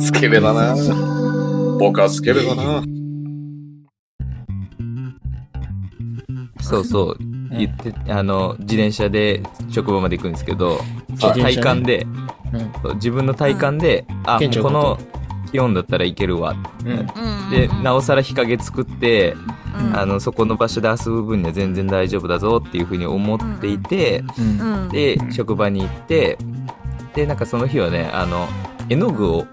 スケベだな。僕はスケベだな。そうそう。言って、あの、自転車で職場まで行くんですけど、自そ転う車ね体感で、うんそう自分の体感で、あ、も店う長こだとの気温だったらいけるわ。うんうんで、なおさら日陰作って、うんあの、そこの場所で遊ぶ分には全然大丈夫だぞっていうふうに思っていて、うんうんで、職場に行って、で、なんかその日はね、あの、絵の具を、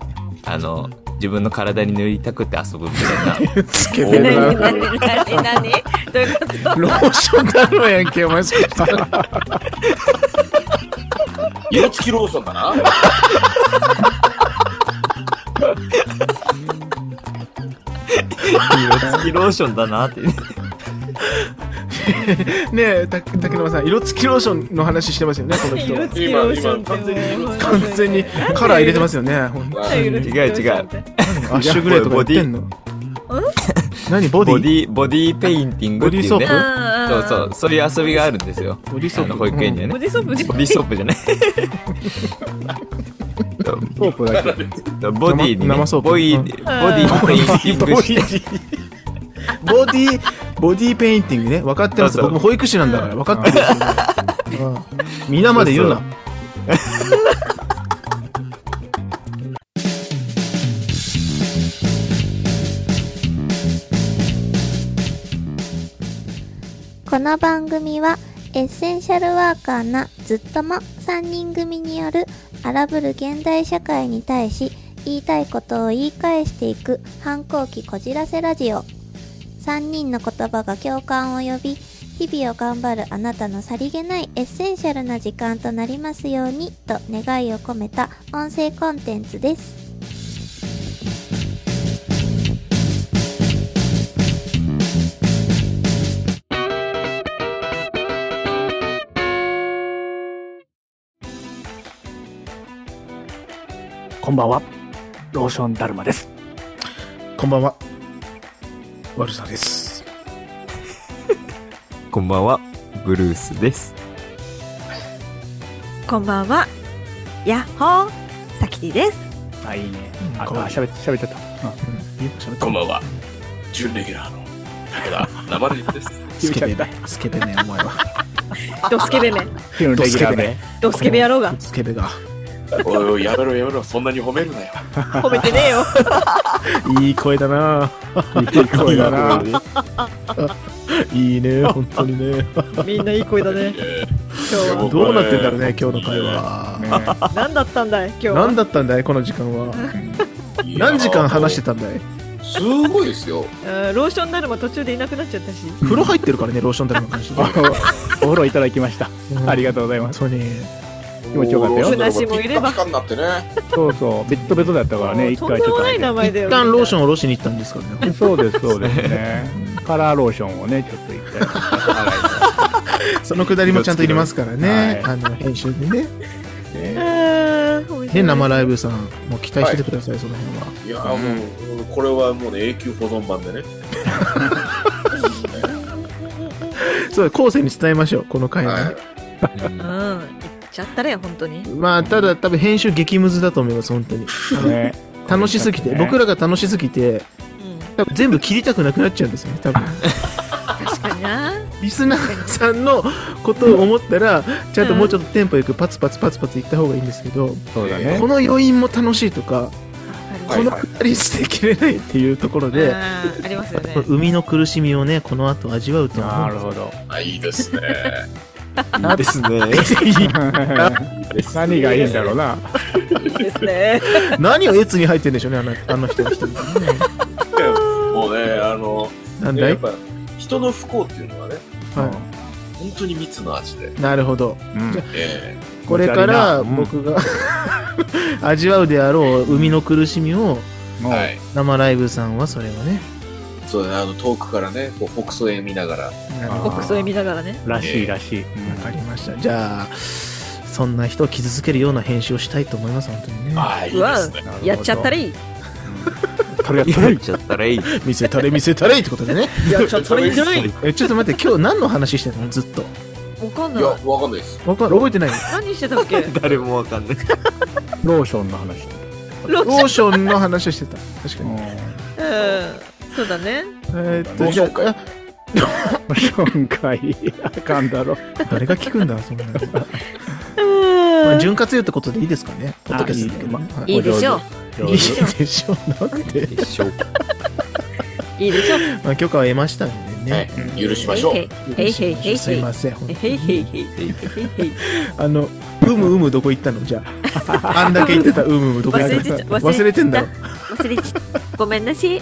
あの、自分の体に塗りたくって遊ぶみたい な。つけおてー何る何何何何 どういうことローションだろやんけ、お前そしたら。色付きローションだな。色付きローションだなって。ねえ、た竹沼さん、色付きローションの話してますよね、この人。色付きローションって完全にカラー入れてますよね。違う違う違うアッシュグレーとか言ってんの何ボボデディィ、ボディペインティングっていうボディねソ。そうそう、そういう遊びがあるんですよ。ボディソープあの保育園にはボね。ディソープボディソープじゃない。ソープだけ。ボディに、ね、生ソープボイボディペインティングして。ボディ、ボディペインティングね。分かってます。そうそう僕も保育士なんだから、分かってますよ。うん皆まで言うなそう。この番組はエッセンシャルワーカーなずっとも3人組による荒ぶる現代社会に対し言いたいことを言い返していく反抗期こじらせラジオ3人の言葉が共感を呼び日々を頑張るあなたのさりげないエッセンシャルな時間となりますようにと願いを込めた音声コンテンツですこんばんは。ローションダルマです。こんばんは。悪さです。こんばんは、ブルースです。こんばんはヤッホーサキティですあ、いいね。うんあ、かわいい喋っ喋っちゃった。うんこんばんは。準レギュラーの武田生レです。スケベだ。スケベね、お前は。ドスケベね昨日のレギュラーで。ドスケベ野郎がスケベが。おいおい、やめろやめろ、そんなに褒めるな よ。褒めてねえよいい声だな。いい 声だな。いいね、本当にね。みんないい声だね今日はどうなってんだろうね、今日の会話。何だったんだい今日何はだったんだい、この時間は。いやー何時間話してたんだいすごいですよ。うんローションダルマ途中でいなくなっちゃったし風呂入ってるからね、ローションダルの感じとおか。お風呂いただきました。ありががとうございます。本当に。気持ちよかったよ話もいればピッカピカになってね。 そうそう。ベッドベッドだったからね、一とん回でちょもっとない名前だよ一旦ローションンを下ろしに行ったんですからね。そうです、そうです ね。カラーローションをね、ちょっと一回。そのくだりもちゃんといりますからね。はあの、編集でね。ねで、生ライブさん、もう期待しててください、その辺は。 いやーもう、これはもうね、永久保存版でね。そう、後世に伝えましょう、この回はね。うん行っちゃったね本当にまあ、ただ、多分編集激ムズだと思います、本当に。ね。楽しすぎて、僕らが楽しすぎて、うん多分全部切りたくなくなっちゃうんですよね、多分。確かになリスナーさんのことを思ったら、ちゃんともうちょっとテンポよくパツパツパツパツいった方がいいんですけど、そうだねこ。の余韻も楽しいとか、はこいのくだりして切れないっていうところでで、あります よね生みの苦しみをね、この後味わうと思なうんるですほ ど。あ、いいですね。いいですね。 何がいいんだろうな。いいですね 何をエツに入ってんでしょうね、あのあの人の人に。もうね、あの、なんだやいっぱ、人の不幸っていうのはね、は本当に密の味で。い。なるほど。うんええこれからうん僕が 味わうであろう生みの苦しみを、もうはい。生ライブさんはそれをね、そうだね、あの、遠くからね、こう、北総へ見ながら。なるほおどくそえ見ながらねらしいらしい。わかりました。じゃあ、そんな人を傷つけるような編集をしたいと思います、本当にね。ああ、いいですね。やっちゃったり。りそれやったやっり。ちゃったらいい。見せたれ見せたれってことでね。やっちゃったりじゃない え、ちょっと待って、今日何の話してたのずっと。わかんいや、ないわかんないです。 わか覚えてない何してたっけ誰もわかんない。ローションの話。ロローションの話をしてた。確か うんに。うん。そうだね。えーっと、ローじシゃョンかいあ、今回、あかんだろ。あ誰が聞くんだ、そんなの。うん。まあ、潤滑油ってことでいいですか ね。ポッドキャストだけどねあはいいでしょう。上い手いでしょう。なんででしょうか。いいでしょう。まあ、許可を得ましたんではね。い、許しましょう。へいへいへいへいへいすいません。本当にへいへいへいへいへいへい。あの、うむうむどこ行ったのじゃあ。あんだけ言ってたうむうむどこ行忘れってたたの忘れてた忘れてんだろ。忘れちゃった。ごめんなし。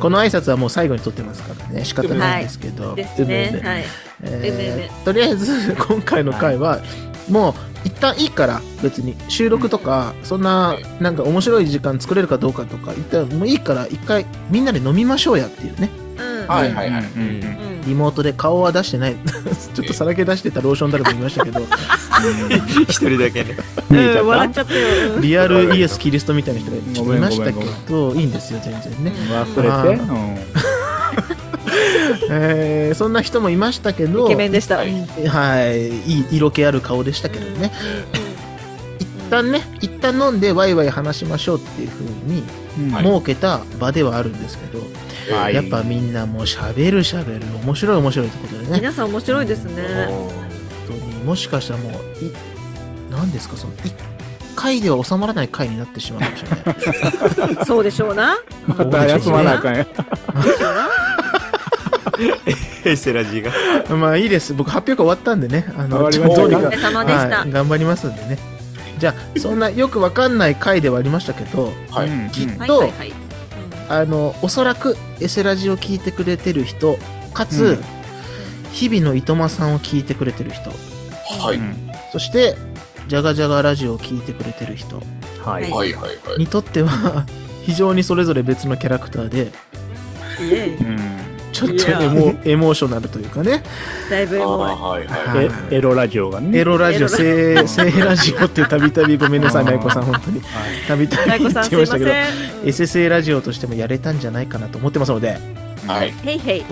この挨拶はもう最後に撮ってますからね。仕方ないんですけど。ですうむうね。むはい。うむうえーとりあえず、 今回の回は、もう、一旦いいから、別に。収録とか、そんな、なんか面白い時間作れるかどうかとか、一旦もういいから、一回、みんなで飲みましょうやっていうね。うん。はいはいはい。うんうんうんリモートで顔は出してない。 ちょっとさらけ出してたローションだらけ言いましたけど、一人だけね。見えちゃうんっ笑っちゃったよ。うんリアルイエス・キリストみたいな人がちょっといましたけごめんど、いいんですよ、全然ね。た忘れて。うんえーそんな人もいましたけど、イケメンでした。ははいい。はい、いい色気ある顔でしたけどね。一旦ね、一旦飲んでワイワイ話しましょうっていう風に、うんはい設けた場ではあるんですけど、はいやっぱみんなもう喋る喋る、面白い面白いってことでね、皆さん面白いですね。本当にもしかしたらもう、い、何ですか、その、一回では収まらない回になってしまうかもしれない。そうでしょうな。また休まなあかんや。ヘセラジが。 まあいいです。僕発表会終わったんでね。あの、終どうわりましたにおか疲れ様でしたはい頑張りますんでね。じゃあ、そんなよくわかんない回ではありましたけど、はいうんきっはいとはいはい。あの、おそらくエセラジを聞いてくれてる人、かつ、うん日々のいとまさんを聞いてくれてる人、はういんそして、ジャガジャガラジオを聞いてくれてる人ははいい。はいはいはい。にとっては、 非常にそれぞれ別のキャラクターで、うんイエイうんちょっいやとエモエモーショナルというかね、だいぶエあーモい。はいはいははいい。えエロラジオがね。エロラジオ、エロラセイセイラジオってたびたびごめんなさい、うん舞子さん、本当 に。はいたびた大び子言さんっすいてまましたせんけど、。うん SSA ラジオとしてもやれたんじゃないかなと思ってますので、はい。へいへい。はい。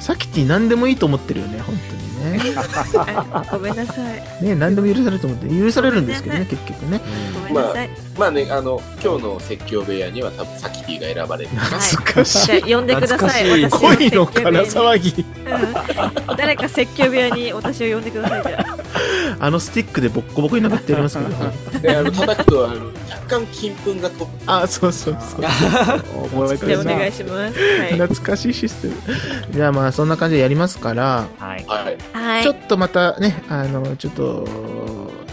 さきティ何でもいいと思ってるよね、本当にね。あごめんなさい。ね、何でも許されると思って、許されるんですけどね、結局ね。ごめんなさい。まあね、あの、今日の説教部屋には多分サキティが選ばれてる。懐かしじゃあい。呼んでください。懐私を恋のから説教部騒ぎ。屋にうん誰か説教部屋に私を呼んでくださいじゃあ。あのスティックでボッコボコになってやりますけど。で、あの、叩くと、あの、若干金粉が飛ぶ。あ、そうそうそう。覚えてじゃあるおな。願いします。はい。懐かしいシステム。じゃあまあ、そんな感じでやりますから、はい。はい。はいちょっとまたね、あの、ちょっと、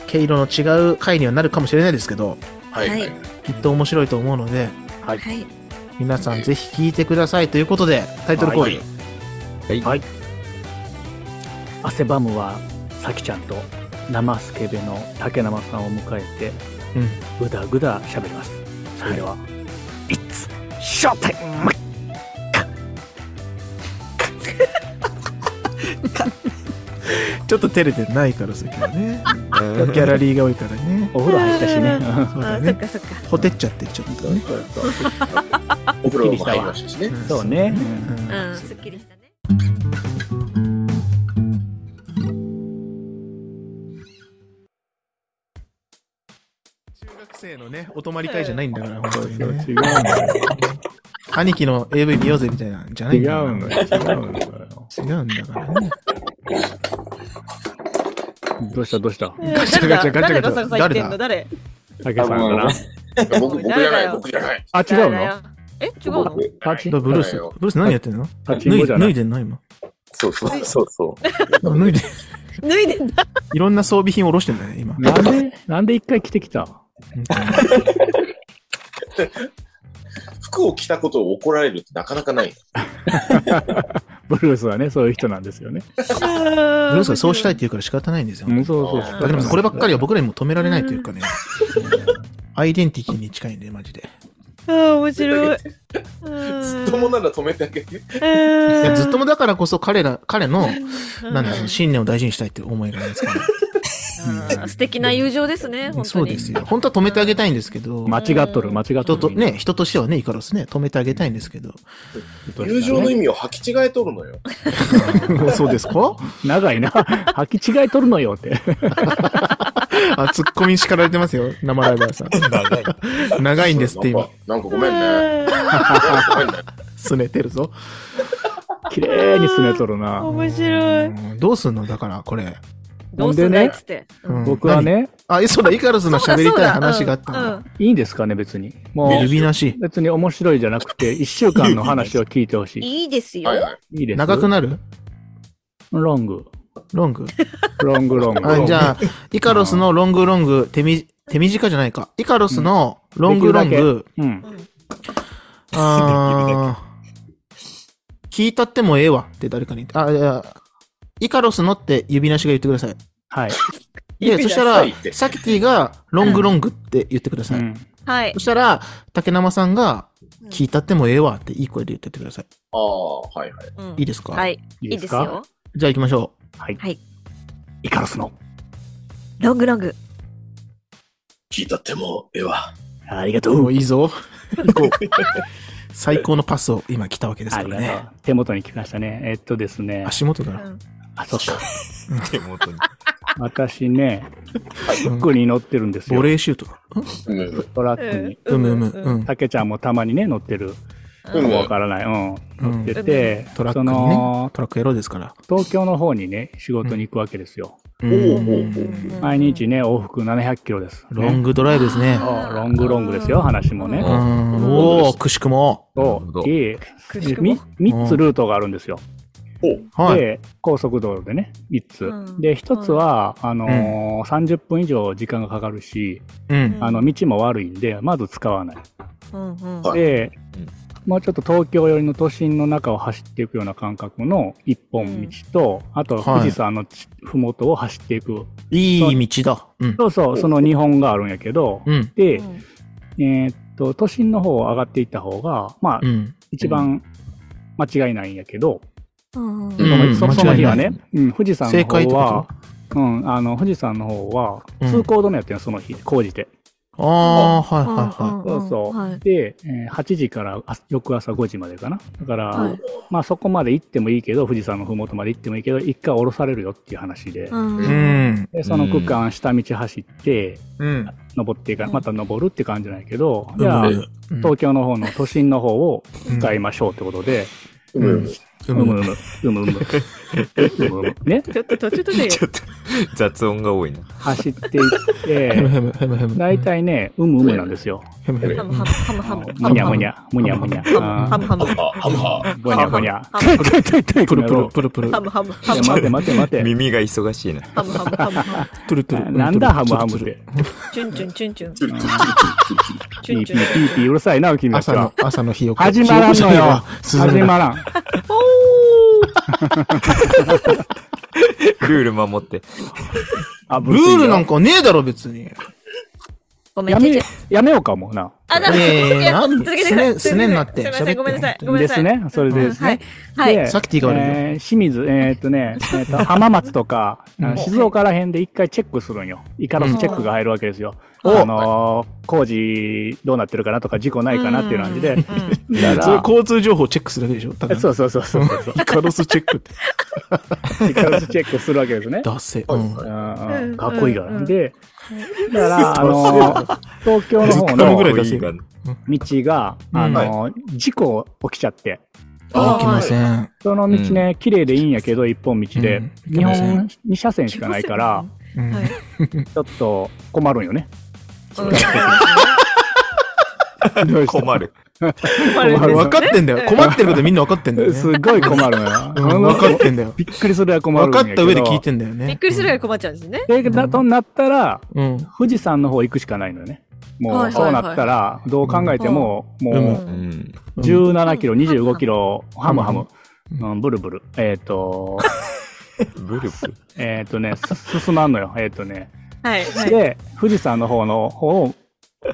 毛色の違う回にはなるかもしれないですけど、はいはい。きっと面白いと思うので、はい。皆さんぜひ聞いてくださいということで、タイトルコール。はいはい。はい汗ばむは、さきちゃんと、生スケベの竹生さんを迎えて、うんぐだぐだ喋ります。それでは、It's Showtime! ちょっと照れてないからさっきはね。ギャラリーが多いからね。お風呂入ったしね。そう あ、だそっね。かそっか。ほてっちゃってちょっとね。お風呂も入りましたしね。んそうねうんうん、すっきりしたね。中学生のね、お泊まり会じゃないんだから、本当に違うね。の兄貴の AV 見ようぜみたいなんじゃないんだよ。か違うのよ。違うのよ。ら。違うんだからね。どうしたどうしたガチャガチャガチャガチャ誰だ誰がサクサク言ってんの誰竹さんかな僕、僕じゃない、僕じゃない。あ、違う誰だのよえ、違うのパチンだブルース、ブルース何やってんのパチ脱ンコいじでゃな脱いい。でんの今。そうそうそうそ脱いで、脱いでんだ。いろんな装備品おろしてんだね、今。なんで、なんで一回来てきたう。服を着たことを怒られるってなかなかない。ブルースはね、そういう人なんですよね。ブブルースはそうしたいって言うから仕方ないんですよ。うん、そうそうあそーう。だけどこればっかりは僕らにも止められないというかね。アイデンティティに近いんで、マジで。あー、面白い。ずずっともなら止めてあげる。いやずっともだからこそ彼ら、彼の、なんだ、うその信念を大事にしたいっていう思いがあります から。うん素敵な友情ですね、本当に。そうですよ。本当は止めてあげたいんですけど、間違っとる、間違っとる。人と、ね、人としてはね、イカロスね、止めてあげたいんですけど。友情の意味を履き違えとるのよ。 そうですか長いな。履き違えとるのよって。あ、ツッコミ叱られてますよ、生ライバー さん。長い。長いんですって今なん。かなんかごめんね。ごめんね。すねてるぞ。綺麗にすねとるな。面白うい。んどうすんのだから、これ。どうすでんだいねっつって。うん僕は。ね、何あ、えそうだ、イカロスのそうだ喋りそうたいだ話があったうんんだ。いいんですかね、別に。もう、指なし。別に面白いじゃなくて、一週間の話を聞いてほしい。いいですよは。いはい。いいです長くなるロング。ロング。ロングロング。あじゃあ、イカロスのロングロング、手み、手短じゃないか。イカロスのロングロンできグ、うん。あー聞いたってもええわって誰かに言って。あ、いや、イカロスのって指なしが言ってください。はい。で、そしたら指なしって、サキティがロングロングって言ってくだうさい。ん。はいそ。したら、竹生さんが、聞いたってもええわっていい声で言ってってください。ああ、はいはい。うんいいですかはい。いいいいでですすかよ。じゃあ行きましょう。はい。はい。イカロスの。ロングロング。聞いたってもうええわ。ありがとおう。ーいいぞ。行こう。最高のパスを今来たわけですあかりらがとね。う。手元に来ましたね。えっとですね。足元だ。あ、そっか。手元に。私ね、うん服に乗ってるんですボよ。レーシュートだ。うん。トラックに。うむうむ。うん。たけちゃんもたまにね、乗ってる。うよんくわからない。うん。うん乗ってて、トラックそにねの。、トラックエロですから。東京の方にね、仕事に行くわけですよ。おおうおうおう毎日ね、往復700キロです。ロング。グドライブですね。ロングロングですよ、話もねうう。ん。うんおおくしくも。そなるほどう。いい。くしくもみ3つルートがあるんですよ。はい。で、高速道路でね、3うつ。んで、1つは、あのー、30分以上時間がかかるし、うん。あの、道も悪いんで、まず使わない。うんうんはいでうん、もうちょっと東京寄りの都心の中を走っていくような感覚の一本道と、あとはい富士山のち麓を走っていく。いい道だ。うん。そうそう、その2本があるんやけど、うん。で、えーっと、都心の方を上がっていった方が、まあう、ん。一番間違いないんやけど、うんうんそのそその日間は違いね、うん、富士山の正解ってこ方は、うん、あの、富士山の方は、うん通行止めやってんの、その日、工事で。とああ、はいはいはそうそう。はいで、えー8時からあ翌朝5時までかな。だから、はいまあそこまで行ってもいいけど、富士山のふもとまで行ってもいいけど、一回降ろされるよっていう話で、うんい。うん。でその区間下道走って、うん。登っていか、うんまた登るって感じなんやけど、じゃあ、うん東京の方の都心の方を使いましょうってことで、うんうん。う。うむうんむ、うむうむ、うむうむ、ね、ちょっと途中途中で。ちょっと雑音が多いな。走っていってヘ、ムヘムヘムヘム。大体ね、うむうむなんですよ。ヘムヘムハムハムハムハム。むにゃむにゃ、むにゃむにゃ。ハムハム。ハムハム。ハムハぼにゃぼにゃ。ハム痛い痛い痛いプルプこのル野郎プルプル。ハムハム。ハいムやハム。待て待て待て。耳が忙しいな。ハムハムハムハム。トゥルトゥル。なんだハムハムっトゥルてト。チュンチュンチュンチュン。ー。チュピーンピチーュン。ピーピーうるさいな、君たち朝のは。、朝の日よ始まらんのよ。始ま らん。ルール守って。あルールなんかねえだろ、別に。ごめんやなさいめ。、やめようかもうな。あ、なええ、なん続けてください。すね、すねになって。すみません、ごめんなさい。ごめんでなさすい。ね。それでですはいね。。はい。でさっき言われるよえー清水、えーっとね、えーっと浜松とか、あの静岡ら辺で一回チェックするんよ。イカロスチェックが入るわけですよ。うんあのー工事どうなってるかなとか、事故ないかなっていう感じで。だそれか交通情報をチェックするだけでしょただのら、そうそうそうそうそう。イカロスチェックって。イカロスチェックするわけですね。ダセ。 うん。うんうんうんかっこいいから。うんで、だから、あのー、東京の方どののぐらい道出せるがが、あのー、事故起きちゃって、あ、きません。その道ね、綺麗でいいんやけど、一本道でうん、日本2車線しかないから、うんはい。ちょっと困るん よね。困る。あれ分かってんだよ。困ってることみんな分かってんだよねす。っごい困るのよ。うん分かってんだよ。びっくりするや困る分んかやっけたど。上で聞いてんだよね。びっくりするぐらい困っちゃうんですね。で、な、となったら、うん。富士山の方行くしかないのよね。もはう、いそうなったら、どう考えても、うもう、うんん。 17キロ、25キロ、ハムハム、うんうん、ブルブル。えっ、と、ブルブル。えっ、とね、す 進まんのよ。えっ、とね。はい。はい。で、富士山の方の方を、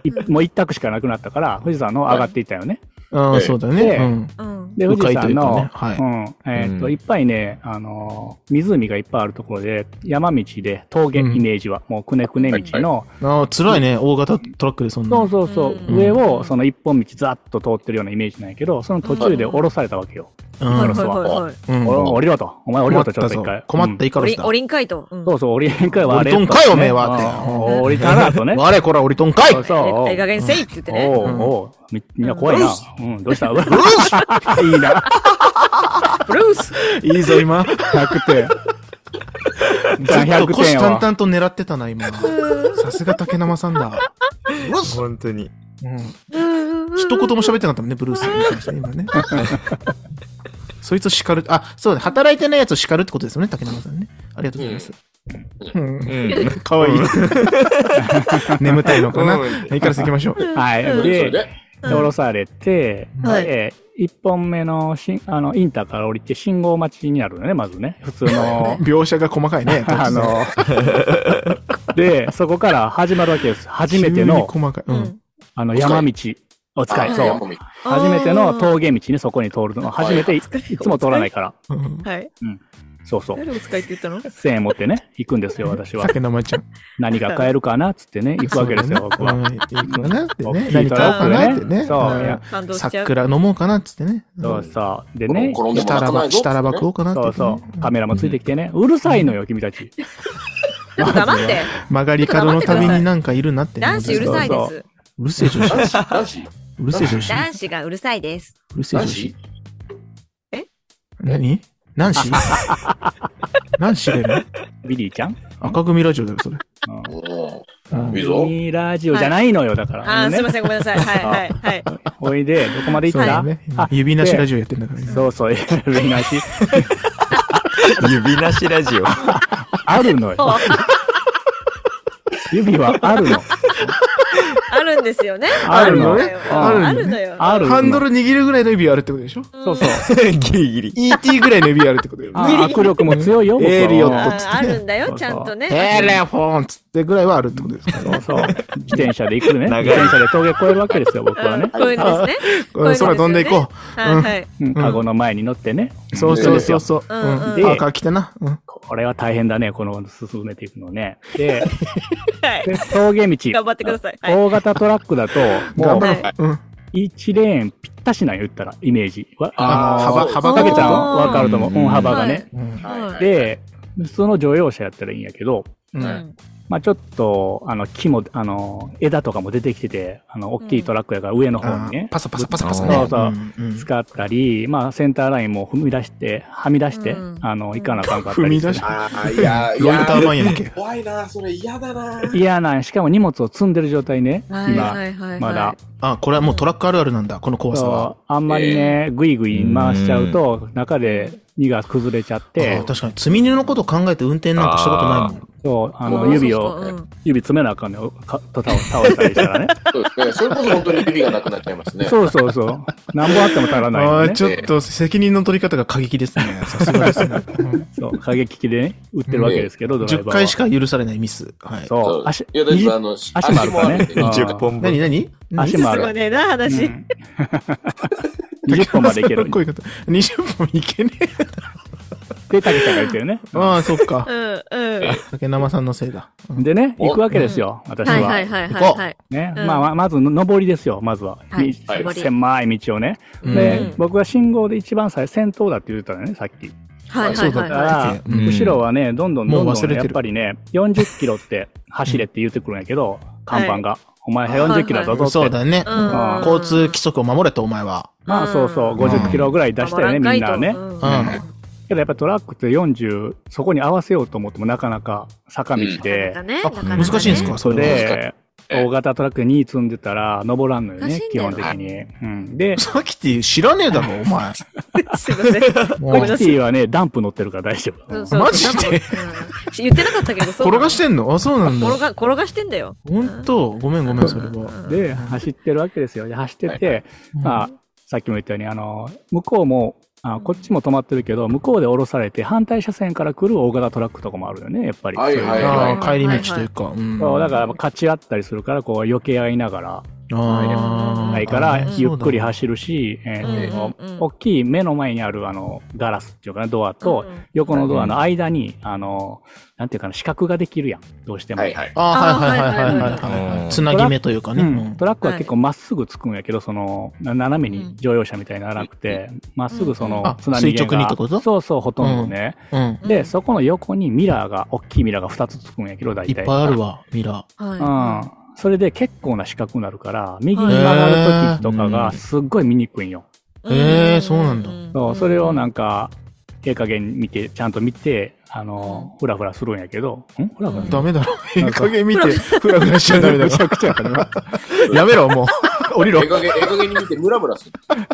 いもう一択しかなくなったから、富士山の方上がっていったよね。ああ、そうだね。うん。うん。で、迂富士回とい山うかの、ねはいうん、えっ、と、うんいっぱいね、あのー湖がいっぱいあるところで、山道で、峠、うんイメージは、もうくねくね道の、ああ、辛いね。大型トラックでそんな。そうそうそう、うん上を、その一本道ざっと通ってるようなイメージなんやけど、その途中で降ろされたわけよ。うんはいはいはいはい。うんお降りろと。お前降り困ろっと、ちょたっと一ぞ回。。困ったうんイカおロスり、だ。おりんかいと。うんそうそう、降りへんかいはあれ降りとんかいおめえはってうん降りたな とね。我こら降りとんかいそうそ絶う。対加減せいって言ってね。おうおう、みみんな怖いな。うん、どうしたいいな。ブルースいいぞ、今。ず100点。っと100虎視点眈は。々と狙ってたな、今。 さすが竹生さんだ。ブルース本当に。うん一言も喋ってなかったもんね、ブルースに関してね今 ね。そいつを叱る。あ、そうだ、働いてないやつを叱るってことですよね、竹生さんね。ありがとうございます。うんうん。かわいい。眠たいのかな。うんイカロス行きましょう。。はい。うんそれで、で、で降ろされて、はいで、1本目のしんあのインターから降りて信号待ちになるのね、まずね。普通の描写が細かい ね。あの、で、そこから始まるわけです。初めての急、に細かい。うん。あの、山道。お使い、あそう。う。初めての通峠道にそこに通るの。初めて、いり。いつも通らないから。うんはい。そうそう。誰お使いって言ったの1000円持ってね、行く んですよ、私は。竹生ちゃん。何が買えるかなっつってね、行くわけですよ、僕うは。んいいかなって大きね。い何買おうかなってね。トランプねん感動しちゃう。桜飲もうかなっつってね。うんそうそう。でね、転んでもした泣らかなば、いぞ。したらば食おうかなってそ言っうてね。そう。カメラもついてきてね、うるさいのよ、君たち。黙って。曲がり角の旅になんかいるなってね。男子うるさいそでうそす。うるせえ女子。男子男子うるせえ女子。男子がうるさいです。うるせえ女男子子。何何 子何子がいるのビリーちゃん赤組ラジオだよ、それ。うおうーんいいんぞ。ミニラジオじゃないのよ、だから。あー、ねすいません、ごめんなさい。はい、はい、はい。おいで、どこまで行そうっだたね。今あ指なしラジオやってんだからね。そうそう、指なし。指なしラジオ。あるのよ。指はあるの。あるんですよね。あるのねあるああるるののねよ。あるの。ハンドル握るぐらいの指あるってことでしょそうそう。ギリギリ。 ?ET ぐらいの指あるってことよあね。ー握力も強いよ、僕はエリオットあーあるんだよ、ちゃんとね。テレフォンっつってぐらいはあるってことですかそうそう。自転車で行くね。自長い転車で峠越えるわけですよ、僕はうんね。こういうのですね。うん空飛んでいこはい、はい。うん顎の前に乗ってね。う。そうそうそうそう。うんうんうんパーカー着てな。うんこれは大変だね、この進めていくのね。で、はいで峠道。 頑張ってください。はい。大型トラックだと、も頑う張ろはう。うん1レーンぴったしなんよ、言ったら、イメージ。わあーの幅幅かけちゃんあーわかると思う。ううんん、幅がね。うんはいはいで、その乗用車やったらいいんやけど、ううんんまあちょっと、あの、木も、あの、枝とかも出てきてて、あの、大きいトラックやから上の方あにねー、パサパサパサパサそねうそううんうん使ったり、まあセンターラインも踏み出して、はみ出して、うんあの、行かなあかんかったりして。踏み出してああ、いや、い ロイターや、版やんけ。怖いな、それ嫌だな。嫌なん、しかも荷物を積んでる状態ね、はい、今。はい、はい。まだ。あ、これはもうトラックあるあるなんだ、この怖さはそ。うあんまりね、ぐいぐい回しちゃうと、中で荷が崩れちゃあってー、確かに、積み荷のこと考えて運転なんかしたことないもん。そう、あうの、ん指そうそうをうん、指詰めなあかんねんかと倒倒したりした らね。そうですね。それこそ本当に指がなくなっちゃいますね。そうそうそう。何本あっても足らないのあねー。ちょっと責任の取り方が過激ですね。さすがですね。そう、過激でね、売ってるわけですけど、ドライバー10は。回しか許されないミス。はい。そ、そうう足、いや、だってあの、足もあるからね足もあるんであー10本何分。何足すもあるご。ねえな、話。うん20本までい けそるんな。声が20本いけねえ。で、竹下が言ってるね。ああ、そっかう。ん、うん。竹生さんのせいだ。うんでね、行くわけですよ、私はい、は、。はいはい、行こうはい。ね、うんまあまあ、まず、上りですよ、まずは。はいみはい狭い道をね。でうん、僕は信号で一番最先頭だって言ってたのね、さっき。はい、そはうい、だはっい。ただはから、うん後ろはね、どんどんどんもうど忘んれね、てやるっぱりね、40キロって走れって言ってくるんやけど、看板が、お前は40キロだぞって。そうだね。うん交通規則を守れと、お前は。まあそうそう、50キロぐらい出したよね、みんなねう。んうん。けどやっぱトラックって40、そこに合わせようと思ってもなかなか坂道なでか、なあ、かね難しいんですかそそれは。れで、大型トラック2積んでたら登らんのよ難ねしい、ん基だよ本的に。うん。で、さっきって知らねえだろ、お前。すいません。もごめコんなさキテいィはね、ダンプ乗ってるから大丈夫。そうそうマジでうん言ってなかったけど、そう転がしてんのあ、そうなんだ転。が、転がしてんだよ。ほんとごめんごめん、それは。で、走ってるわけですよ。で走ってて、まあ、さっきも言ったように、あの、向こうも、あこっちも止まってるけど、向こうで降ろされて、反対車線から来る大型トラックとかもあるよね、やっぱり。はいはいそういうのああ、帰り道というか。うんそうだから、勝ち合ったりするから、こう、避け合いながら、あーないからうん、ゆっくり走るし、えーうんうんうん大きい目の前にあるあのガラスっていうかな、ドアと、うん横のドアの間に、あの、なんていうかな、死角ができるやん。どうしても。はいはい。あーはいはいはいはいあーはいはいははいいは。はいいつなぎ目というかね。ううんんトラックは結構まっすぐつくんやけど、その、な斜めに乗用車みたいにならなくて、まっすぐそうんあの、つなぎ目が垂直にってことそうそう、ほとんどね。うん。うんで、そこの横にミラーが、大きいミラーが2つつくんやけど、大いっ体。ぱいあるわ、ミラはい。うん。それで結構な四角になるから、右に曲がる時とかが、すっごい見にくいんよ。うんへーそうなんだそう、それをなんんか、ええ加減見て、ちゃんと見て、あの、ふらふらするんやけど、んふらふらうー。んダダメだろ。えんえ加減見て、ふらふらしちゃダメだめろち。ゃくちゃやったな。やめろ、もう。降りろええ。加減、ええ加減に見て、ムラムラする。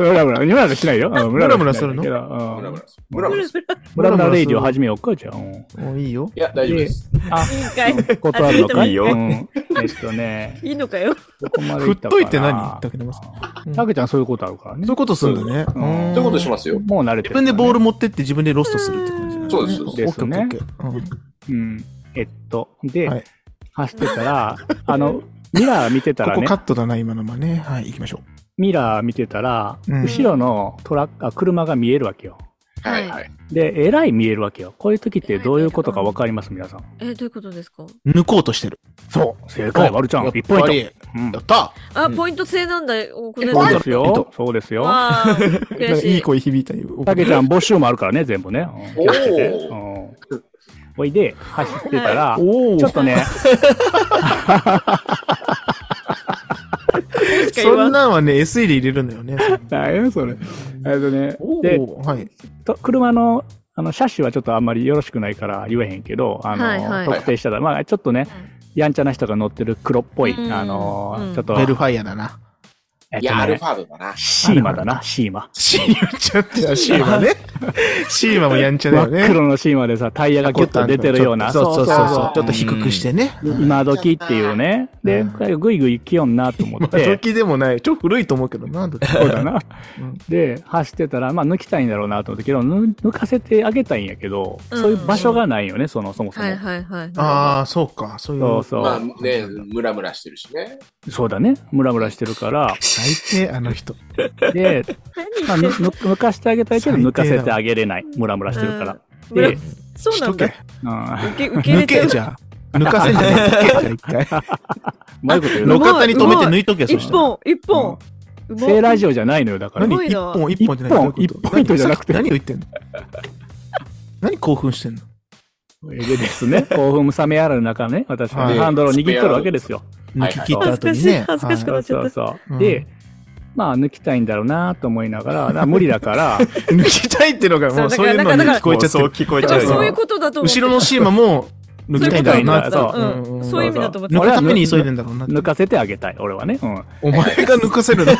ムラムラ、ムラムラしないよ。 うんムラムラしないけムどラうんムラする。ムラムラする。ムラムラレイディを始めようか、じゃあ。うんもういいよ。いや、大丈夫です。あ、いいんかい断るのかいいようんえっとね、いいの かよ。どこまで振行っったかなといて何竹沼さん。うんたけちゃんそういうことあるからねそういう。ことするんだね。うんうんそういうことしますよ。もう慣れて自分るからね。でボール持ってって自分でロストするって感じなんだねそうですオッケーオッケーオッケーうん。えっと、で、はい走ってたら、あの、ミラー見てたうんらここねカ、ットだな、今のはね。はい、行きましょミラー見てたら、うん後ろのトラック、あ車が見えるわけよ。はいはい。で、えらい見えるわけよ。こういう時ってどういうことかわかります、皆さん。え、どういうことですかう。抜こうとしてる。そう、正解、まるちゃん、やっぱり1ポイント。うんやったあ、ポイント制なんだ。おこれそイうンでトすポインよト。そうですよ。わーなん悔かしい。いい声響いたよ。たけちゃん、募集もあるからね、全部ね。うんおー気をつけてうんおいで、走ってたら、おおちょっ とね、そんなんはね、SE で入れるんだよね。何やそれ。えっとねお、で、おはい。と車の、あの、車種はちょっとあんまりよろしくないから言えへんけど、あの、はいはい特定したら、まあちょっとね、やんちゃな人が乗ってる黒っぽい、うんあの、うんちょっと、ベルファイアだな。えっいとや、アルねフ、ァードだな。シーマだな、シーマ。シーマちゃって、シーマね。シーマもやんちゃだよ真っね。黒のシーマでさ、タイヤがギュッと出てるような。そうそうそうそう。ちょっとひ低くしてね。今時っていうね。で、ぐいぐい来よんなと思っまあ、て。時でもない。ちょっと古いと思うけどな。どっちそうだなうん。で、走ってたら、まあ、抜きたいんだろうなと思ったけど、ぬ抜かせてあげたいんやけど、うんそういう場所がないよね、その、そもそも。はいはいはい。ああ、そうか。そういそうう。そまあう。ね、ムラムラしてるしね。そうだね。ムラムラして るから、最低、あの人。で、まあ、ぬぬ抜かしてあげたいけど、最低だ抜かせてあげれない。ムラムラしてるから。で、うんそうなんだ。し受と け。うけ受け入抜れてける。じゃあ。抜かせんじゃねえ。抜けじゃあ一回。 まいこと言路うなうまい肩に止めて抜いとけ、そ一したら。本、一本。うまいセーラージオじゃないのよ、だから。何すごい一な本、一本じゃない一どういうこ本と一ポイントじゃなくて何を言ってんの何興奮してんのでですね、興奮冷めやらぬ中ね、私ははいハンドルを握っとるわけですよ。抜き切った後にはいはねい。恥ずかしい恥ずかしくそなういそうそうう。んで、まあ、抜きたいんだろうなと思いながら、だから無理 だから、抜きたいってのが、もうそうそういうのにだから聞こえちゃってそうる。聞こえちだかゃらうそういうよ。ことだと思って後たろのシーマも抜きたいんだろうなそういうことなんだってうんんそういう意味だと思って抜たくために急いでんだろうなって抜かせてあげたい、俺はね。うん。お前が抜かせるの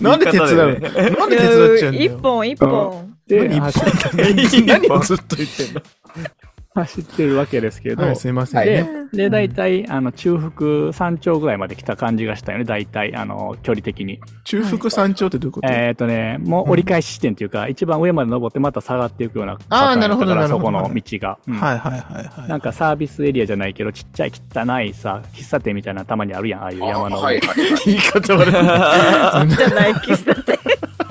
なんで手伝うのなんで手伝っちゃうんだ一よ本、一本。で、何走何をずっと言ってんの走ってるわけですけど、はい、すいませんでね。、で、大体、あの、中腹山頂ぐらいまで来た感じがしたよね、大体、あの、距離的に。中腹山頂ってどういうことえっ、とね、もう折り返し地点というか、一番上まで登ってまた下がっていくようなパターンだったかなら、るそほどこなるほどの道が。うんはいはいはい はい。なんかサービスエリアじゃないけど、ちっちゃい汚いさ、喫茶店みたいなのたまにあるやん、ああいうあ山のは上いに。はいはい。言い方悪い。あじゃない、喫茶店。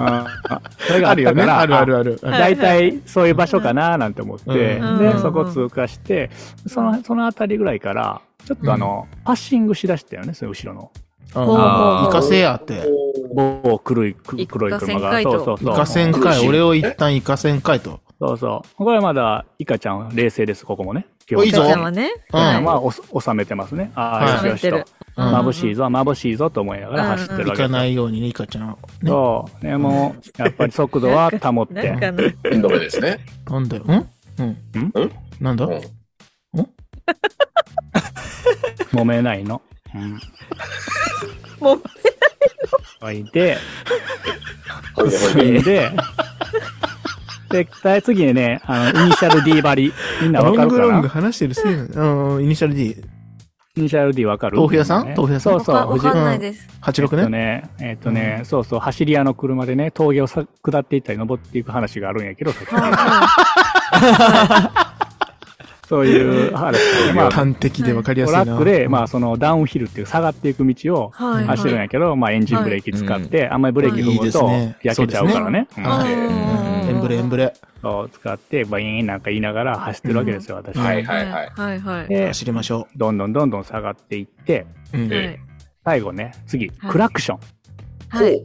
ああそれがあるるよよね。ね。あるあるある。大体そういう場所かななんて思って、うんうでんそこ通過してそのその辺りぐらいからちょっとあの、パッシングしだしたよねその後ろのあーイカせやって。某黒い黒い黒いイカ車旋が回そとうそうイそうカせんかい。俺を一旦イカせんかいと。そうそうこれはまだイカちゃん冷静ですここもね 今おいいぞじゃあね。うまあん。まあお収めてますねああ、はいよしよしとうん眩しいぞ眩しいぞと思いながら走ってる行わけかですないようにね、イカちゃん。ねそうねもうやっぱり速度は保っなてん かの、運動目ですね。なんだよ。んうん。うんなんだうん。揉めないの、うん、もう、おいでほいでほいで。 で、で、で次にね、あの、イニシャル D バリ。みんなロわかンるグかロングな話してるせいなのうん、イニシャル D。イニシャル D わかる豆腐屋さんね豆腐屋さんそうそう、わ藤か井んないです。えっ86とね。ね、えっとね、そうそう、走り屋の車でね、峠をさ下っていったり登っていく話があるんやけど、さっきそういう、あれですね、まあ、ト端的で分かりやすいな。ラックで、まあ、そのダウンヒルっていう下がっていく道をはい。走るんやけど、まあ、エンジンブレーキ使って、あんまりブレーキ踏いいでむすとね焼けちゃうからね。うんあうんーエンブレエンブレ。そう使って、バイーンなんか言いながら走ってるわけですよ、私。ははいいはいはい。はいはい。で、走りましょどんどんどんどん下がっていって、う。うんで最後ね、次、はいクラクション。はい。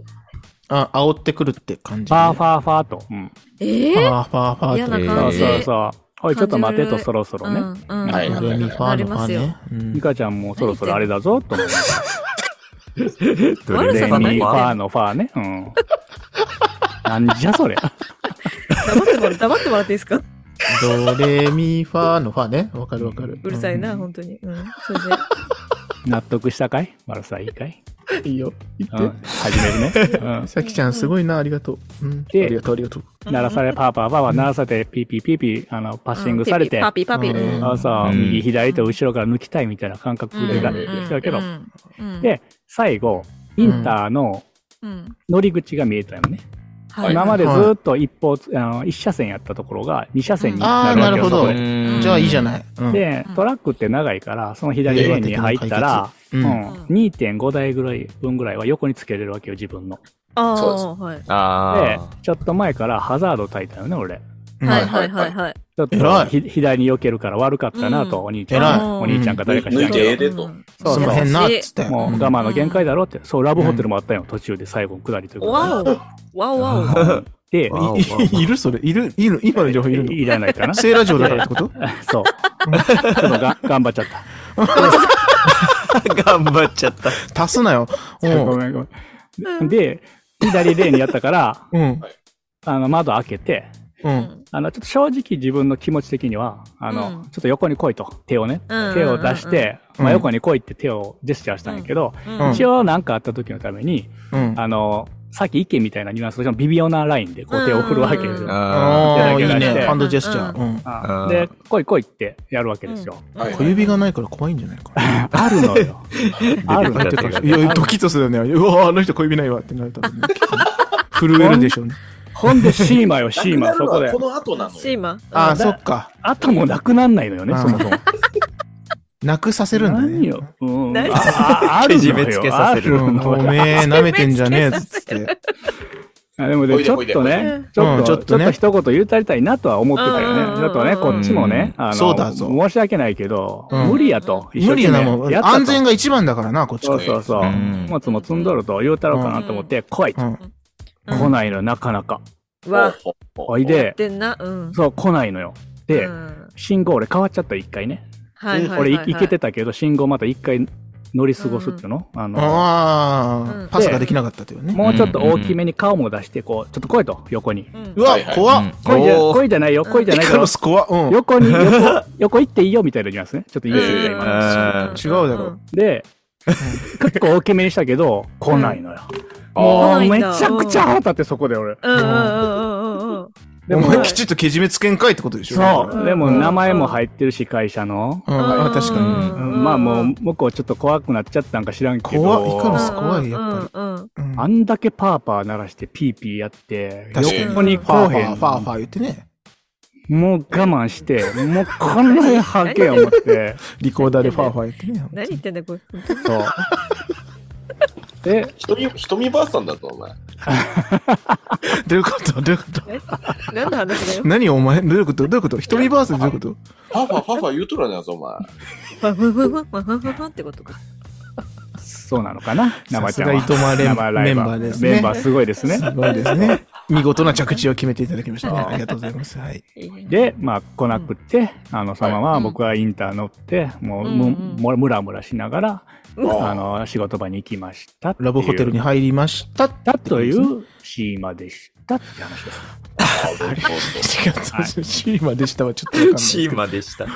あ、煽ってくるって感じ。ファーファーファーと。うん。えフえァーファーファー嫌なそ感うじ。そうそう。おい、ちょっと待てと、感じるそろそろね。うんうんはいドレミファーのファーね。うんミカちゃんもそろそろあれだぞ、と思って。ど悪レさミがないファーのファーね。うん。なんじゃそりゃ。黙ってもら黙ってもらっていいですかドレミファーのファーね。わかるわかる。うるさいな、ん本当に。うん。それで。納得したかいマルサいいかいいいよ。言うんっ始めるね。うんて。。さきちゃん、すごいな。ありがとう。うん。あでりがとう、ありがとう。鳴らされ、パーパーパーパー鳴らされて、ピーピーピーピー、あの、パッシングされて、パピーパピー。うんあそううん右左と後ろから抜きたいみたいな感覚でうんだうん人だけど、うんで、最後、インターのうん乗り口が見えたよね。はい今までずっと一方つ、あの、一車線やったところが二車線になるわけよ、あーなるほどそこうでーんじゃあ、いいじゃない。うん。でうん、トラックって長いから、その左レーンに入ったら、う。うんん、2.5台ぐらい分ぐらいは横につけれるわけよ、自分の。ああそはいであ、ちょっと前からハザード焚いたよね、俺。うんはいはいはいはい。ちょっ偉といひ左に避けるから悪かったなと、うんお兄ちゃ偉いん、お兄ちゃんか誰か知らん抜いてえけえでとうんど。すそうまへんそな、つって。う。もう我慢の限界だろって。そう、ラブホテルもあったよ、途中で最後の下りということで。わおわおわで、わおいいるそれいるいる今の情報いるのいらな いかな。聖ラジオだからってことそう。ちょっとが頑張っちゃっ頑張っちゃった。足すなよ。うた。ごん。めんごめん。で、左レーンにやったから、うん。あの、窓開けて、う。お。うんんあの、ちょっと正直自分の気持ち的には、あの、うんちょっと横に来いと、手をね、うん手を出して、うんまあ、横に来いって手をジェスチャーしたんやけど、うん一応なんかあった時のために、うん。あの、さっき意見みたいなニュアンスで、微妙なラインでこう手を振るわけですうんよ。あああ、いいいただけね。ないハンドジェスチャー。うん。あうんで、来い来いってやるわけですよ。はいはい小指がないから怖いんじゃないかな。 あるのよ。あるのなよんていう手かがねいや、ドキッとするよね。うわあの人小指ないわってなると思うね。震えるでしょうね。ほんで、シーマよ、シーなマ、くなそるこのはでこ。の後なのシーよ。マ。あうあ、んそっか。あともなくなんないのよね、うんそもそも。なくさせるんだ何ね。よ。うん。あ何ああるけのじめつよけ。さあせるる うん、のおよ。めえ、舐めてんじゃ ねえっつって。あでもおね、いちでょっとおいねで、ちょっうんと、ちちょょっっととね一言言うたりたいなとは思ってたようんね。ちょっとね、こっちもね、あの、そうだぞ申し訳ないけど、うん無理やと。一生無理懸や命な、もう。やったと安全が一番だからな、こっちそかうそうそう。うんもつも積んどると言うたろうかなと思って、来い。ら。うん。うん来ないのよ、なかなか。わ。ほほほおい。で、でんな。うん。そう、来ないのよ。でう、ん信号俺変わっちゃった、一回ね。はいはい。俺、いいけてたけど、信号また一回乗り過ごすっていうのあの、あうんあ、パスができなかったというね。もうちょっと大きめに顔も出して、こう、ちょっと来いと、横に。ううわはいは、い怖っ。来いじゃ、おー来いじゃないよ、来いじゃイないカよロ。ス怖っ。うん。横に、横、 横行っていいよみたいなニュアンスね。ちょっと言い過ぎた、今。今違うだろう。で、結構大きめにしたけど、来ないのよ。あもう、ーめちゃくちゃ腹立って、そこで俺。うんうんうんうんうん。でおも前きちっとけじめつけんかいってことでしょそうう。んでも、名前も入ってるし、会社の。うん、あ確かに。うんまあもう、向こうちょっと怖くなっちゃったんか知らんけど。怖いイカロス怖いやっぱぱり。うんあんだけパーパー鳴らしてピーピーやって、確かに横にフこァーうフへァー、ん。ファーファー言ってね。もう我慢して、もうこんなにはけ思って。リコーダーでファーファー言ってね。何言ってんだこれ。そう。で、瞳、瞳ばあさんだぞ、お前。どういうことどういうこと何の話だよ。何お前どういうことどういうこと瞳バースでどういうことパファパファ言うとるやつ、お前。ふわふわふわふわふわふわふわってことか。そうなのかな、さ生ちすゃがん伊は。藤マレン生ラメインババーですね。メンバーすごいですね。すごいですね。見事な着地を決めていただきましたね。ありがとうございます。はい。で、まあ来なくて、あの、そのまはまい僕はインター乗って、もう、うんむうんもムラムラしながら、うんあの、仕事場に行きましたっていう。ラブホテルに入りました。だというシーマでしたって話です。 4月シーマでしたはちょっとわかんないですけシどーマでした。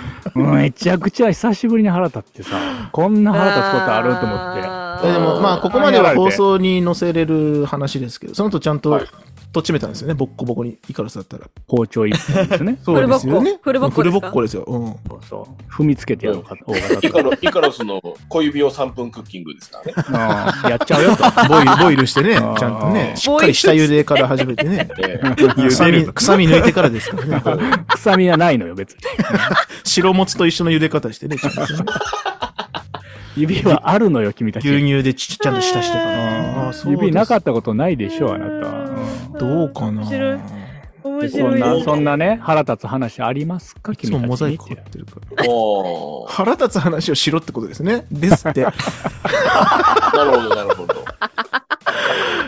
めちゃくちゃ久しぶりに腹立っ てさ、こんな腹立つことあると思って。えでもまあここまでは放送に載せれる話ですけど、その後ちゃんととっちめたんですよね、ボッコボコに、イカロスだったら。。包丁一本ですね そうですよね。フルボッコフフルルボボッッココですよ。うん。そうそう。踏みつけてやろうか、大型イと カロイカロスの小指を3分クッキングですからね。か。うんやっちゃうよと。ボイル、ボイルしてね、ち あーゃんとね、しっかり下茹でから始めて ね。で臭み、臭み抜いてからですからね。臭みはないのよ、別に。白もつと一緒の茹で方してね、ちゃんとね指はあるのよ、君たち。牛乳でち ちゃんと浸してかうら。んあーそうです指なかったことないでしょ、あなたうん。どうかな面白い面そ白んいな、ですそんなね、腹立つ話ありますか、いつも君たちに。モザイクかかってるから。 おー腹立つ話をしろってことですね。です って。なるほど、なるほど。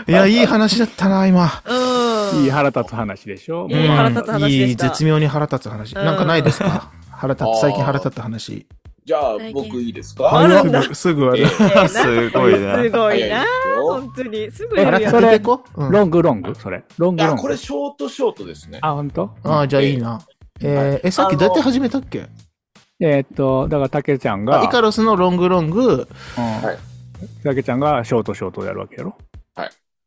いや、いい話だったな、今。うんいい腹立つ話でしょ。いい腹立つ話でしたうんいい、絶妙に腹立つ話。なんかないですか腹立あーつ、最近腹立った話。じゃあ、僕いいですあかるんだすぐ、すぐあえる。すごいなすごい早いな。で本当に。すぐえや腹立るやそん。てれてこうロん。ングロングそれ。ロングすよロあ、ンこグれ、。ショートショートですね。あ、本当？ああ、じゃあいいな。えーえ、さっきどうやって始めたっけえーっと、だから、たけちゃんあが、イカロスのロングロング、うんはいたけちゃんがショートショートをやるわけやろ。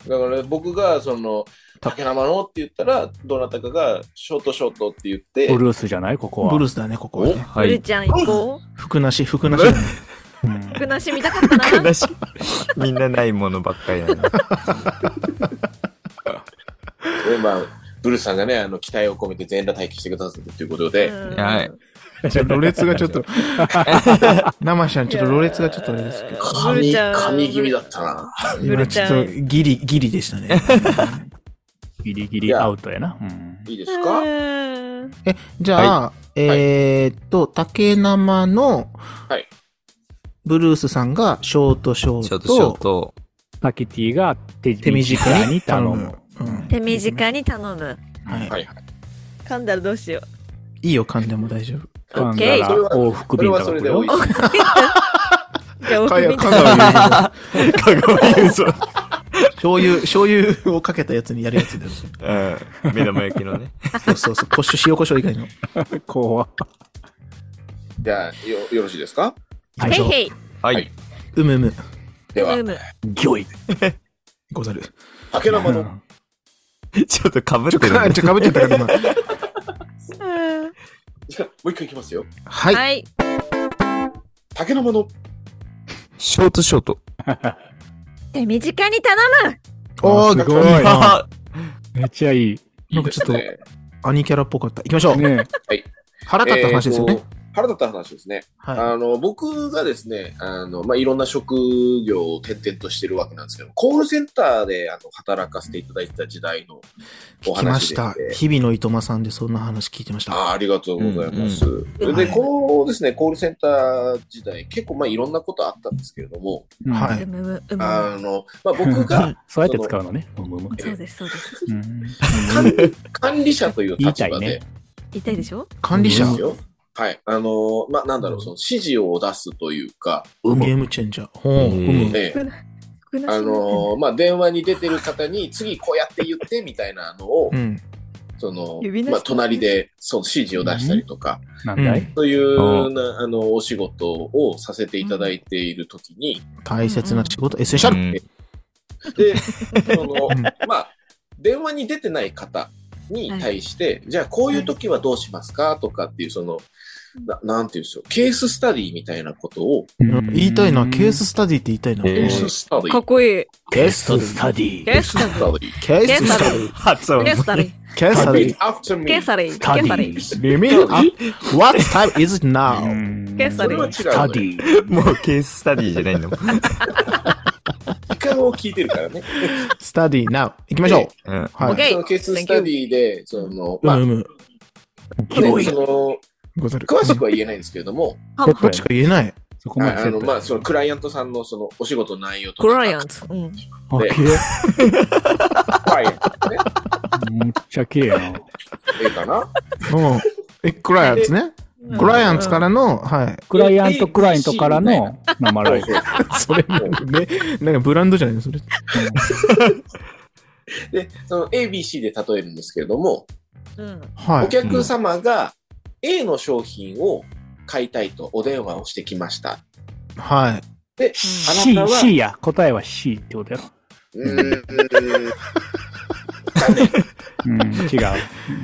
だから僕が、その、竹生のって言ったら、どなたかが、ショートショートって言って、ブルースじゃないここは。ブルースだね、ここはね。はゆるい。ちゃん行こう。服なし、服なしだね。うんくなし見たかっ たな。悲しい。みんなないものばっかりなの。でまあ、ブルースさんがね、あの、期待を込めて全裸待機してくださってということで、うんはい。 ちょっと、ろれつがちょっと、 生ちゃん、ちょっとろれつがちょっとあれですけど、ブル神、ちゃん神気味だったな。 ブ今ルちちょゃっんとギリ、ギリでしたね。ギリギリアウトやな。うんいいですかうんえ、じゃあ、えーっと、竹生の、はいブルースさんがショートショショーートショトー、ト。タキティが手手短短にに頼頼むむ。うん手短に頼む。はい。、はいいはい。噛んだらどうしよいよ、噛んでも大丈夫。う。噛オッんケだー。それらは往復これ便はがそ来れるで美よ味。しい。じゃあ、奥見た川優ぞ。醤油、 醤油をかけたやつにやるやつだよ。うん。目玉焼きのね。そうそうそう。コシュ、塩コショウ以外の。怖じゃあ、よ、よろしいですかはヘイヘイ。ははいい。うむうむ。ではう、む。ギョイ。ござる。竹生の、ちょっとかぶっちょ、てるか、ね。ちょ、かぶっちゃったから今。じゃあもう一回いきますよ。はい。はい。竹生の、ショートショート。手短に頼むおすー、ごいなんかめっちゃいいい。いですなんね。アニキャラっぽかった。行きましょう。ね腹立った話ですよえーねと。。腹立った話ですね。はあの、僕がですね、あの、まあ、いろんな職業を転々としてるわけなんですけど、コールセンターで、あの、働かせていただいてた時代のい。お聞きま話しでしてた。日々のいとまさんでそんな話聞いてました。あーありがとうございます。んうんで、はいこのですね、コールセンター時代、結構まあいろんなことあったんですけれども、うんはうい。むむうむむ。あの、まあ僕がそうやって使うのね。うんうんうんそうです、そうです。うん管 管理者という言い立たい場ねで、。痛いでしょ管理者ですよはい。あの、まあなんだろう、その指示を出すというか、ゲームチェンジャー。ほう、えうーむ。ええくなしあの、まあ電話に出てる方に、次こうやって言ってみたいなのをう、ん。その指、なしまあ隣で、その指示を出したりとか、なんだういというおな、あの、お仕事をさせていただいているときに、大切な仕事、エッセンシャル。うんで、そのうん、まあ、電話に出てない方に対して、じゃあこういう時はどうしますかとかっていう、その、ななんていうんですよ、ケーススタディみたいなことを、うん言いたいな、ケーススタディって言いたいな。えケーーススタデかィっ。こいい。ケーストスタディ。ケースタスリター。ディ。ケーススタディ。発音ケー。スタリー。ケーススタデ Repeat ィ。 after me. ケースタリー。スケータスデタリー。ィ。リミスタデ What time is it now? ケースそタデれィは違うスタデのよ。ィ。もうケーススタディじゃないん だもん。時間を聞いてるからね。スタディ now. 行きましょう。うん。はオッい。ケーそのケーススタディで、その、うまあ、むうねむ。その、ござる。詳しくは言えないんですけれども、はセんットどっやちか言えない。そこまであセあットの、や。まあ、そのクライアントさんのそのお仕事の内容とか。クライアント。うん。あで綺麗クライアントね。むっちゃ綺麗な。ええかなうん。え、クライアンツね。クライアンツからの、はい。クライアント、クライアントからの生ライブ。それ、ね、なんかブランドじゃないのそれ。で、その ABC で例えるんですけれども、うん。はおい。客様が A の商品を買いたいとお電話をしてきました。はい。で、あ C、なたは、 C や。答えは C ってことやろ。うーんうん、違う。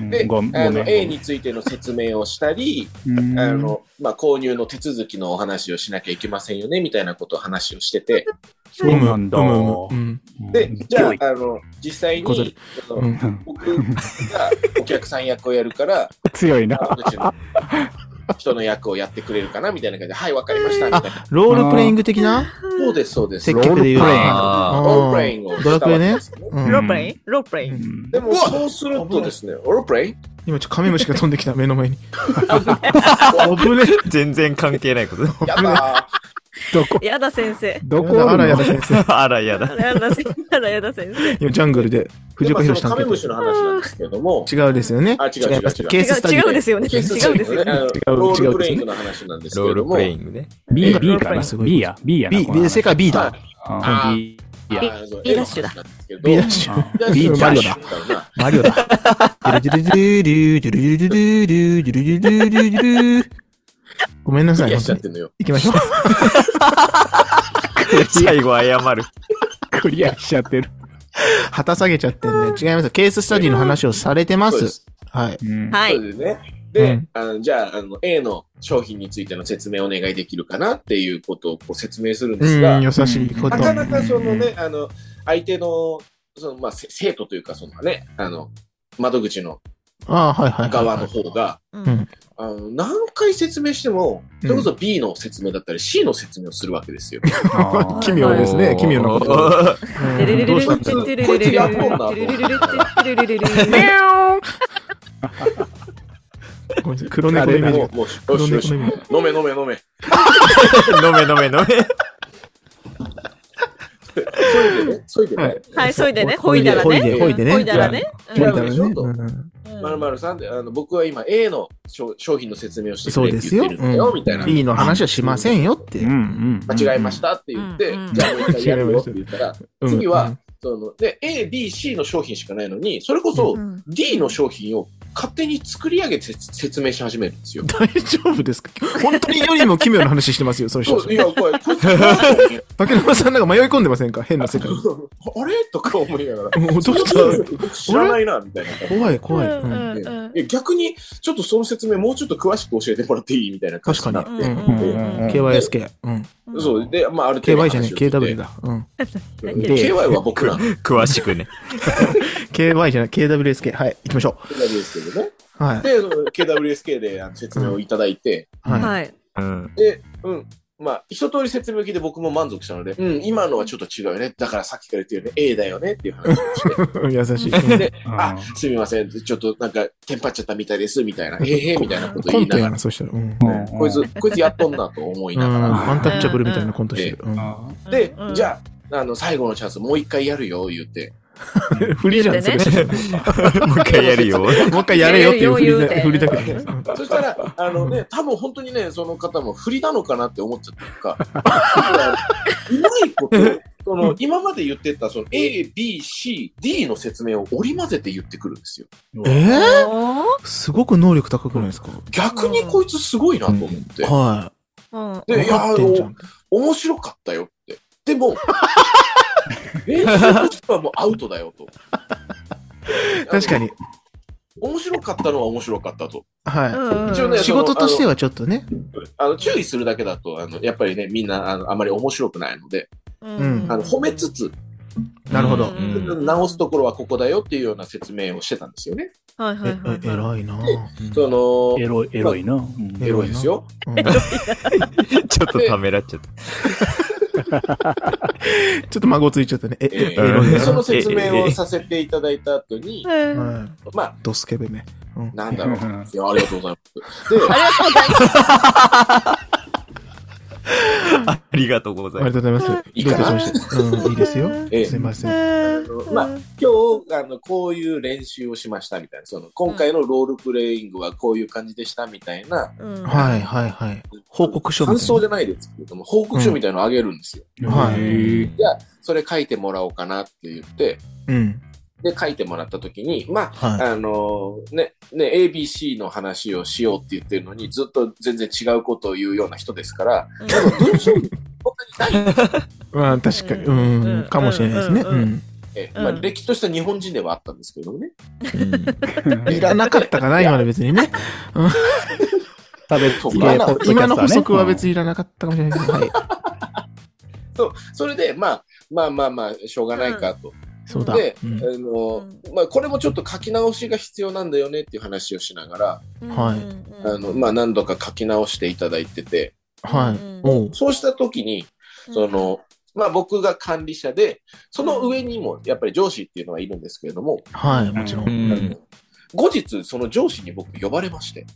うでん、ごめんあごめのん。 A についての説明をしたり、うんあのまあ、購入の手続きのお話をしなきゃいけませんよねみたいなことを話をしてて、そうなんだ。うむうむうんでじゃうんああの実際ござにるあうのん僕がお客さん役をやるから、強いな。あのうちの人の役をやってくれるかなみたいな感じで、はい、わかりましたみたいな。ロールプレイング的なそうです、そうです。接ロ客で言うロールプレインなあールプレイングをしたわけですね。うんロープレインロープレイうンんでも、そうするとですね、ロールプレイン今ちょっとカメムシが飛んできた目の前に。危ね全然関係ないこと。やだどこ、やだ先生。どこおるのあらやだ先生。 あら、やだ。やだ先生。やだやだ先生。今ジャングルでー。藤岡でも弘そのさんカメムシと。の話なんですけども、違うですよね。あ違う違う違うやっぱケーススタデ違うィ違うですよね。違ケースうですよね。あの違うロールプ違レうですねイングの話なんですけローれルども、プレイングね。 B、B かなすごい ?B や、B やな。 B、この B、話世界 B だ。あうん B や。あの B ダッシュだ。 B ダッシュ。 A の話なんですけどダッ B ダッシュシュだな。マリオだ。ごめんなさクい、リア本しちゃ当っにて。んのよ。行きましょう。 最後謝る。 クリアしちゃってる。旗下げちゃってんね。違います。ケーススタディの話をされてま。そうですす。はい。うんはそい。うですね。で、うんあのじゃああの、A の商品についての説明お願いできるかなっていうことをこう説明するんでうすが、ん、優なしいことな。かなかそのね、あの、相手の、その、まあ、せ生徒というか、そのね、あの、窓口のああ、はいはいはい。側の方が、ううんん。あの、何回説明しても、それこそ B の説明だったり C の説明をするわけですよ。あ奇妙ですね奇妙なことと。う テんレレどレレうレしたんだろうテレレレレこいつやっとんなテレレレレテレレレレごめんなさい黒猫のイメージもがう、。もう、よし黒よ猫しのイメージが。飲め飲め飲め。 飲め飲め飲め。そいでね、そいではいね。はい、そいでね。ほいだらね。ほいでほいでねほいだらね。ほいだうらんねねうんまるまるさんで、あの、僕は今 A の商商品の説明をしてくれって言ってるんだそよ、うですよみたいな。 B の話はしませんよってうん。うん。間違えましたって言って、うんじゃあもう一回やるよって言ったら、うん次は、その、で、A、B、C の商品しかないのに、それこそうん D の商品を勝手に作り上げて説説明し始めるんですよ。大丈夫ですか本当によりも奇妙な話してますよ、そういうそ人う、いや、これ、こいつあ竹沼さんなんか迷い込んでませんか変な世界に。れ とか思いながら、もうどうした知らないな、みたいな。怖い怖い。ううんんうんうんえ逆に、ちょっとその説明もうちょっと詳しく教えてもらっていいみたいな感じになって。確かにうんうんうん KYSK。うん。うんそう、で、まあ、ある程度話 KY じゃをねしえ、て。 KW だ。うん。うん。KY は僕 らの詳しくね。 KY じゃない、KWSK。はい、行きましょ KW ですけどね。う。はい。で、その KWSK であの説明をいただいて、ははい。うん。で、うん。まあ、一通り説明を聞いて僕も満足したので、うん、今のはちょっと違うよね。だからさっきから言ってるよね、A だよねっていう話をしい。 優しい。て。うんで、あ、すみません。ちょっとなんか、テンパっちゃったみたいです、みたいな。えへへ、みたいなことコ言いントなやがな、ら。そうしたら。うん。うんこいつ、こいつやっとんなと思いうんながアンタッチャブルみたいなコントしてる。うんうら。でうんう、んじゃあ、あの、最後のチャンス、もう一回やるよ、言って。 振りじゃん、それ。もう一回やる よ。もう一回やれよっていう振りだ振りだけど。そしたら、あのね、多分本当にね、その方も振りなのかなって思っちゃったのか、うまいこと、その、今まで言ってた、その、A、B、C、D の説明を織り交ぜて言ってくるんですよ。えーおすごく能力高くないですか逆にこいつすごいなと思って。はーい。で、いや、あってんじゃのん、。面白かったよって。でも、練習としてはもうアウトだよと。確かに。あの。面白かったのは面白かったと。うはんうん一応ねい。仕事としてはちょっとね。あの、注意するだけだと、あの、やっぱりね、みんな、あの、あまり面白くないので、うんあの、褒めつつ、なるほど。うんうん直すところはここだよっていうような説明をしてたんですよね。はいえはいはい、はい。え偉いなぁそのんエ、ロい、エロいな。うんエロいですよ。うん ちょっとためらっちゃった。ちょっと孫ついちゃったね。え、え、えエえロいでですそよの説明をさせていただいた後に、うんうんまあ、ドスケベめ。うんなんだろう。いうんや、ありがとうございます。で、ありがとうごあざりいがます。とうございます。いいどうかいたしなまして。うん、いいですよ。ええすいません。のまあ今日、あの、こういう練習をしましたみたいな、その、今回のロールプレイングはこういう感じでしたみたいな、うんはい、はい、はい。報告書み感たいな想じゃないですけれども、報告書みたいなのをあげるんですよ。はい い。じゃあ、それ書いてもらおうかなって言って、うん。で、書いてもらったときに、まあ、はあのね、ね、ABC の話をしようって言ってるのに、ずっと全然違うことを言うような人ですから、うん文章力、そんなにないい。まあ、確かに。うん、かもしれないですね。うんうん。ええまあ、うんれっきとした日本人ではあったんですけどね。うんいらなかったかな、今の別にね。差別そう的まああ今なのポッのドキャストね今の補足は別にいらなかったかもしれないけど、はい。そうそれで、まあ、まあまあまあ、しょうがないかと。そうだ。で、うんあのまあ、これもちょっと書き直しが必要なんだよねっていう話をしながら、はいあのまあ、何度か書き直していただいてて、はいうん。おうそうした時に、その、まあ、僕が管理者で、その上にもやっぱり上司っていうのはいるんですけれども、はい、もちろ。うんあんの後日、その上司に僕呼ばれまして、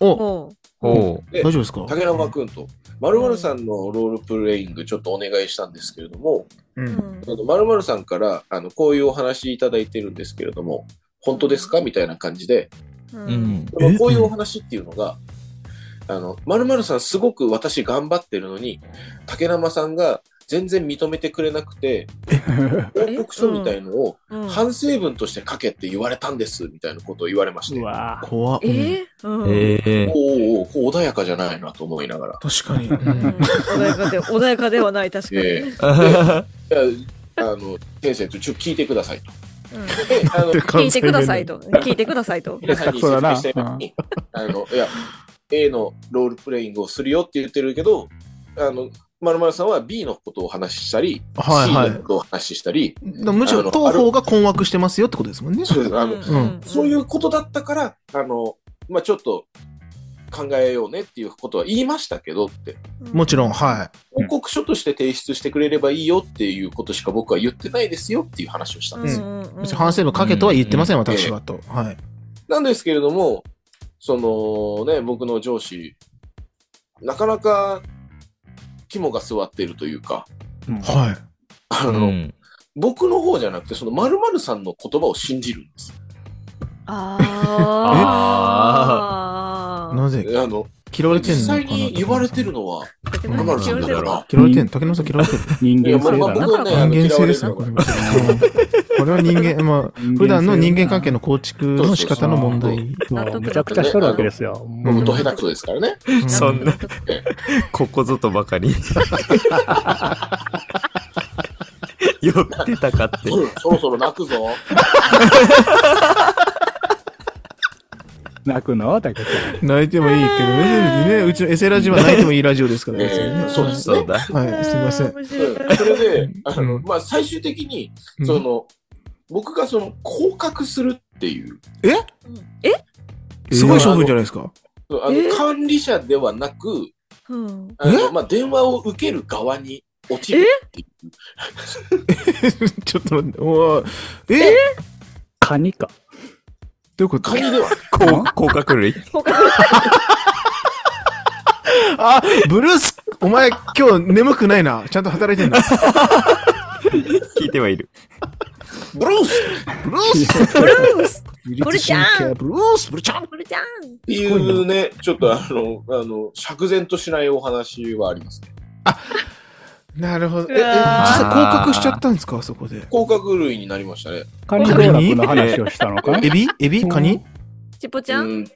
おおおう大丈夫ですか竹中君と、まるさんのロールプレイングちょっとお願いしたんですけれども、う。うんんまるさんからあのこういうお話いただいてるんですけれども、本当ですかみたいな感じで、ううんんまあこういうお話っていうのが、あの、まるさんすごく私頑張ってるのに、竹生さんが全然認めてくれなくて、報告書みたいのをうん反省文として書けって言われたんです、みたいなことを言われましてう、わぁ怖っ。うんえうんええおうおうおうこう穏やかじゃないなと思いながら。確かに。ううんん穏やかで穏やかではない確かにええいやあの、先生、ちょっと聞いてくださいと。うんで、あ の、聞いてくださいと聞いてくださいと皆さんに説明したように、あの、いや、A のロールプレイングをするよって言ってるけど、あの、まるまるさんは B のことをお話ししたり、はいはい C のことをお話ししたり、だからむしろ当方が困惑してますよってことですもんね。そうあの、んそういうことだったから、あの、まあ、ちょっと考えようねっていうことは言いましたけどって、もちろん、は報告書として提出してくれればいいよっていうことしか僕は言ってないですよっていう話をしたんですよい。別に反省文書けとは言ってません、私はと。はい。なんですけれども、そのね、僕の上司、なかなか肝が据わっているというか、はい。あ うの、ん僕の方じゃなくて、その〇〇さんの言葉を信じるんです。ああなぜあの、嫌われて実んのかな際に言われてるのはー〇〇さんだから、嫌われてんの竹野さん嫌われてる人いや、間まあま性だあ、僕な。はね、あの人間嫌性われでるすよ、のこがれ。これは人間、まあ、普段の人間関係の構築の仕方の問題。もうめちゃくちゃしとるわけですよ。う僕んと下手くそですからね。そんなここぞとばかり寄ってたかってうんそろそろ泣くぞ。泣くのはだけど。泣いてもいいけど、別にね、うちのエセラジオは泣いてもいいラジオですから、別にえねーそうですそうね。はだい、すみません。うんそれで、あの、うんまあ、最終的に、うんその、僕がその、降格するっていう、えすごい処分じゃないですか。あえの管理者ではなく、うんあのまあ、電話を受ける側に落ちるっていう。 ちょっと待って、おーえカニか。どういうことカニでは、甲甲殻類あ、ブルース、お前今日眠くないな。ちゃんと働いてんだ。聞いてはいるブルースっブルースブルースブブルちゃんブルースブルちゃんブルちゃんていうね、ちょっとあの、あの、釈然としないお話はありますね。なるほど。え、えう実わー際降格しちゃったんですかそこで。甲殻類になりましたね。カニ道楽の話をしたのかなエビエビカニちぽちうゃんーんと、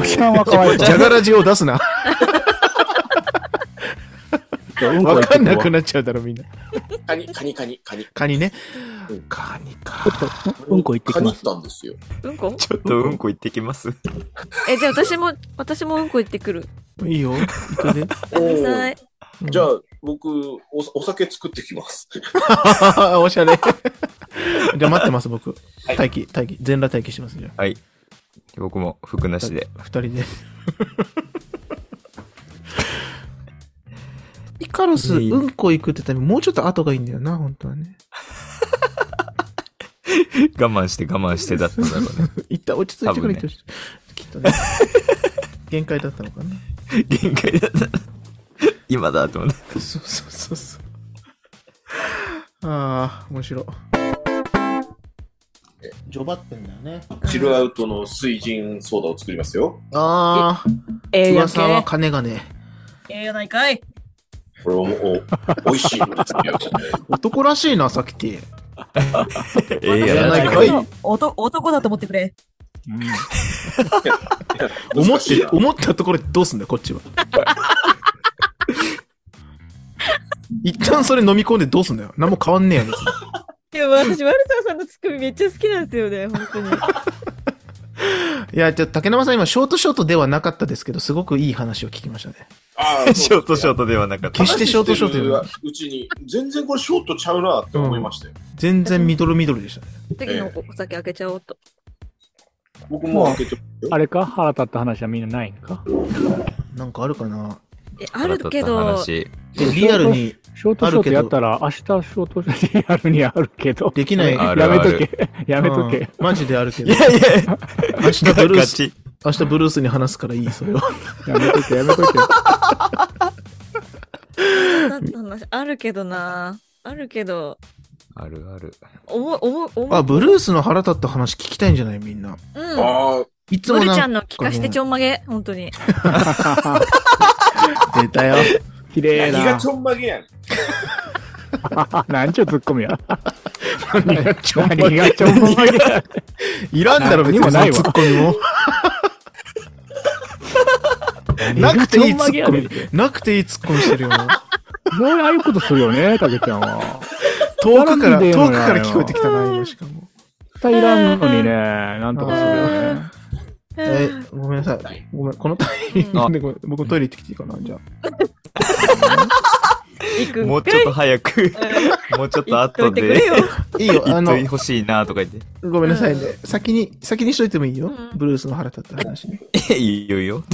おちゃんはかわいじゃがらじを出すな。そう。 わかんなくななっちゃうだろ、みんな。カニ、カニ、カニ、カニ。カニねうん。カニか。うんこ行ってカきニまっす。たんですよ。うんこちょっとうんこ行ってきますえじゃあ私も私もうんこ行ってくるいいよ。行くで。ごめんなさいうんじゃあ、僕お、お酒作ってきます。 おしゃれ。 じゃあ待ってます、僕。待機、待機。全裸待機してます、じゃあ。はい僕も服なしで二人で。 イカロス、いいうんこ行くってためもうちょっと後がいいんだよな、本当は ね。我慢して我慢してだったんだろうね一旦落ち着いてくれ多分ねてほしい。きっとね。 限界だったのかな。限界だった今だと思ってそうそうそうそう。ああ、面白い。ジョバってんだよね。チルアウトの水人ソーダを作りますよ。ああ、ええやんけ噂は金がね。ええやないかいこれをもう、お美味しいもの作りましたね。男らしいな、さっき。ええやなないいかかいい男男だと思ってくれ思難っしいて、な思ったところでどうすんだよ、こっちは。一旦それ飲み込んでどうすんだよ。何も変わんねえやん。別にでも私、ワルサーさんのツッコミめっちゃ好きなんですよね、本当に。いや、ちょっと竹沼さん今、ショートショートではなかったですけど、すごくいい話を聞きましたね。あショートショートではなかった決。してショートショートようちに、全然これショートちゃうなって思いましたよ。全然ミドルミドルでしたね。次のお酒開けちゃおうと。僕も開けてますよあれか腹立った話はみんなないんかなんかあるかなえ、あるけど、話えリアルにショートショートやったら、明日ショートショートリアルにあるけど。できない。あるやめとけ。やめとけ。うんマジであるけいど。やいや、明日ブルーガス、チ。明日ブルースに話すからいい、それは。やめとけ。やめとけ。だった話、あるけどな。あるけど、あるある。おも、おも、おも、あ、ブルースの腹立った話聞きたいんじゃないみんな。うん。あーいつブもルなんちかゃんの聞かしてちょんまげ、本当に。出たよ。綺麗何がなち。ょんまげやねん。なんちゅうツッコミや。何がちょんま何げがちょんまげや。いらんだろ、別にその何にもないわツッコミも。 なくていいツッコミ何がちょんまげやねん。なくていいツッコミしてるよ。 もうもうああいうことするよね、たけちゃんは。遠くから、なんで遠よくから聞こえてきたな、今しかも。絶対いらんのにね、なんとかするよね。え、ごめんなさい。ごめん、このタイミングでごめん僕トイレ行ってきていいかな、じゃあ。行くんかいもうちょっと早く、もうちょっと行後っといてくれで、よ。いいよ、あ言っのと、いほしいなとか言っ。ごめんなさいね。先に、先にしといてもいいよう。んブルースの腹立った話。ちょっていいよいいよ。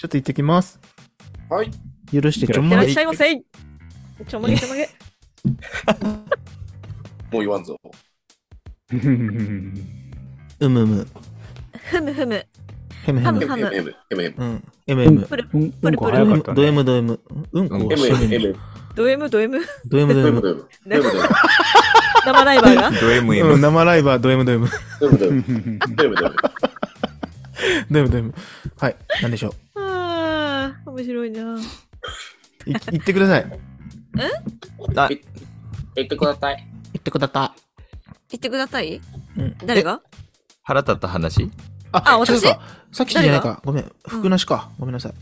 と行ってきます。はい。許してちょんいらまっげしゃいませ。ちょんまげちょんまげ。もう言わんぞ。うむむ。ふむふむ。へむへハムむ。ハム。 MM、MM、うん。M M。プルうんうんこ早かったドね。 M ド M。うんこを MM、締め MM る。、ド M ド M。ド M ド M。 MM、MM、生ライバーが。ド M うん M。生ライバード M ド M。 MM、MM、 ド M ド M。はい。なんでしょう。ああ、面白いな。い言ってください。言あ、言ってください。ってください。言ってくださいうん。誰が腹立った話ああ私違うかさっきじゃないか。ごめん。服なしか。ごめんなさい。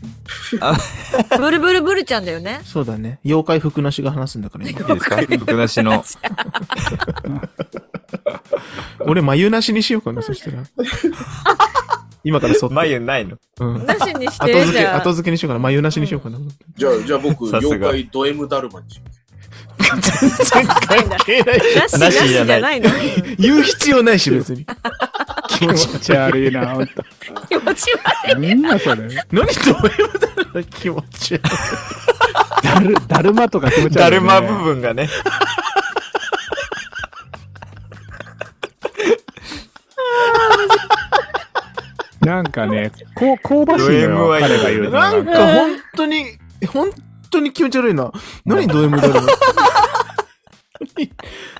ブルブルブルちゃんだよね。そうだね。妖怪服なしが話すんだから今 いいですか服なしの。俺、眉なしにしようかな、そした ら。今からそっと。眉ないのうん。なしにし後て、付じけ、ゃあ。後付けにしようかな。眉なしにしようかな。じゃあ、じゃあ僕、さすが妖怪ド M ダルマにしよう全然関係ない。なし、ななししじじゃゃないないの。うん言う必要ないし、別 に。気持ち気持ち悪いな、ほんと。気持ち悪なんだそれ。何どういうことなの気持ち悪い。だる、だるまとか気持ち悪い、ね。だるま部分 がね。なんかね、こう、香ばしいのド M よは、いい彼が言うのなんは。か本当に、本当に気持ち悪いな。何ド M だ ろう。何い。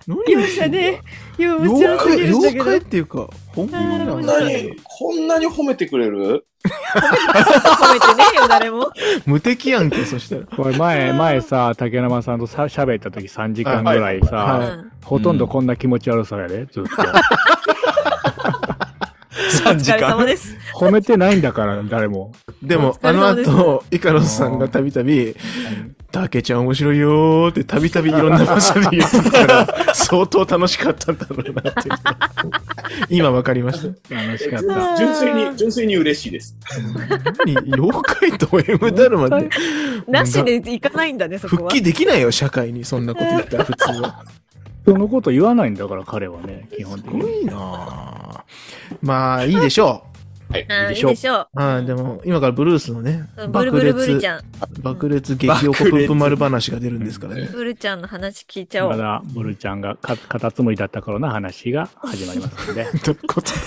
容赦ね。容妖赦す怪、ぎるんだ妖け怪っど。ていうか、本物なこんんだなねに、こんなに褒めてくれる褒めてねえよ、誰も。無敵やん け、そしたら。これ前、前さ、竹山さんとさ喋った時3時間ぐらいさ、はいうんほとんどこんな気持ち悪さやで、ずっと。 3お時疲れ様間。です。褒めてないんだから、誰も。でも、お疲あれの様です後、イカロスさんがたびたび、たけちゃん面白いよーってたびたびいろんな場所で言ってた から、相当楽しかったんだろうなっていう。今わかりました。楽しかっ純た。純粋に、純粋に嬉しいです。何妖怪と M だるまって。なしでいかないんだね、そこ復は。帰できないよ、社会に。そんなこと言 ったら、普通は。そのこと言わないんだから、彼はね、基本す的にご。いなぁ。まあ、いいでしょうんいいでしょう。ああでも、今からブルースのねう。、ブル爆ブルブルち裂、ゃん。爆裂激おこぷんぷ丸話が出るんですからね。ブルちゃんの話聞いちゃおまう。だ、ブルちゃんがか、カタツムリだった頃の話が始まりますんで。どういうこと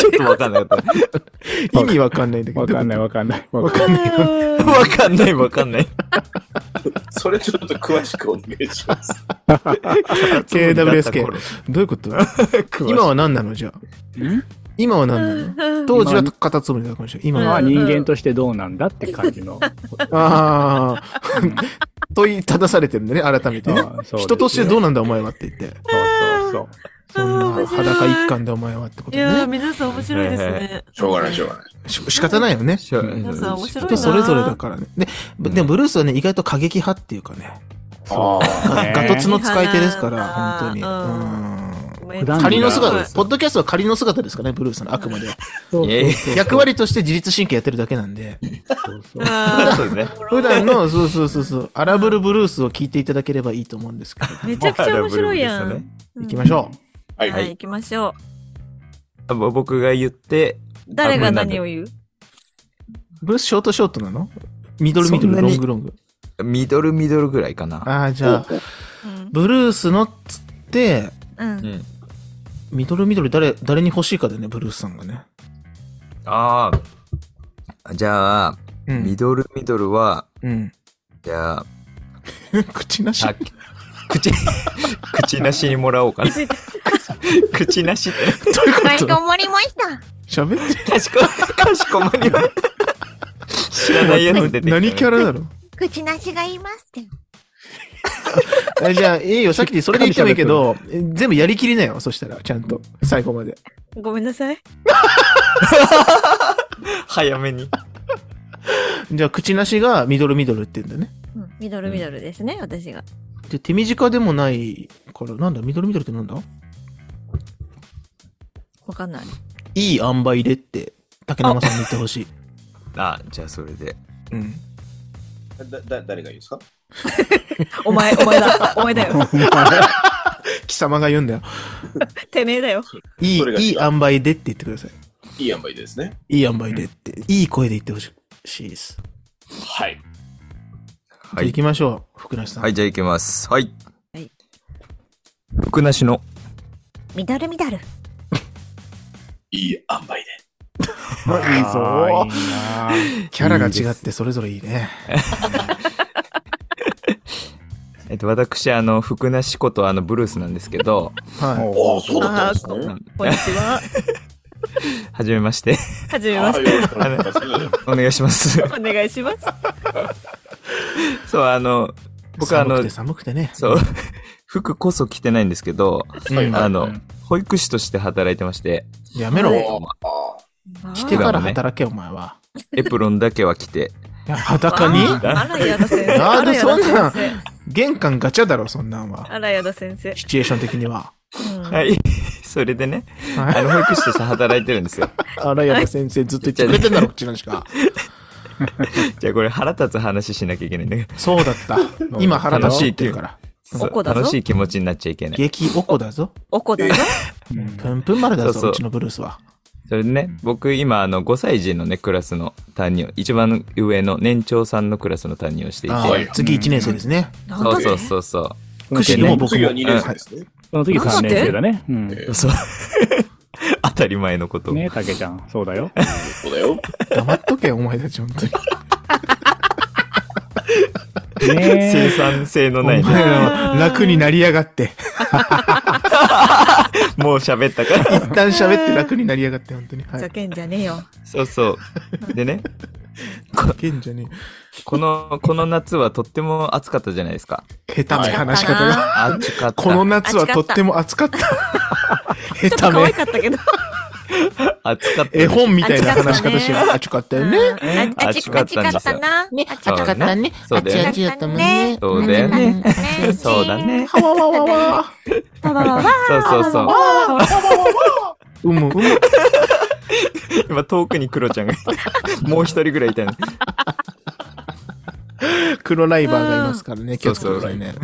ちょっとわかんなかった。 意味わかんないんだけど。わかんない、わかんない。わかんないわかんないわかんない。それちょっと詳しくお願いします。 KWSK。どういうこと 今は何なのじゃあ。今は何なの当時はカタツムリだかもしれない。今まあは。人間としてどうなんだって感じの。ああ。 問いただされてるんだね、改めてね。人としてどうなんだお前はって言って。そうそうそんな裸一貫でお前はってこといやー、ね。皆さん面白いですはいね。 しょうがない、しょう がない。し仕方ないよね。そう。皆さん面白いな。人それぞれだからね。で、ぶでもブルースはね、意外と過激派っていうかね。そう。そうね。ガトツの使い手ですから、本当に。ううんんめっ普ちゃ段仮のが姿です。ポッドキャストは仮の姿ですからね、ブルーさんのあくまでは。そういやいや役割として自律神経やってるだけなんで。そうそうあそうですね。ー普段の、そうそうそうそう、アラブルブルースを聞いていただければいいと思うんですけど。めちゃくちゃ面白いやまあラブルん。行きましょははい、行きましょう。あぼ僕が言って、誰が何を言うう。ブルースショートショートなのミドルミドそル、んなロにングロング。ミドルミドルぐらいかな。ああ、じゃあ、うんブルースのっつって、うんうん。ミドルミドル誰、誰に欲しいかだよね、ブルースさんがね。ああ。じゃあ、うミん。ドルミドルは、うん。 じゃあ、口なしさ。口、 口なしにもらおうかな。 口なしって。どういうかしことこまりました。喋ってかしこ、かしこまりま知らないやつ出てきたね、何キャラだろう口なしが言いますって。えじゃあ、いいよ、さっきそれで言ってもいいけど、え全部やりきりなよ、そしたら、ちゃんと。最後まで。ごめんなさい。早めに。じゃあ、口なしがミドルミドルって言うんだね。うんミドルミドルですね、私が。で、手短でもないから、なんだ、ミドルミドルってなんだわかんない。いい塩梅でって、竹生さんに言ってほしい。あ、じゃあそれで。うん。い。だ、だ、誰がいいですかお前、お前だ。お前 だよ。貴様が言うんだよ。てめえだよ。いい、それが違ういい塩梅でって言ってください。いいやんばいですね。いい塩梅でって、いい声で言ってほしいです。はい。じはゃあい行。きましょう、福梨さん。はい、じゃあ行きます。はい。はい福なしの。ミドルミドル。いい塩梅で。いいあぞ。ーいいなキャラが違ってそれぞれいいね。えっと、私、あの、福なしこと、あの、ブルースなんですけど、はああ、そうだったんですあね。こんにちは。はじめまして。はじめまして。はお願いします。お願いします。そう、あの、い。僕あ寒くのて、寒くてね。そう、服こそ着てないんですけど、うんあうのん、保育士として働いてまして、やめい。ろ。あ来てから働け、お前は。エプロンだけは着て、いや裸にあーあらやだ先 生。なんでそんなあらやだ先玄関ガチャだろ、そんなん生は。あらやだ先生。シチュエーション的には。うんはい。それでね、はいあの、保育士として働いてるんですよ。荒谷先生ずっと言ってくれてんだろ、こっちのしか。じゃあこれ腹立つ話しなきゃいけないん だけど、そうだった。今腹立ちってるから。おこだぞ楽しい気持ちになっちゃいけない。激おこだぞ。おこだよ。うんぷんぷん丸だそうぞ、そううちのブルースは。それでね、僕今あの5歳児のね、クラスの担任を、一番上の年長さんのクラスの担任をしていて、あはいー次1年生ですね。なんだそうってそうそうそくしくあ。ももう僕次はも。 2年生ですね。その次なんだっ3て年生だね。うん。えう。そう。当たり前のこと。ねたけちゃん。そうだよ。そうだよ。黙っとけ、お前たち、本当に。生ね産性のおな前い、ね、らは 楽になりやがって。もう喋ったから。一旦喋って楽になりやがって、本当に。はふざい。けんじゃねえよ。そうそう。でね、こけんじゃねこの、この夏はとっても暑かったじゃないですか。え。下手め、話し方はいが。暑かった。この夏はとっても暑 かった。ちょっ下手と可愛め。かったけど。暑かった。絵本みたいな話し方しよう。あ、ちょかったよね。ああちあちかったな。ね、あそうだね。そうだよね。ちだったもんね。そうだよね。そうだね。はわわわわ。わわわわそうそうそう。うむ、うむ。今遠くにクロちゃんがもう一人ぐらいいたの。黒ライバーがいますからね、気そをうつけそてうくださいね。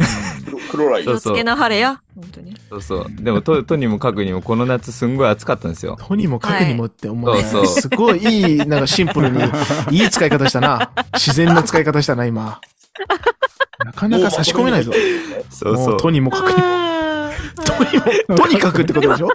黒黒ライ気ト。をつけなはれや。本当に。そうそう。でもと、とにもかくにもこの夏すんごい暑かったんですよ。とにもかくにもって思う、はいそうそうすごいいい、なんかシンプル に、いい使い方したな。自然な使い方したな、今。なかなか差し込めないぞ。そうもそう う。とにもかくにも。とにも、とにかくってことでしょ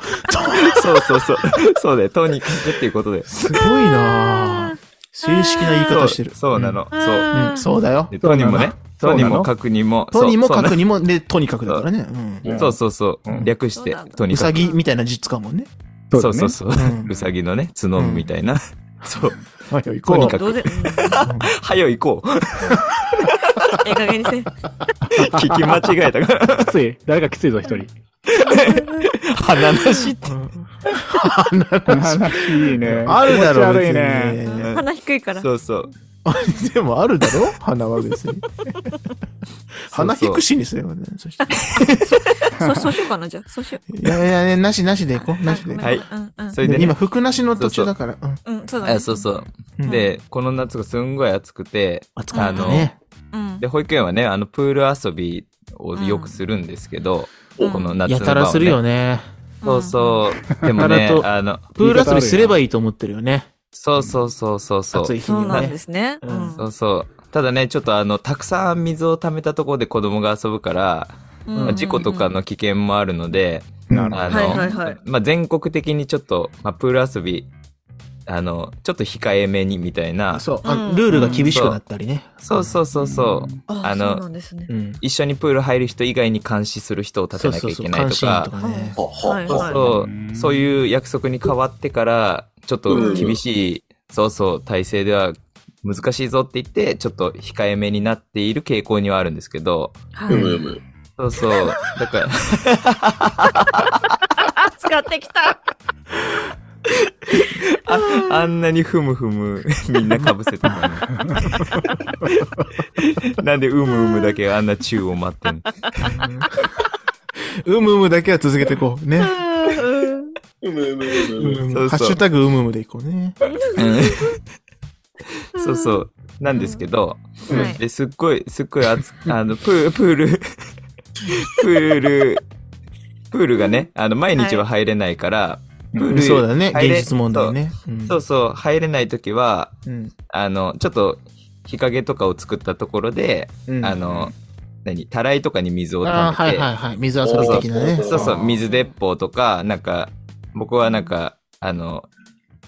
そうそうそう。そうだよ。とにかくっていうことで。すごいなぁ正式な言いそ方うしてる。そうなの。そううん。そうだよで。。とにもね。そとうなのにもかくにも。とにもかそうくにも、で、とにかくだからね。うん。そうそうそうう。ん略してそうなん、だとにうかさく。ぎみたいな字使うもんね。そだうねそうそううん。うさぎのね、角みたいな。そう。はい、行とにこかどうく。で、うん早い行こう。ええ加減にせ。聞き間違えたから。きつい。誰かきついぞ、一人。鼻なし って。話いいね。う。あるだろ、気持ち悪別いね。に。鼻低いから。そうそう。あ でもあるだろ鼻は別に。鼻そ引うそうくしにすればね。そしてそう、そうしようかな、じゃあ。そうしよう。いやいやいや、なしなしでいこう。なしでいこはいうんうんそれでね今、服なしの途中だから。うんうん、そうだね。あそうそう。うんで、この夏がすんごい暑くて、暑かかっったたねね。うん。で、保育園はね、あの、プール遊びをよくするんですけど、うんこの夏のや場を、ね。たらするよね。そうそう。でもやねたら、とあの、プール遊びすればいいと思ってるよね。そうそうそうそうそう。暑い日そうになんでね。すね。ううんんそうそう。ただね、ちょっとあの、たくさん水を溜めたところで子供が遊ぶから、まあ事故とか。の危険もあるので、なあの、はいはいはいまあ、全国的にちょっと、まあ、プール遊び、あの、ちょっと控えめにみたいな、そそう。あうんルールが厳しくなったりね。うそうそうそう、ああのの、そうなんですね。うん。一緒にプール入る人以外に監視する人を立てそなきゃうそういそけう。ない関と心とか、かね。はははいははそうう、んそういう約束に変わってから、ちょっと厳しい、そうそう、体制では難しいぞって言って、ちょっと控えめになっている傾向にはあるんですけど、うはむい。うむ。そうそう、だから、使ってきた。ああんなにふむふむみんなかぶせてた のになんでうむうむだけあんな宙を待ってんのうむうむだけは続けていこう。ね。うむうむうむうむうむそうそうハッシュタグうむうむでいこうね。うんそうそう。なんですけど、はいですっごい、すっごい暑、あの、プール、プール、プール、プールがね、あの、毎日は入れないから、プールそうだね。入れ現実問題ね。うんそうそうそう、入れないときは、うんあの、ちょっと、日陰とかを作ったところで、うんあの、何、たらいとかに水をああ、溜はめいて、はいはい。水遊び的なね。そうそうあ、ー水鉄砲とか、なんか、僕はなんか、あの、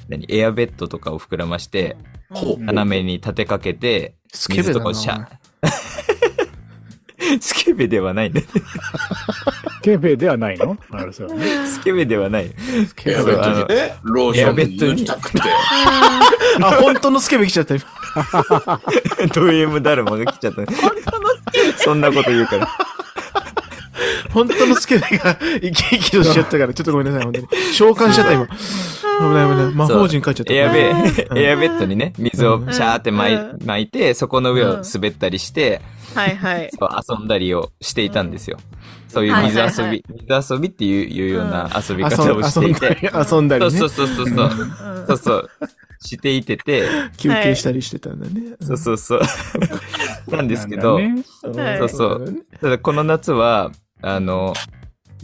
何、エアベッドとかを膨らまして、ほう斜めに立てかけて、スケベ水だなとかをシャスケベではないんだね。ケベではないのなるほど。スケベではない。スケエベアそベうットにね、ローション塗りたくて。あ、本当のスケベ来ちゃった。今ド M だるまが来ちゃった。そんなこと言うから。本当のスケベが生き生きとしちゃったから、ちょっとごめんなさい、本当に。召喚しちゃった、今。危ない危ない。魔法陣書いちゃった。エアベう、んエアベッドにね、水をシャーって巻い巻いて、そこの上を滑ったりして、はいはい。そう遊んだりをしていたんですよ。そういう水遊び、水遊びっていういうような遊び方をして遊んいだてり。、遊んだりね。そうそうそうそうそう。そうそう。していてて、休憩したりしてたんだね。そうそうそう。なんですけなど、んだねうんはいそうそう。ただこの夏は、あの、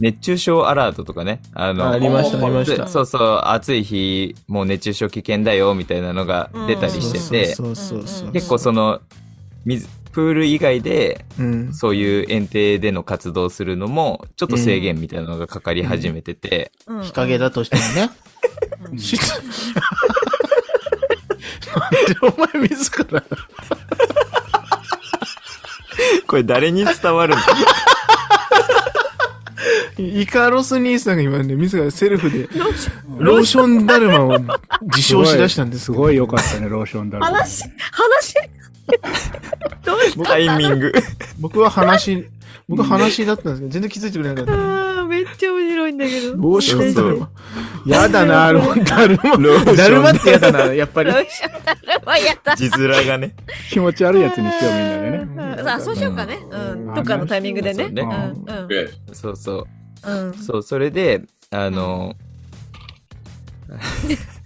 熱中症アラートとかね、あの、ありましたありましたそうそう、暑い日、もう熱中症危険だよ、みたいなのが出たりそうしてて、そうそうそう。結構その、水、プール以外で、うん。そういう園庭での活動するのも、ちょっと制限みたいなのがかかり始めてて、日日陰だとしてもね。失なんでお前自ら。これ誰に伝わる のイカロス兄さんが今ね、自らセルフで、ローションダルマを自称しだしたんですす。ごい良かったね、ローションだルマ。話、話、どうしたタイミン グ。僕は話、僕は話だったんですけど、全然気づいてくれなかった。あーめっちゃ面白いんだけど。ローションダルそマ。やだな、 ローダルマ。ダルマってやだな、やっぱり。やっ た。字面がね。気持ち悪いやつにしよう、みんなでね。うんさあ、そうしようかね。うん。どっかのタイミングでそね。。ううんねうん。ええそうそう。うん。そう、それで、あの、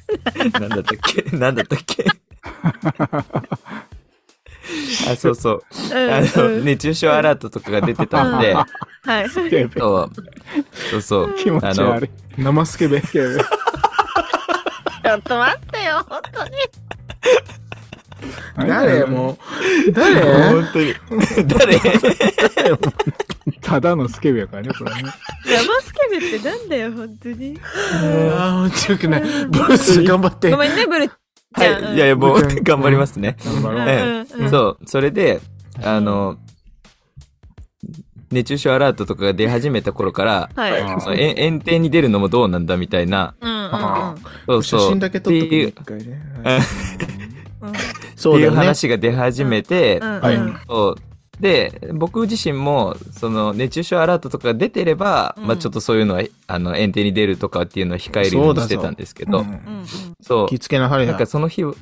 なんだったっけ なんだったっけあ、そうそう。あの、熱中症アラートとかが出てたんで、はい。スケベ。そうそうそう。気持ちあの悪い。生スケベ。ちょっと待ってよ、本当に。 誰もう。誰本当に。 誰ただのスケベやからね、これはね。山スケベってなんだよ、本当に。ああ、面白くない。ブルース、頑張ってご。めんね、ブルちゃん。はい。いやいや、もう、 頑張りますね。うんえうんえそう。それで、あの、熱中症アラートとかが出始めた頃から、はい。うんあそのえ園庭に出るのもどうなんだみたいな、うんそう写そう。真だけ撮っとくってねいう一回ね。えうん。そっうだていうよね。話が出始めて、うん。はいうんそうで、僕自身も、その、熱中症アラートとかが出てれば、うんまあちょっとそういうのは、あの、園庭に出るとかっていうのは控えるようにしてたんですけど、うんうん。そう気。付けなはれなんやか。その日、うん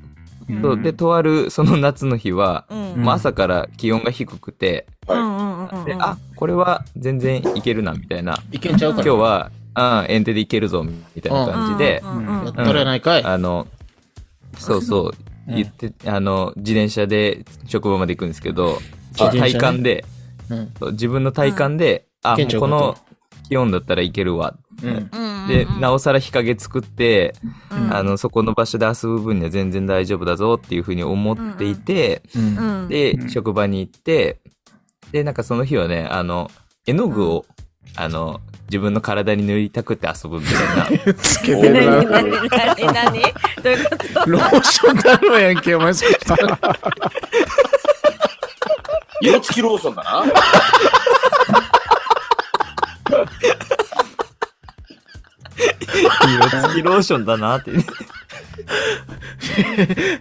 そうで、とあるその夏の日は、うんんまあ朝から気温が低くて、うはいんうんうんでうん。あ、これは全然いけるな、みたいな。いけんちゃうか今ら。日は、うん、エンテでいけるぞ、みたいな感じでう、んうんうんやったらやないかい。あの、そうそう、うん言って、あの、自転車で職場まで行くんですけど、自転車ね体感で、うん。そう自分の体感で、あ、も顕う著こなことの気温だったらいけるわ。うん。うんうんで、なおさら日陰作って、うんあの、そこの場所で遊ぶ分には全然大丈夫だぞっていうふうに思っていて、うんう。んで、うん職場に行って、で、なんかその日はね、あの、絵の具を、あの、自分の体に塗りたくって遊ぶみたいな。つけててるるな何な。何何どういうことローションだろうやんけ、お前。それ色付きローソンだ な。 色付きローションだなっ て。ね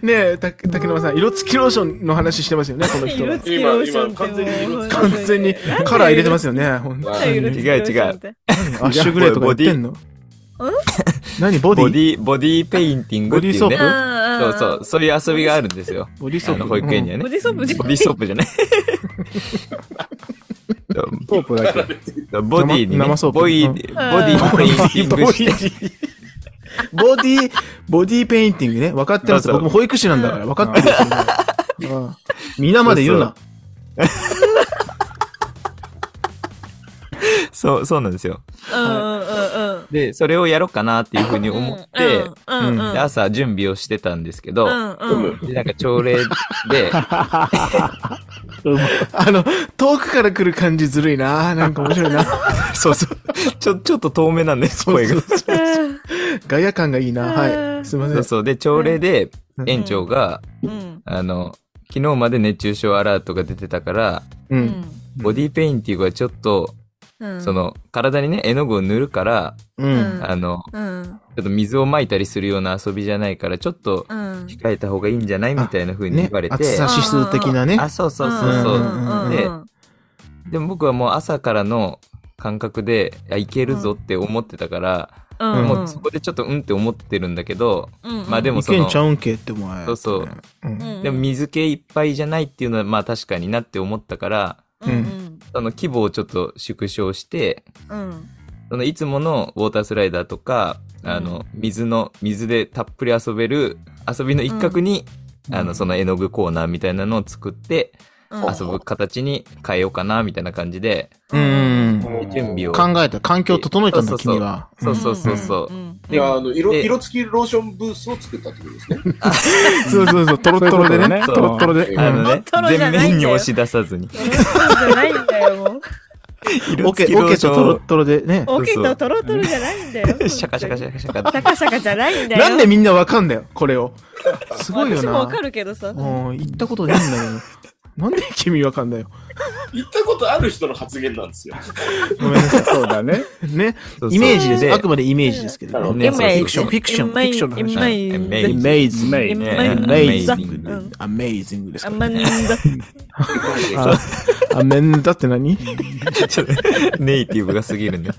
え、た竹沼さん、色付きローションの話してますよね、この人。色完付きローションって今今完全に色付全にカラー入れてますよね、ほんとわ違う違う。アッシュグレーとか言ってんの何ボディボディ、ボディペインティングっていうボデねィソ。そそうそう、そういう遊びがあるんですよ。ボディあの、保育園にはね。ボディソープじゃボディソープじゃない。ソープだけ。ボディにね、生ソープボイうんボディにペインティングして、ボディ、ボディペインティングね。分かってます。そうそう僕も保育士なんだから分かってますよ。うん皆まで言うな。そう、そうなんですよ。うんうんうん。で、それをやろうかなっていうふうに思って、うんうんうんで朝準備をしてたんですけど、うんうん。で、なんか朝礼で、あの、遠くから来る感じずるいな。なんか面白いな。 そうそう、ちょ、ちょっと遠めなん です、声が。ガヤ感がいいな。はい。すいませ。そうんそう、で、朝礼で、園長が、うんあの、昨日まで熱中症アラートが出てたから、う。うんんボディペインティングはちょっと、うん。その、体にね、絵の具を塗るから、う。うんんあの、うんちょっと水をまいたりするような遊びじゃないから、ちょっとうん。控えた方がいいんじゃないみたいな風にね言われ。て、暑さ指数的なね。あ、そうそうそうそう。でも僕はもう朝からの感覚で、あいけるぞって思ってたから、うんもうそこでちょっとうんって思ってるんだけど、うんまあでもいそのけんちゃうんけってお前。そうそう。うん。でも水系いっぱいじゃないっていうのはまあ確かになって思ったから、うんその規模をちょっと縮小して、うんそのいつものウォータースライダーとか、あの、水の、水でたっぷり遊べる遊びの一角に、あの、その絵の具コーナーみたいなのを作って、うん遊ぶ形に変えようかな、みたいな感じで、うん。準備を。考えた。環境整えたんそうだ、そうそう君は。そうそうそうそう。んいや、あの、色、で色付きローションブースを作ったってことですね。そうそうそう。トロットロでね。そトういうロこットとロで。あうんのねトロ、じゃな全いんだよ面に押し出さずに。そうじゃないんだよもうオケ、オケとトロットロでね。オケとトロトロじゃないんだよシャカシャカシャカシャカってシャカシャカじゃないんだなよんでみんなわかんだよ、これを。すごいよ私もなわか。るけどさうん、行ったことないんだけど。 なんで君わかんだよ。行ったことある人の発言なんです よ。ごめんなさそうだね。い。ね。そうそうイメージです。あくでまでイメージですけどなるほね。どねそうイメージフィクションフィクションフィクションの話イメージイメーイジメージ。メイイメねージアメイジングアメイジングですあかんらまね。りんだあアメンダって何 ちょっとネイティブが過ぎるんで。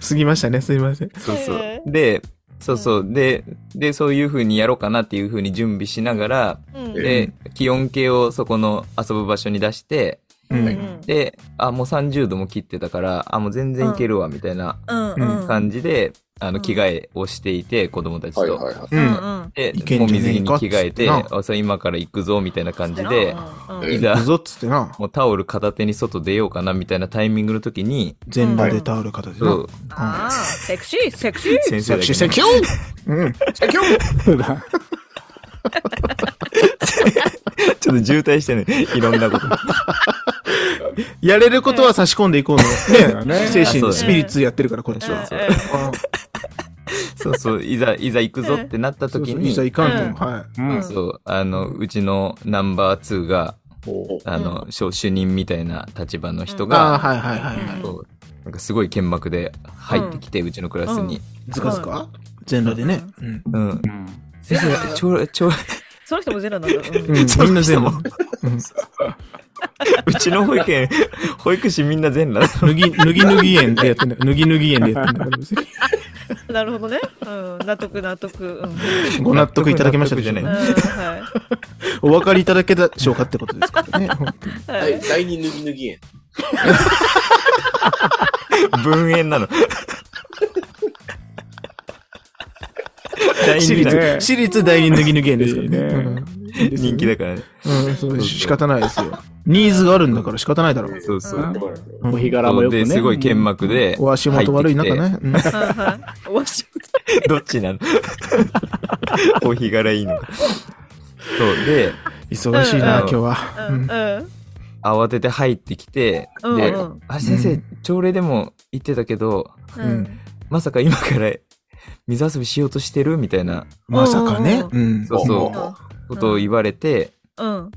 すぎましたね。すいません。そうそう。で、そうそう。で、で、そういう風にやろうかなっていう風に準備しながら、うんで、気温計をそこの遊ぶ場所に出して、うんで、あ、もう30度も切ってたから、あ、もう全然いけるわ、みたいなうんうん感じで、あうの、ん着替えをしていて、子供たちはいと。はいはい。ううんん。うんでいけ、もんうじゃね水着えにか着替えって、つってあ、そう今から行くぞ、みたいな感じで、うんえい行ざく、ぞっつってな。もうタオル片手に外出ようかな、みたいなタイミングの時に、全裸でタオル片手そな。う、ああセクシーセクシー先生セだクけシー、ねセキューうん。セキューそうだ。ちょっと渋滞してね、いろんなこと。やれることは差し込んでいこうの。ね。精あそうだね神、スピリッツやってるから、こっちそうは。そううん そうそう、いざ、いざ行くぞってなったそう時そうに、いざそういかんと。はい。うん。あの、うちのナンバー2が、おーあの、小主任みたいな立場の人ああ、が、はいはいはいはい。そうなんかすごい剣幕で入ってきて、うちのクラスに。ずかずか全裸でね。うん。うん。先生、ちょ、ちょ、その人もゼロなんだうんみんな全部。うちの保育園、 保育士みんな全裸だ。脱ぎ、脱ぎ脱ぎ園でやってんだ脱ぎ脱ぎ園でやってんだから。なるほどね。うん、納得納得。うん。うんご納得いただけましたでしょう納得じゃかなはお分かりいただけたでしょうかってことですからね。本当にい。はい。第二脱ぎ脱ぎ園。文 縁なの。第私二弾立、私立第二脱ぎ脱ぎ園ですからね。いいねうんいいですよ人気だからね。うん、そう仕方ないですよ。ニーズがあるんだから仕方ないだろう。そうそう。うんお日柄もよくね。で、すごい剣幕で。お足元悪い中入ね。ってうんはいはい。おしきて。どっ ちなのお日柄いいのか。そう。で、忙しいな、今日うは。うんんうん。慌てて入ってきて、うんでうん、あ、先生う、朝礼でも言ってたけど、うん。まさか今から水遊びしようとしてるみたいなまさかね。ううん。そうそうことを言われて、うん。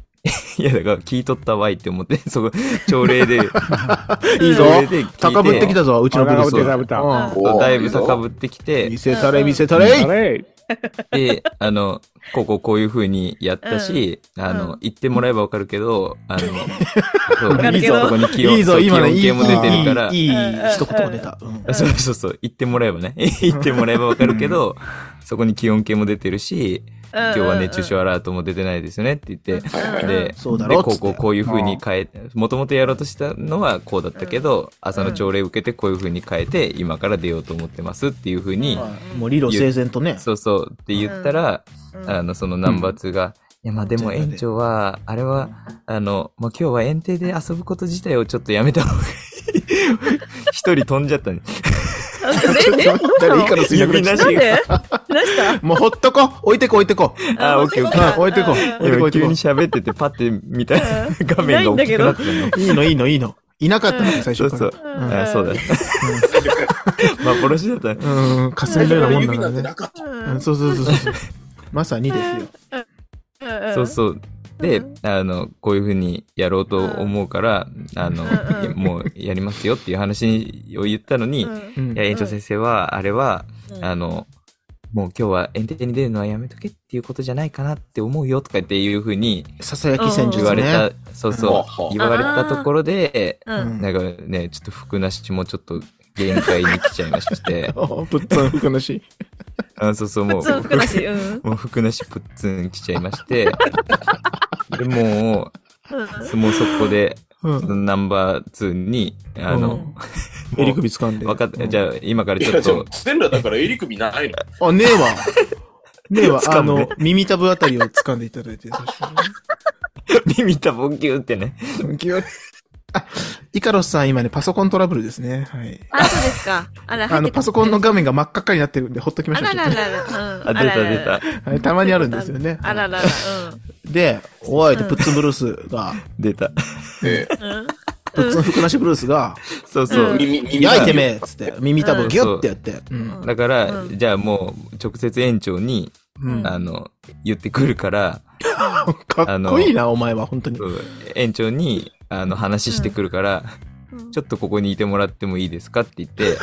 いや、だから聞いとったわいって思って、そこ、朝 礼で、いいぞ朝礼で聞いて高ぶってきたぞ、うちのブルース高ぶって高ぶは。うんおーだいぶ高ぶってきて見、せたれ、見せたあれ。れで、あの、こここういう風にやったし、あうんの、言ってもらえばわかるけど、あ の、わかそうるけどそこに気温、いいぞ、そう今ね、いい、い気い、い温計も出てるから、いいい一言が出た。うんそうそうそう、言ってもらえばね、 言ってもらえばわかるけど、そこに気温計も出てるし、今今日は熱中症アラートも出てないですよねって言って、で、そうだで、ろこっつってうこうこういう風に変え、もともとやろうとしたのはこうだったけど、朝の朝礼受けてこういう風に変えて、今から出ようと思ってますっていう風に、もう理路整然とね。そうそうって言ったら、あの、そのナンバー2が、いや、まあでも園長は、あれは、あの、まあ今日は園庭で遊ぶこと自体をちょっとやめた方がい い。一人飛んじゃったね。え、え、どうした誰の以下の水指脈ななしし。なんで何したもうほっとこ、置いてこ、置いてこ。あー、オッケーオッケー。はい、置いてこ、置いてこ、置今いて急こに。喋っててパッて見たらうん画面が大きくなってたの。いいの、いいの、いいの。いなかったの、最初そうかそらう。。あそうだ。幻だ ったね。うん、霞最んだ初からようなもんだ指かならんてねな。かった。うんそうそうそうそう。まさにですよ。そううそう。でん、あの、こういうふうにやろうと思うから、あの、んいやもうやりますよっていう話を言ったのに、ん。ういんや、園長先生は、あれは、うんあの、もう今日は園庭に出るのはやめとけっていうことじゃないかなって思うよとかっていうふうにささやき戦言術われた、ね。そうはそはう、言われたところで、ううんん。なんかね、ちょっと服なしもちょっと限界に来ちゃい まして、あぶっつん服なし。あそうそう、もう、そう、服なし。うん。 もう服なしプッツン来ちゃいまして、 でもう、もうそこで、うん。ナンバー2に、あの、うんもう襟首掴んで。わかっじゃあ今からいちょやっじゃあと、全裸だから襟首ないの。あ、ねえわ。ねえわ。あ 掴むねの、耳たぶあたりを掴んでいただいて。そしたらね耳たぼキューってね、あ、イカロスさん今ね、パソコントラブルですね。はい。あ、そうですか。あら、あの、パソコンのが。画面が真っ赤っかになってるんで、ほっときまあしょうらちょらっとね。らら。あ、出た出た。。はいたまにあるんですよね。あららら。で、おいってプッツンブルースが、出た。 うん。プッツン服なしブルースが、そうそう。耳、耳やいてめ。めえっつって、耳たぶギュッてやって。うん。だから、じゃあもう、直接園長に、うんあの、言ってくるから、かっこいいな、お前は、本当にそ。う園長に、あの、話してくるから、ちょっとここにいてもらってもいいですかって言って、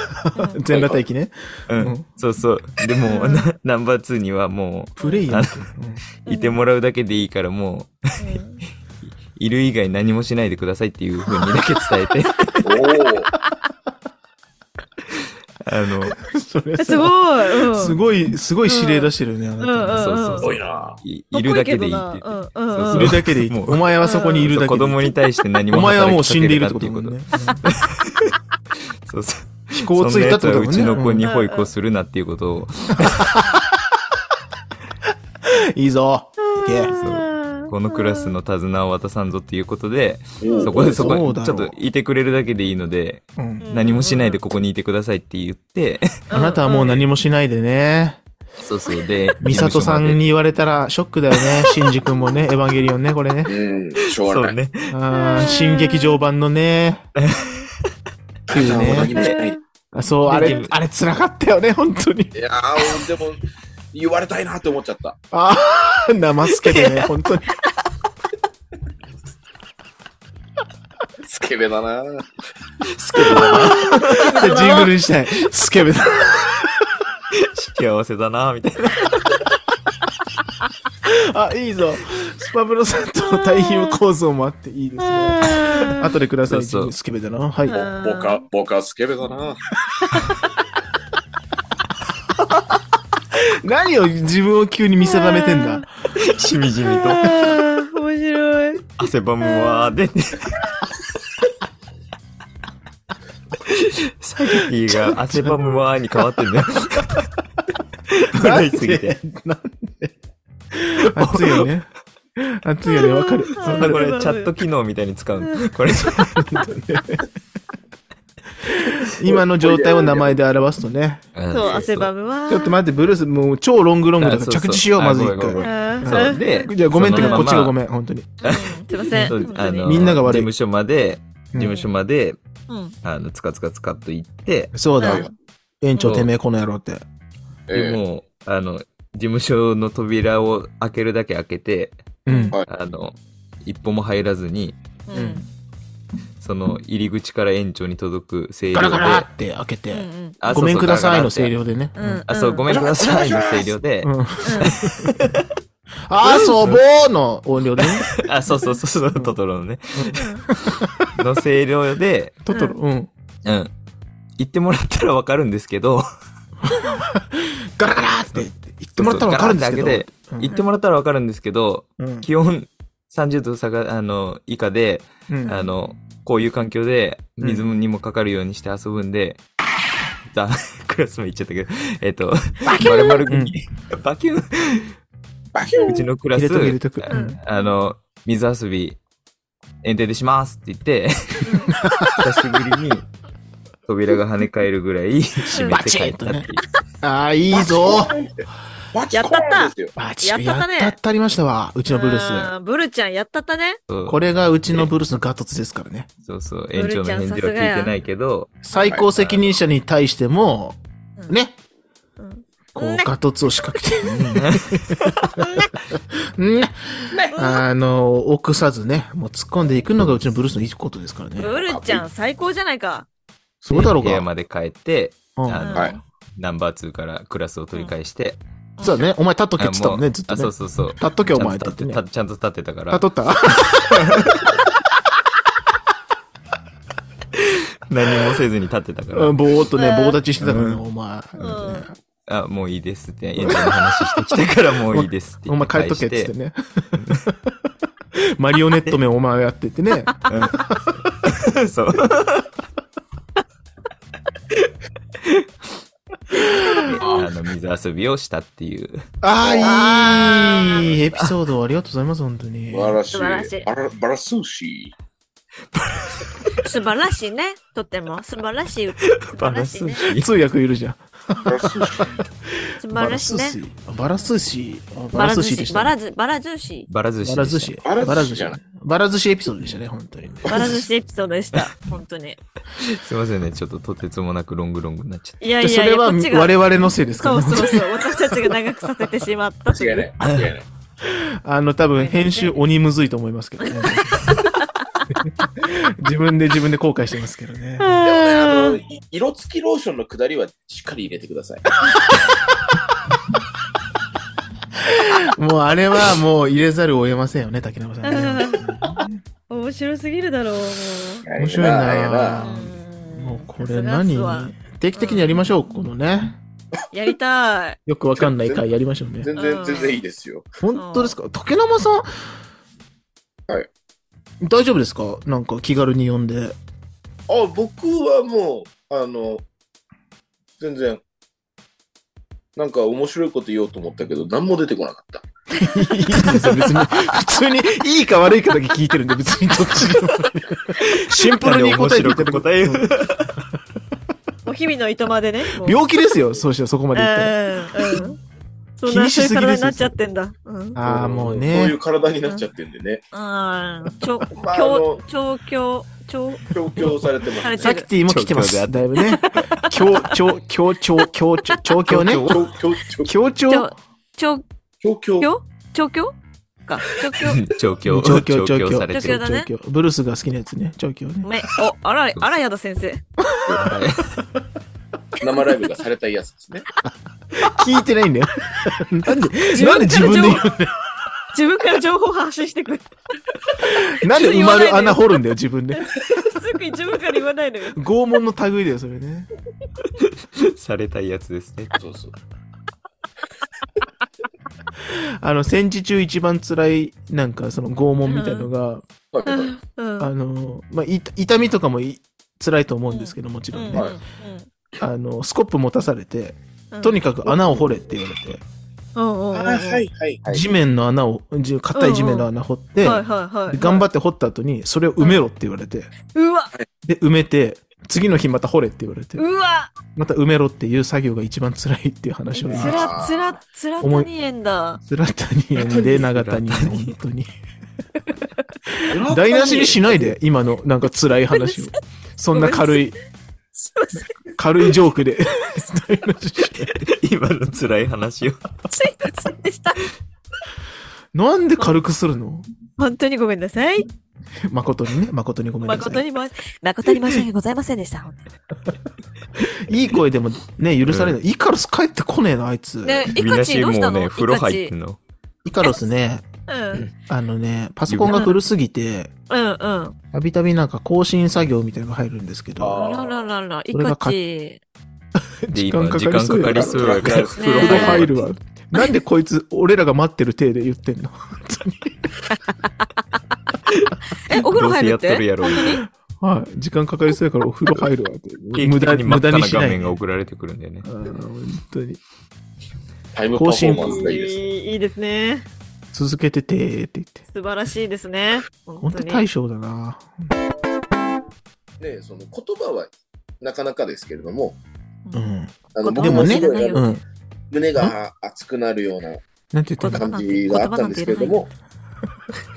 全裸待機ね。うん、うんそうそう。でも、なナンバー2にはもプレイヤー。う、いてもらうだけでいいから、もう、いる以外何もしないでくださいっていう風にだけ伝え て、おーあの、それさすごい。うん。すごい、すごい指令出してるよね、あうんうんなうん。そうそうすごいな。いかっいるこいだいけけでどいいなってう言んって。うんうんそうた。そういるだけでいい。もうお前はそこにいるだけでい子い。供に対して何もお前はもう死働んきかでけいるるってことだもなんね。そうそう。飛行ついたってことだもんね。そんな奴はうちの子にうん保育をするなっていうことを、いいぞ。いけ。そうこのクラスの手綱を渡さんぞっていうことで、うんそこでそこそうにだちろょっうといてくれるだけでいいので、うん何もしないでここにいてくださいって言って、あなたはもう何もしないでね。そうそうで、 ミサトさんに言われたらショックだよね。シンジ君もね、エヴァンゲリオンね、これね。うん、しょうそがうない。ね。あー新劇場版のね。そうねあそう、あれ、あれ辛かったよね、 本当に。いやー、でも、言われたいなって思っちゃった。ああ、生スケでね、本当 に。スケベだな。ジングルにしたい。スケベだ。幸せだな、みたい な。あ、いいぞ。スパブロさんとの対比構造もあっていいですね。後でください、そうそジングうルスケベだな。はい。ぼ僕は、僕はスケベだな。何を自分を急に見定めてんだ。しみじみと。あー面白い。汗ばむわーで。サイキーが汗ばむわーに変わってんだよ。 笑いすぎて。 熱いよね。熱いよね、わかる。そんなこれチャット機能みたいに使うの。これ、今の状態を名前で表すとね。そう、汗ばむわ。ちょっと待って、ブルース、もう超ロングロングだから着地しよう、まず一あそうそう回。あーそう。で、じゃあごめんってそか、このまっまちがごめん、本当に。うんすいません。そう本当あにのみんなが悪い事務所まうで、ん事務所まで、うんあの、つかつかつかっと行って、そうだうよ。園長うんてめえ、この野郎って。でえもう、あの、事務所の扉を開けるだけ開けて、うん。あの、一歩も入らずに、うんその入り口から園長に届く声量ガでラガラって開けうて、んあごそうそうめんくださいのガ声ラガラって量でね。うんうんあ、そう、ごめんくださいの声量でう、ん。う遊ぼ うの音量でね。あ、そうそうそうそう、トトロのね、の声量で、トトロ、うん。うん。言ってもらったらわかるんですけど、ガラガラって言ってもらったらわかるんですけどガラッてうん言ってもらったらわかるんですけど、うん気温30度下が、あの、以下で、うんあの、こういう環境で水にもかかるようにして遊ぶんで、だ、 クラスも言っちゃったけど、えっ、と、まるまる組、バキュン、バキュうンちのクラ入スれ、とく入れとく。うあんあの、水遊び、園庭でしますって言って、久しぶりに扉が跳ね返るぐらい閉めて帰ったっていう。ああ、いいぞバチコーンですよ。バチクややっったったねたったりましたわ、うちのブルーあーブルちゃんやったったね。そうス。これがうちのブルースのガトツですからね。そうそう、園長の返事は聞いてないけど、最高責任者に対しても、うんね、うんこうねガトツを仕掛けて、 ねあの、臆さずね、もう突っ込んでいくのがうちのブルースのいいことですからね。ブルちゃん最高じゃないか。そうだろう部屋が。まで帰って、うんあの、はいナンバー2からクラスを取り返して、そうだね、お前立っとけって言ってたもんね、あもうずっとあねそう。そうそう。立っとけお前っちてゃ言んとって立ねって。たちゃんと立ってたから立っ、とった何もせずに立ってたかうらん、ぼーっとね、棒立ちしてたからね、お前。んあ、もういいですって、園長の話してきたからもういいですってお言前帰っとけってってね。マリオネット目お前やっててね。返し て そう。あの、水遊びをしたっていう。ああ、いいエピソードありがとうございます、本当に。素素晴晴ららしい。しいバラバラスーシ素晴らしいね。とっても素晴らしい。素晴らしいね。通訳いるじゃん。ー。バラスーシー。素晴らしいね。ー。バラ寿司。あババララ寿寿司でし司。たね。バラ寿バラ寿司。バラ寿司でした。バラバラ寿司。寿司司じゃない。バラ寿司エピソードでしたね、本当にね。バラ寿司エピソードでした。本当に。すいませんね、ちょっととてつもなくロングロングになっちゃっいやでいそやいれや、はこっちが。我々のせいですかそらうね。そうそう。私たちが長くさせてしまったとい。間違いう ない。間違いない。 あの、多分編集鬼むずいと思いますけど ね。自分で自分で後悔してますけどね。でもね、あの、い色付きローションのくだりはしっかり入れてください。もうあれはもう入れざるを得ませんよね、竹中さんね。面白すぎるだろう。も面白いなあれうなうんもうこされすがっす何わ定期的にやりましょう、このね。やりたい。よくわかんない回やりましょうね。全う然、ん全然いいですよ。本当ですか竹生さん。はい。大丈夫ですかなんか気軽に呼んで。あ、僕はもう、あの、全然、なんか面白いこと言おうと思ったけど、何も出てこなかった。いいですよ、別に。普通に、いいか悪いかだけ聞いてるんで、別にどっちでも。 シンプルに答えていただ面白く答えよううんもう日々のいとまでね。もう病気ですよ、そうしたらそこまで言ったら。うんうん。そん気な、にしそういすうぎですよ体になっちゃってんだ。うん。ああ、もそうういねう。体になっちゃってんでね、ああ、ちょ、ああ強、調教、調、強調されてますさねれ。さてっきティも来てま調教であす。っだいぶね。強調、強調、 強調、調教ね。強強強調。調、調強強強教調教か。調教。 た。調調教、教調教調教されて調教る。だね調教ブルースが好きなやつね。調教ね。め、お、あら、あらやだ先生。 生ライブがされたやつですね。聞いてないんだよ。 なんで、なんで自分で言う自分から情報発信してくる。なんで埋ま言わないでる穴掘るんだよ、自分で。普通に自分から言わないのよ。拷問の類だよ、それね。されたいやつですね。そうそう。あの、戦時中一番辛い、なんかその拷問みたいのが、はいはいうん。あの、まあ、い痛みとかもい辛いと思うんですけど、もちろんね。はいあの、スコップ持たされて、うんとにかく穴を掘れって言われて、うんうんうんうん。あーはいはいはい。地面の穴を、じ硬い地面の穴掘って、はいはいはい。で頑張って掘った後に、それを埋めろって言われて、うわ、で、埋めて、次の日また掘れって言われて、うわ、また埋めろっていう作業が一番辛いっていう話をつねらつらつら谷園だ。つらたにやんで、長田に、辛谷本当に。台無しにしないで、今のなんか辛い話を。そんな軽い、すいません軽いジョークで。 台無しにしない 今の辛い話を。すいませんでした。なんで軽くするの本当にごめんなさい。誠にね、誠にごめんなさ誠い。にま誠に申し訳ございませんでした。いい声でもね、許されない。イカロス帰ってこねえな、あいつ。ね、イみカなチしどうしもたうの？ね、風呂入ってんイの。イカロスね、カチうんあのね、パソコンが古すぎて、うんうん。たびたびなんか更新作業みたいなのが入るんですけど、あらららら、イそれがカかチ。で、今、時時間かかり間そうかやかりそうだから、ね風呂風呂入入る。るわ。なんでこいつ、俺らが待ってる体で言ってんの本当にえ、おど風呂う入せるやっっとるて？やろ、みたいな。はい。時間かかりそうやからお風呂入るわって。無無駄駄に、に無真っ駄赤になし画ない。面あが送られてくるんだよね。ー本当に。タイムパフォーマンスがいいです。いいいいですね。続けててーって言って。素晴らしいですね。本本当当に。大将だな。ね、その言葉はなかなかですけれども、ううんん。あの言僕葉もはす知らごないいあのよ。うん。胸が熱くなるようななんて言ってんだ感じがあったんですけれども、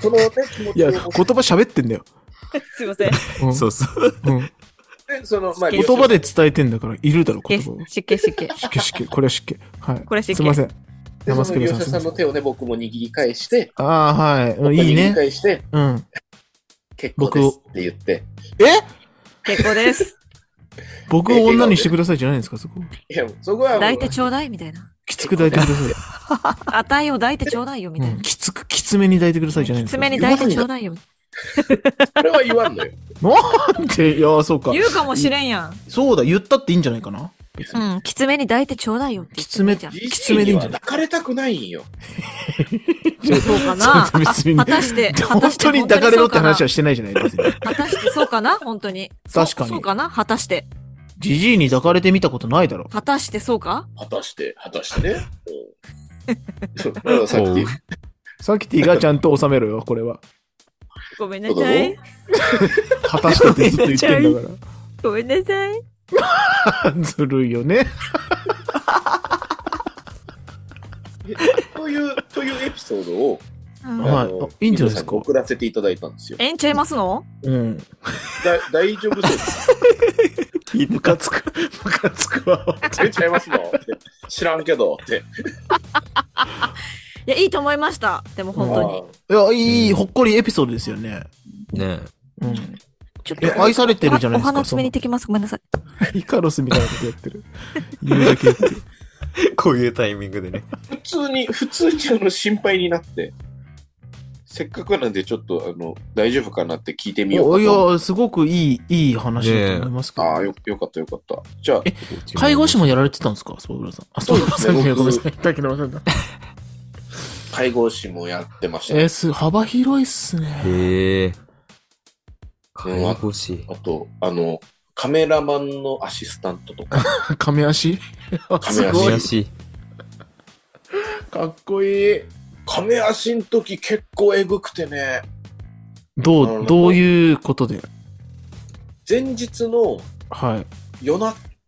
そのね、気持いちや、を言葉喋ってんだよ。 すいません。うんそうそう。うんねその、まあ、言 言葉で伝えてんだから、いるだろ、言葉は。湿気湿気。しけしけ、これはしけ。はい。これ湿気すいません。で山その助業さん者すいまさんせのん。手をね、僕も握り返して、ああー、はい。いい僕も握りね。返して、うん。結構ですって言って、え結構です。 僕を女にしてくださいじゃないんですか、そこ。いや、そこはもう抱いてちょうだいみたいな。きつく抱いて くださ値を抱いてちょうだいよみい。たいうな。んきつく、きつめに抱いてくださいじゃないんですか。爪に抱いてちょうだいよ。それは言わんのよ。なんで、いや、そうか。言うかもしれんやん。そうだ、言ったっていいんじゃないかな。うん、きつめに抱いてちょうだいよって言ってもいいじゃん。きつめでいいんじゃない抱かれたくないんよ。そうかなそう 別にあ果たして、果た本して当に抱かれろって話は。はしてないじゃないですか。果たして、そうかな本当に。そう確かにそうかな果たして。じじいに抱かれてみたことないだろ。果たしてそうか果たして、果たしてね。うんそうだからさっき、さきティがちゃんと収めろよ、これは。ごめんなそうさだろい。果たしてってずっと言ってんだかごめんなさい。ら。 ずるいよね。という、というエピソードを、うんはあいのあいいんじゃないです皆かさに送らせていただいたんですよ。えんちゃいますのうん。だ大丈夫そうです。ムカつく、 ムカつくわ。出ちゃいますのって知らんけどって。いや、いいと思いました。でも本当に。いや、いい、ほっこりエピソードですよね。ねうん。ちょっえ、愛されてるじゃないおですか。花詰めに行ってきます。ごめんなさい。そのイカロスみたいなことやってる。言うだけやってる。えこういうタイミングでね。普通に、普通にあの心配になって、せっかくなんでちょっとあの大丈夫かなって聞いてみようかいと。や、すごくいい、いい話だと思いますけど。ああ、よよかったよかった。じゃあ、介護士もやられてたんですか、そば浦さん。 あ、そば浦そさんうですねごめんなさい。滝野さんだ。介護士もやってましたね、えーす、幅広いっすね。へえ。介護士。あと、あの、カメラマンのアシスタントとか、亀足亀 す足ごい悔。しい。 かっこいい。亀足の時結構えぐくてね、なるどほう、どどういうことで前日のはい。夜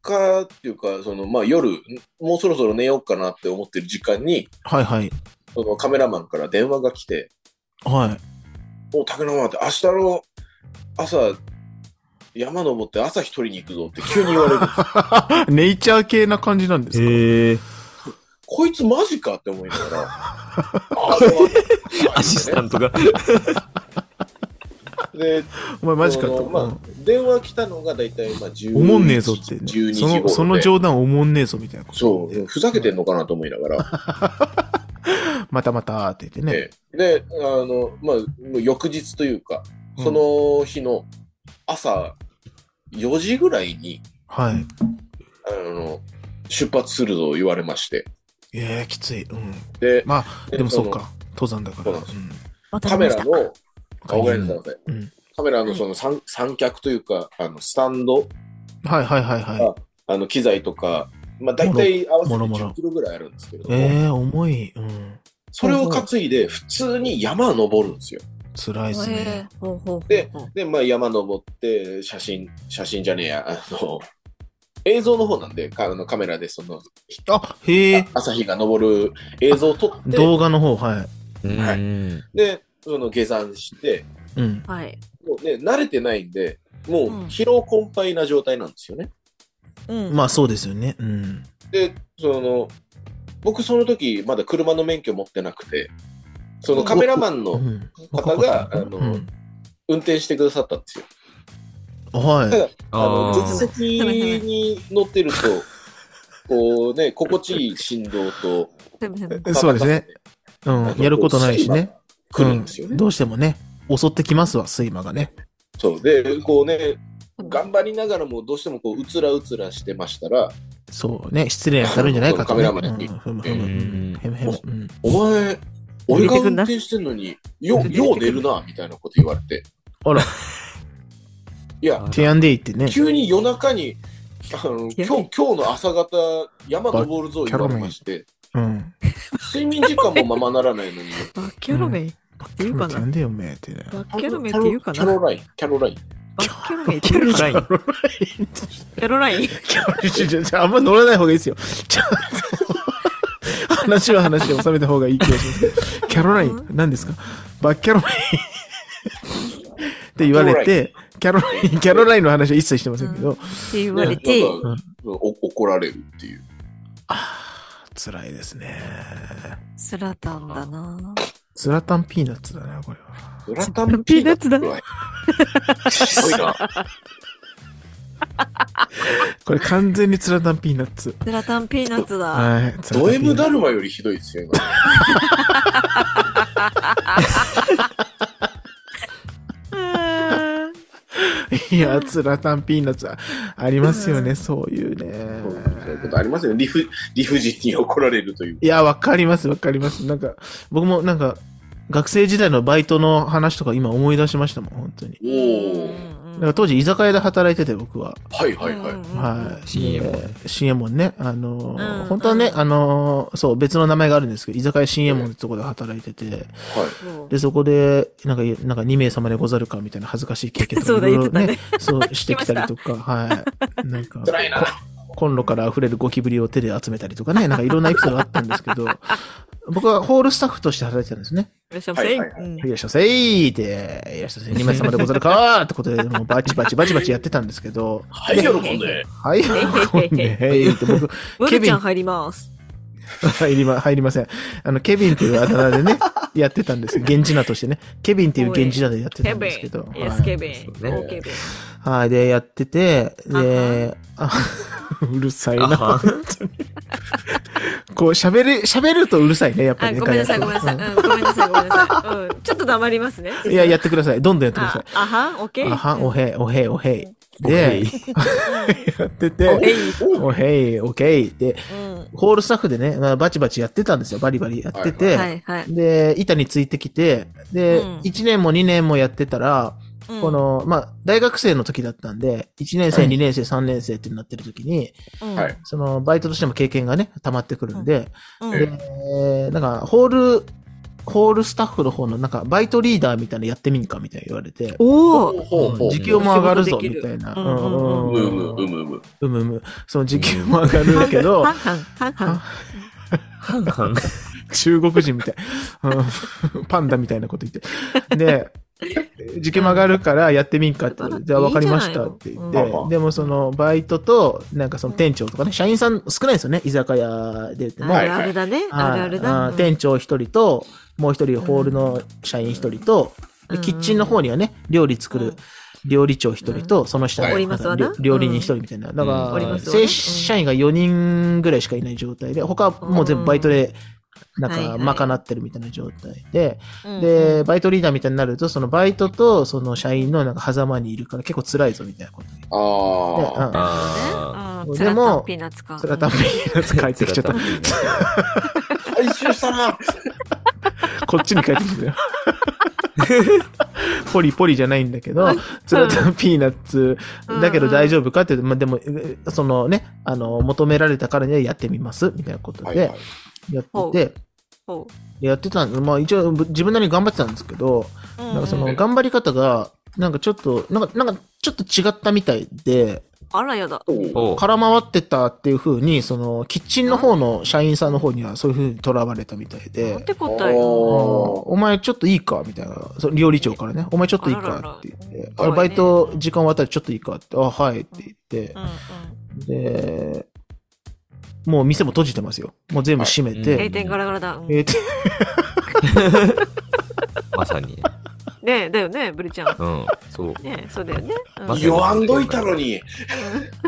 中っていうか、そのまあ夜、もうそろそろ寝ようかなって思ってる時間に、はいはい。そのカメラマンから電話が来て、はい。お竹野マンって明日の朝、山登って朝一人に行くぞって急に言わ れる。ネイチャー系な感じなんですか、へえ。こいつマジかって思いなが ら。あでもアシスタントが。で、お前マジかそと。のまあ、電話来たのが大体、まあ、10おもんねえぞって、 12時そ頃での、その冗談おもんねえぞみたいなこと。そう、ふざけてんのかなと思いながら。またまたって言ってね。ええで、あの、まあ、もう翌日というか、うんその日の朝4時ぐらいに、はい。あの、出発するぞ言われまして。ええきつい。うん。で、まあ、でもそうか。登山だから。そううんわかカりメまラした。の、あごめんなさい。うんカメラのその三三脚というか、あのスタンド、はいはいはいはい。あの機材とか、まあ、大体合わせてもろもろ10キロぐらいあるんですけれども、ええ重い。うん。それを担いで、普通に山登るんですよ。辛いですえね。ーほうほうほうほうでで、まあ、山登って、写真、写真じゃねえや、あの、映像の方なんで、かあのカメラでそのあ、へえ。朝日が昇る映像を撮って、動画の方、はい。はいうん。で、その下山して、うん。はい。もうね、慣れてないんで、もううん疲労困憊な状態なんですよね。うん。まあそうですよね。うん。で、その、僕その時まだ車の免許持ってなくて、そのカメラマンうのん。方が、あうのん、運転してくださったんですよ。はあの、あ助手ー席に乗って ると、こうね、心地いい振動と、い。そうですね。うん。やることないしね。来るんですようね。どうしてもね、襲ってきますわ、睡魔がね。そう。で、こうね、ン頑張りながらもどうしてもこう、うつらうつらしてましたら、そうね、失礼に当たるんじゃないかと、ね。カメラマンにうんふむふむ。ううんんふむふむうんお前、俺が運転してんのに、よ、よう寝るな、みたいなこと言われて。あら、いや、ティアンデイってね、キ急に夜中に、あの、今日、今日の朝方、山登るぞ言われまして、うん。睡眠時間もままならないのに、バッ キャロメイってバッ言うかティアなンデイおめえってね。バッキャロメイって言うかキなャロライン、キャロライン。バッキャロメイってキ言うャかロライン。なキャロライキンャロちょちょちょあんま乗らない方がいいですよ。ちょ話は話で収めた方がいい気がします。キャロライン、何ですかバッキャロラインって言われて、キャロライン、キャロラインの話は一切してませんけど、って言われて、なんかお怒られるっていう。辛いですね。スラタンだなスラタンピーナッツだな、これは。グラタンピーナッツだ。すごいな。これ完全にスラタンピーナッツ。スラタンピーナッツだ。はい。ツドラタンピーナッツ M だるまよりひどいですよ、今。 いや、ツラタンピーナッツはありますよね、そういうそうね。いうことありますよね。理不理不尽に怒られるという。いや、わかります、わかります。なんか、僕もなんか、学生時代のバイトの話とか今思い出しましたもん、本当に。おうお。んだから当時居酒屋で働いてて、僕は。はいはいはい。はい。新右衛門で。新右衛門ね。あのーうん本当はね、うんあのーそう、別の名前があるんですけど、居酒屋新右衛門ってとこで働いてて、はい。で、そこで、なんか、なんか2名様でござるかみたいな恥ずかしい経験とか そうだいろいろ言っそう、してきたりとか、はい。なんか、辛いな。コンロから溢れるゴキブリを手で集めたりとかね、なんかいろんなエピソードがあったんです けど、僕はホールスタッフとして働いてたんですね。いらっしゃいませ。はいはいはうんいらっしゃいませーって、いらっしゃいませ、2名様でござるかーってことで、もうバチバチバチバチやってたんですけど、はい、喜ん で。はい、喜んで、へいって僕、ブケルビちゃンん、入ります。入りま、入りません。あの、ケビンっていうあだ名でね、やってたんです。源氏名としてね。ケビンっていう源氏名でやってケたんビンですけど。。イエはス、いケビン。オねーケビン。はい、で、やってて、で、あ うるさいな、あは本当に。こう、喋る、喋るとうるさいね、やっぱあ、りね。ごめんなさい、ご彼めはんなさい。うんごめんなさい、ごめんなさい。うんちょっと黙りますね。いや、やってください。どんどんやってください。ああは、オッケー。あは、おうんへい、おへい、おへい。でで、、 やってて、おへい、おけい。で、ホールスタッフでね、まあバチバチやってたんですよ。バリバリやってうて。んはいはい。で、板についてきて、でうん、 1年も2年もやってたら、うんこ、の、まあ、大学生の時だったんで、1年生、はい2年生、3年生ってなってる時に、うんはい。その、バイトとしても経験がね、溜まってくるんで、うんええーなんか、ホール、ホールスタッフの方の、なんか、バイトリーダーみたいなのやってみんかみたいな言われて、おおほうほうほう。時給も上がるぞ、お仕事できみるたいな。ううんうんうんんううむうんうんむうむうむ。うむうむ。その時給も上がるけど半、々、半々。ハンハン。中国人みたい。うんパンダみたいなこと言って。で、時給も上がるからやってみんかって言われて、じゃあいい分じかゃないりのましたって言ってうん、でもそのバイトと、なんかその店長とかね、社員さん少ないですよね、居酒屋でってね。あるあるだね。 あるあるあだ。ーうん店長一人と、もう一人ホールの社員一人と、でうんキッチンの方にはね、料理作うんる料理長一人と、その下おのりますわな料料理人一人みたいな。だうかんおりまら、すわ正な社員が4人ぐらいしかいない状態で、他はもう全部バイトでなんはいはか、いまかなってるみたいな状態で、うんで、バイトリーダーみたいになると、そのバイトとその社員のなんか狭間にいるから結構辛いぞみたいなこと言あって。あ。うんああでー、でもも、ピーナッツか。それはダメな使いー。てきちゃった。回収したな。こっちに帰ってきたよ。 ポリポリじゃないんだけど、ツラタンピーナッツ、だけど大丈夫かって言うと、まあ、でも、えそのね、あの、求められたからにはやってみます、みたいなことはいではい、やってほうて、ほやってたんまあ一応ぶ自分なりに頑張ってたんですけど、うなんかそうんうのん頑張り方が、なんかちょっと、なんか、なんかちょっと違ったみたいで、あらやだ。おう空回ってたっていう風に、その、キッチンの方の社員さんの方にはそういう風に囚われたみたいで、なんてこおとよ。おお前ちょっといいかみたいな。その料理長からね。お前ちょっといいかって言って。ああららられバイト時間終わったらちょっといいかって。あ、はいって言ってう。んうんで、もう店も閉じてますよ。もう全部閉めて。はい閉店ガラガラだ。うんえーってまさに。ねえ、だよね、ブリちゃん。うん。そう。ねえ、そうだよね。うんまさ言わんどいたのに。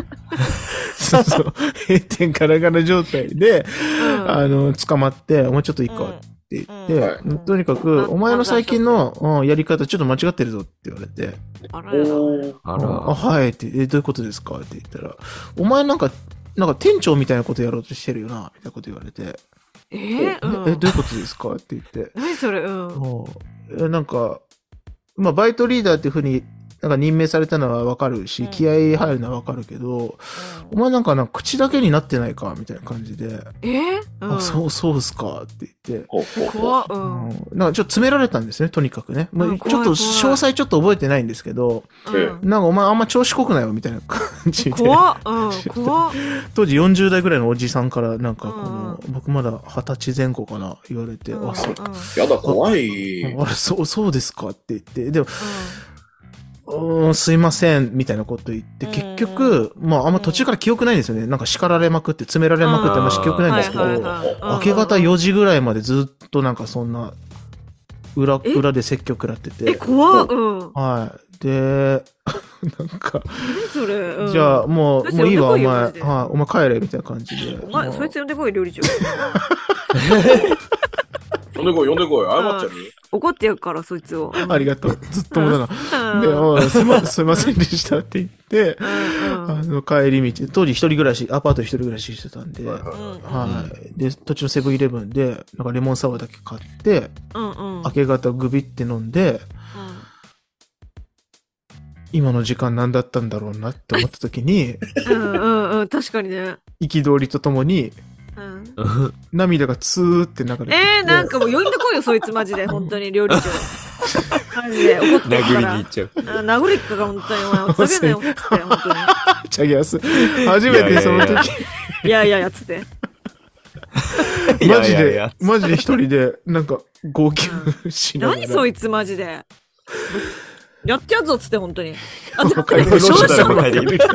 そうそう。閉店ガラガラ状態で、うんあの、捕まって、お前ちょっといいかって言って、うんうんとにかうく、んお前の最近の、うんやり方ちょっと間違ってるぞって言われて、あらやだ。おーああら。はいって、え、どういうことですかって言ったら、お前なんか、なんか店長みたいなことやろうとしてるよな、みたいなこと言われて、えーうええんどういうことですか って言って、何それうん。うんえなんか、まあ、バイトリーダーっていうふうに、なんか任命されたのはわかるし、うん気合入るのはわかるけど、お前なんかなんか口だけになってないかみたいな感じで、えーうあ、ん。そう、そうっすかって言って、ほうほうほう怖っうん。うんうんなんかちょっと詰められたんですね、とにかくね。もうんうち怖ょいっと詳怖い細ちょっと覚えてないんですけど、なんかお前あんま調子こくないよみたいな感じで。怖っうん。怖っ当時40代ぐらいのおじさんからなんかこの、う僕まだ20歳前後かな言われて、うんあ、そう。うんうんやだ、怖い。あれ、そう、そうですかって言って、でも、うーん、すいません、みたいなこと言って、うん結局、まあ、あんま途中から記憶ないんですよね。なんか叱られまくって、詰められまくって、あんま記憶ないんですけはいはいど、はいうん明け方4時ぐらいまでずっとなんかそんな、裏、え裏で説教食らってえ、て。怖っうん。はい。で、 なんか、何それうんじゃあ、も、そういつもういいわ、呼おんで前。こいよマはいジで、お前帰れ、みたいな感じで。お前、そいつ呼んでこい、料理長。呼んでこい、呼んでこい。謝っちゃうよ。怒ってやるから、そいつを。うんありがとう。ずっと無駄な。うんで、おいすいま、すいませんでしたって言って、うんうんあの、帰り道、当時一人暮らし、アパート一人暮らししてたんで、はうんい。で、途中のセブンイレブンで、なんかレモンサワーだけ買って、うんうんうん明け方グビって飲んで、今の時間何だったんだろうなって思った時 に、うんうんうん確かにね。憤りとともに、うん涙がツーって流れてきて、えー、なんかもう呼んでこいよ、そいつマジで、本当に、料理長。マジで、怒って殴るかりにら。う行んっちゃう。殴りっかが本当に、お前、ふざけんなよ、つって、本当チャゲアス。初めてその時、に。いやいやいや、つって。いやマいジやいでや、マジで一人で、なんか、号泣しながら。何そいいつマジで。やってやっぞ、つって、本当に。あ、じゃ帰りローション少タル々まで帰ってきた。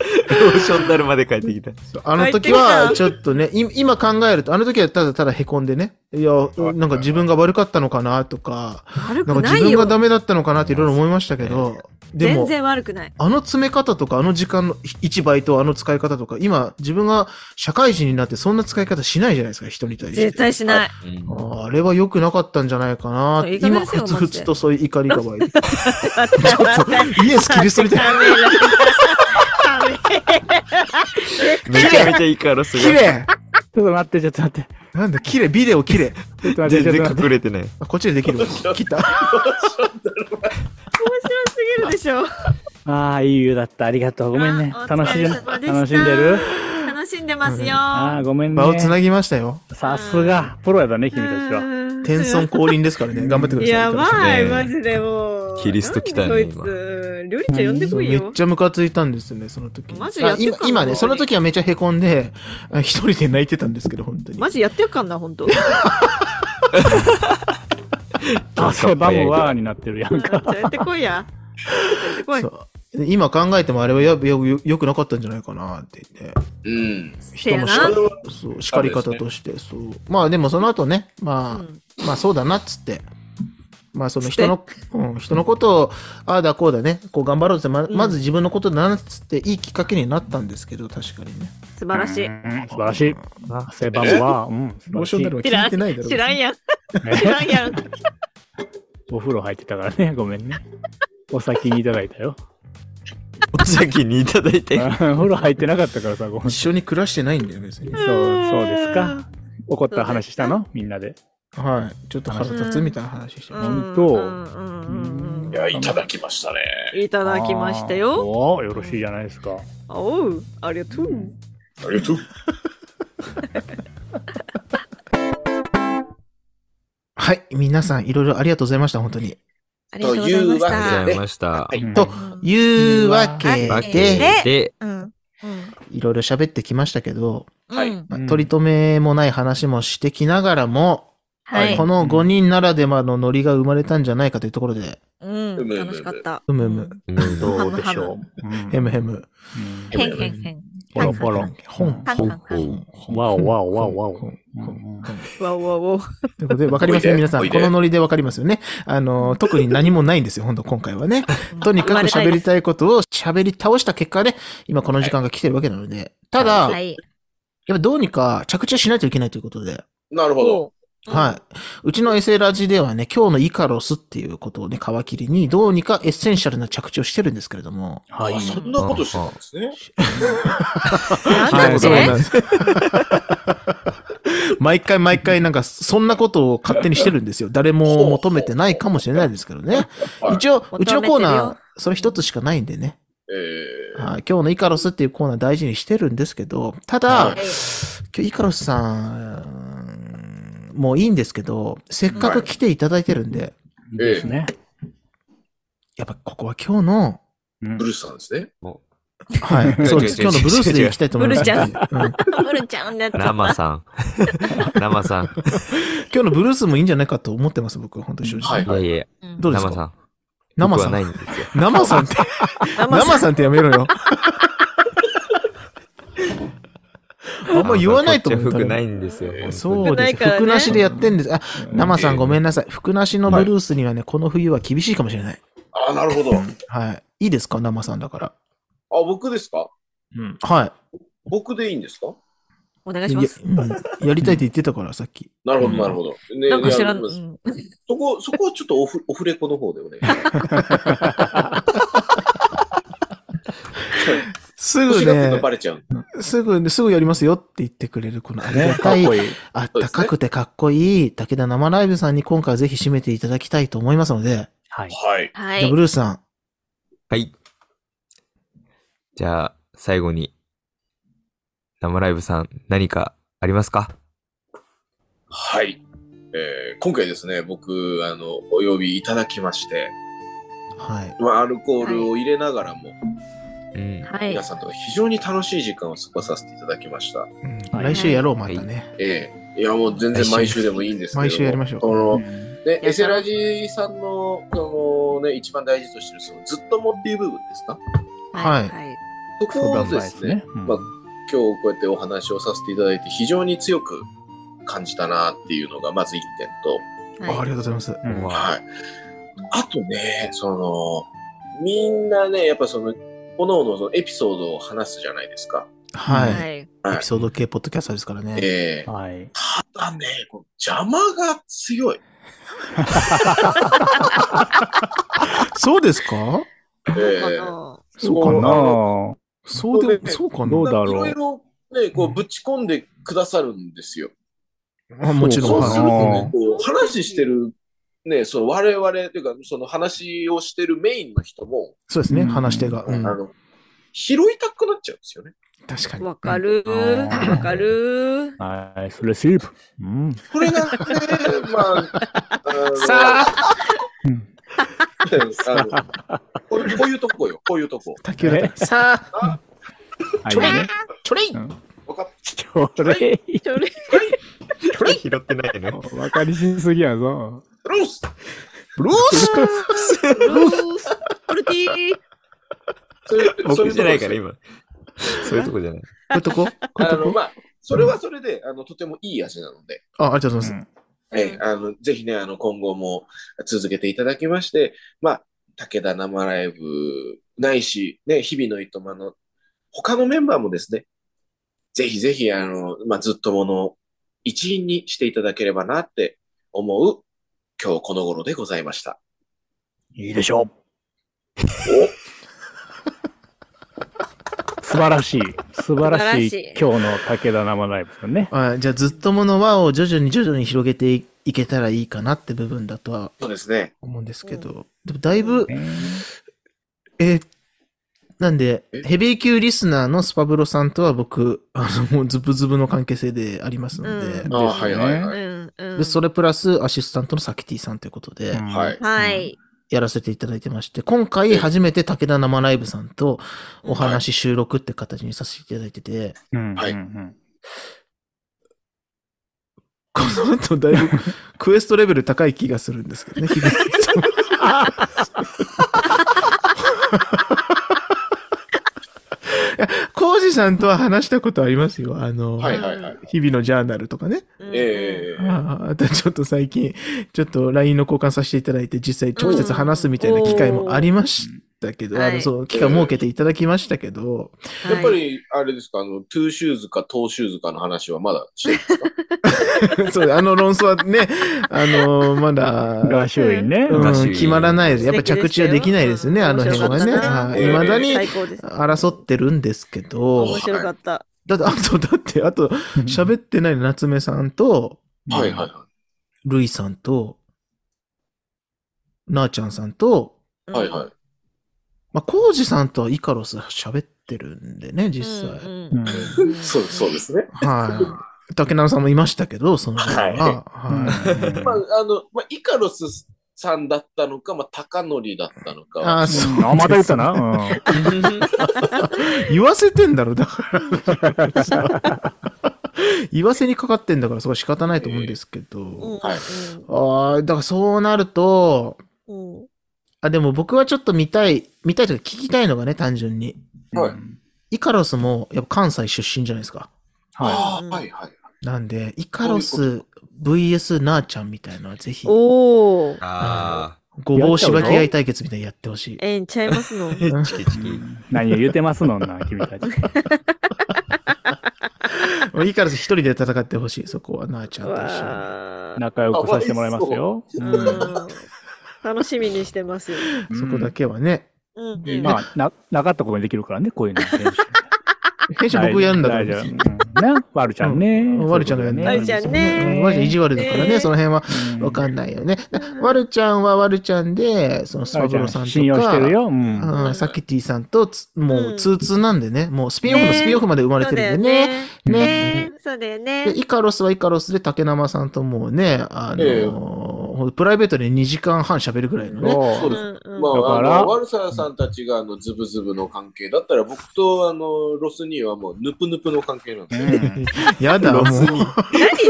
ローションタルまで帰ってきた。あの時帰ってきは、たちょっとね、い今考えると、あの時はただただ凹んでね、いや、なんか自分が悪かったのかなとか、悪なんかくな自い分がダよ。メだったのかなっていろいろ思いましたけど、で全も、然悪くない。あの詰め方とか、あの時間の1倍とあの使い方とか、今、自分が社会人になってそんな使い方しないじゃないですか、人に対して。絶対しない。あーあれは良くなかったんじゃないかな。いい加減今、にせよふつマジふでつとそういう怒りが 湧いて。ちょっとイエス・キリス トみたいな。めちゃめちゃいいからすご綺い。麗ちょっと待って、ちょっと待って。なんだ、綺麗ビデオ綺麗ちょっと待っ全て、ち然ょっと待って。隠れてない。あこっちでできるわ。切った。面白すぎるでしょ。ああ、いい湯だった。ありがとう。ごめんねあ。お疲楽しんれで、様でした楽しんでる楽しんでますよ。ああ、ごめんね場。を繋ぎましたよ。さすが、プロやだね、君たちは。うん天孫降臨ですからね。頑張ってください。やばい、ねマジでもう。キリスト来たねなんで今こいつ、料理長呼んでこいめっよ。ちゃムカついたんですね、その時。マジやってたのあ今今ね、その時はめっちゃ凹んで、あ一人で泣いてたんですけど、本当に。マジやってよかんな、ほんと。やあ、そう、バムワーになってるやんか。ってこいや。やってこいそ。うで今考えてもあれはやよよよくなかったんじゃないかなって言って。うん。せ人やもな。叱そう叱り方として、そう。まあでもその後ね、まあ、まあそうだなっつって、まあその人の、うん、人のことを、ああだこうだね、こう頑張ろうってま、まず自分のことだなっつっていいきっかけになったんですけど、確かにね。素晴らしい。うん素晴らしい。汗ばむわ。うん、素晴ロらーシしョンいだ。ろ知聞らいてないだん、ろ知らんやん。知ねらんやん。お風呂入ってたからね、ごめんね。お先にいただいたよ。お先にいただいうんて。お風呂入ってなかったからさ、ごめん。一そ緒う、に暮らしてないんだよ、別に。そうですか。怒った話したのみんなで。はい。ちょっと腹立つみたいな話してます。本当うんうんうんいや、いただきましたね。うんいただきましたよ。おーよろしいじゃないですか。おう、ありがとう。ありがとう。はい。皆さん、いろいろありがとうございました、本当に。ありがとうございまというしわけで。ありがとうごたざいました。はいうんというわけわけで、で、うん。いろいろ喋ってきましたけど、はいうんまあうん取り留めもない話もしてきながらも、はいこ。の5人ならではのノリが生まれたんじゃないかというところで、うん、楽しかった。うむうむ、どうでしょう。うんへむへむ、うんへんへんへん。ポロポロ。本、カンカンカンわおわおわおわお。ほんうんわおわお。ということで、わかりまおすね、いで皆さおん。いでこのノリでわかりますよね。あの、特に何もないんですよ、本当今回はね。とにかく喋りたいことを喋り倒した結果で、今この時間が来てるわけなので。ただ、はやっい。ぱどうにか着地はしないといけないということで。なるほど。うんはい。うちのエセラジではね、今日のイカロスっていうことをね、皮切りに、どうにかエッセンシャルな着地をしてるんですけれども。あはい。そんなことしてたんですね。なんだっそうてなんです毎回毎回なんか、そんなことを勝手にしてるん ですよ。誰も求めてないかもしれないですけどね。はい一応、うちのコー求めてるナーよ、それ一つしかないんでね。えー、はい今日のイカロスっていうコーナー大事にしてるんですけど、はただい、今日イカロスさん、もういいんですけど、せっかく来ていただいてるんで、いいですね。やっぱここは今日の、うんブルースさんですね。 はい、そうです。違う今違う違う日のブルースでいきたいと思います。違う違ううんうるちゃんのやつ。生さん。生さん。今日のブルースもいいんじゃないかと思ってます、僕は、本当に正直。はいいやいや、うんどうです生さかん。生僕さはないん。んですよ。生さんって、 生さん生さんってやめろ よ。あんま言わないと思うこっちは服ないんですよ。本当にそうなです。いからね服なしでやってんです。あ、生さえんえごめんなさい。服なしのブルースにはね、この冬は厳しいかもしれない。ああ、なるほど。あ、はい。いいですか生さんだから。僕ですかうん。は僕でいいんですかお願いい。しやます。うんやりたいって言ってたから、さっき。なるほど、うんなるほど。ねなんか知らん。いやうんそこ、そこはちょっとオフオフレコの方でお願いします。 す欲ぐしがってるねの、バレちゃう。すぐ、すぐやりますよって言ってくれる、このありがたい、いい。あったかくてかっこいい、武田生ライブさんに今回はぜひ締めていただきたいと思いますので、はい。はい。じはゃあいブ。ルースさん、はい。じゃあ、最後に、生ライブさん、何かありますかはい。えー、今回ですね、僕、あの、お呼びいただきまして、はい。まあ、アルコールを入れながらも、うん。はい皆。さんと非常に楽しい時間を過ごさせていただきました。うんはい来週やろう、またね。ええいや、もう全然毎週でもいいんですけど。毎週やりましょうその、ね、やエセラジさんの、そのね、一番大事としてる、その、ずっともっていう部分ですかはいはい。そこをですね、。うんまあ今日こうやってお話をさせていただいて、非常に強く感じたなっていうのが、まず一点と、あありがとうございます。うんはい。あとね、その、みんなね、やっぱその、各々そのエピソードを話すじゃないですか。ははい。い。エピソード系ポッドキャスターですからね。ええはい。ただね、この邪魔が強い。そうですかええはそうかかななぁそうここででねも、そうかどなうだろういろいろね、こう、ぶち込んでくださるんですよ。あもちろそうん。そうかすなるとはね、こう話してる、ね、その我々というか、その話をしてるメインの人も、いそうですね、うん話し手が。うあんの、拾いたくなっちゃうんですよね。確かい。に。わかる。うんわかる。はい。それスリープ。うん。これ がね、まあ、あのさあ あのこういうこういうとこよ、こういうとこ。竹浦太郎さあはいね。ちょれいわかっそれ、 そ れ拾ってないのわかりしすぎやぞ。ロースブルースルース。ポルティー。そういうそう 僕いうじとゃこなでいすから、今。そういうとこじゃない。こういうとここういうあとの、こまあ、それはそれで、あの、とてもいい味なので、あ、ありがとうございます。えあの、ぜひね、あの、今後も続けていただきまして、まあ、武田生ライブないし、ね、日々のいとまの他のメンバーもですね、ぜひぜひ、あの、まあ、ずっともの一員にしていただければなって思う今日この頃でございました。いいでしょう。素晴らしい。素晴らしい素晴らしい今日の武田生ライブですね。あじゃあ、ずっともの輪を徐々に徐々に広げていいけたらいいかなって部分だとはそうですね。思うんですけど、でもだいぶ、ねえーなんでえ、ヘビー級リスナーのスパブロさんとは僕、 あの、もうズブズブの関係性でありますので、うんああ、はいはいはい。うんうん。で、それプラスアシスタントのサキティさんということで、うんはい。はい。やらせていただいてまして、今回初めて武田生ライブさんとお話し収録って形にさせていただいてて、うんはいうんこの後だいぶクエストレベル高い気がするんですけど ね、日々コウジさんとは話したことありますよ。あの、はいはいはい。日々のジャーナルとかね。うんうんええああとちょっと最近、ちょっと LINE の交換させていただいて、実際直接話すみたいな機会もありましたけど、うんあはの、いそう、機会設けていただきましたけど、 やっぱり、あれですか、あの、トゥーシューズかトーシューズかの話はまだしてるんですかそう、あの論争はね、あの、まだ、ガーシュウィンね。うん合宿決まらないです。やっぱ素敵着でした地よはできないですね、うんあの辺はね。面白かったはない未だに最高です。争ってるんですけど、面白かった。だって、あと、だって、あと、喋ってない夏目さんと、 はいはいはルイさんと、なあちゃんさんと、い。はいはい。まあ、コウジさんとはイカロス喋ってるんでね、い実際。う際。んそうそうですね。はい。竹中さんもいましたけど、その時は。はい。うんまあ、あの、まあ、イカロスさんだったのか、まあ、高典だったのかは。あー、そう、あ、また言ったな。うん言わせてんだろ、だから。 言わせにかかってんだから、そこは仕方ないと思うんですけど。はいああ、だからそうなると、うんうんあ、でも僕はちょっと見たい、見たいというか聞きたいのがね、単純に。はいイカロスも、やっぱ関西出身じゃないですか。あはーはいはい。なんで、イカロス VS なあちゃんみたいなのはぜひ、おお。あごぼうしばき合い対決みたいなのやってほしい。ええんちゃいま すの。あ、チキチキ。い。何を言うてますのんな、君たち。 イカロス一人で戦ってほしい、そこはなあちゃんと一緒に。わー仲良くさせてもらいますよ。うん楽しみにしてます。うんそこだけはね。うんでまあ、な、なかったことにできるからね、こういうの。編集僕やるんだから大丈夫。うんね、ワルちゃんね。ワルちゃんがやるんだワルちゃんねうワルちゃん意地悪だからねね、その辺はうんわかんないよね。ワルちゃんはワルちゃんで、そのスワパルちブゃロんさんとか、信用してるよ。うん。うん、サキティさんとつ、もううん通通なんでね、もうスピンオフのねスピンオフまで生まれてるんでね。そうだよね。ね。そうだで、よね。イカロスはイカロスで竹生さんともうね、あのーええほんとプライベートで2時間半喋るぐらいのね。そうそでうす。うんうんまだあ、からあの、ワルサーさんたちが、あの、ズブズブの関係だったら、僕と、あの、ロスにはもう、ヌプヌプの関係なんでうすよ。んやだ、もう。何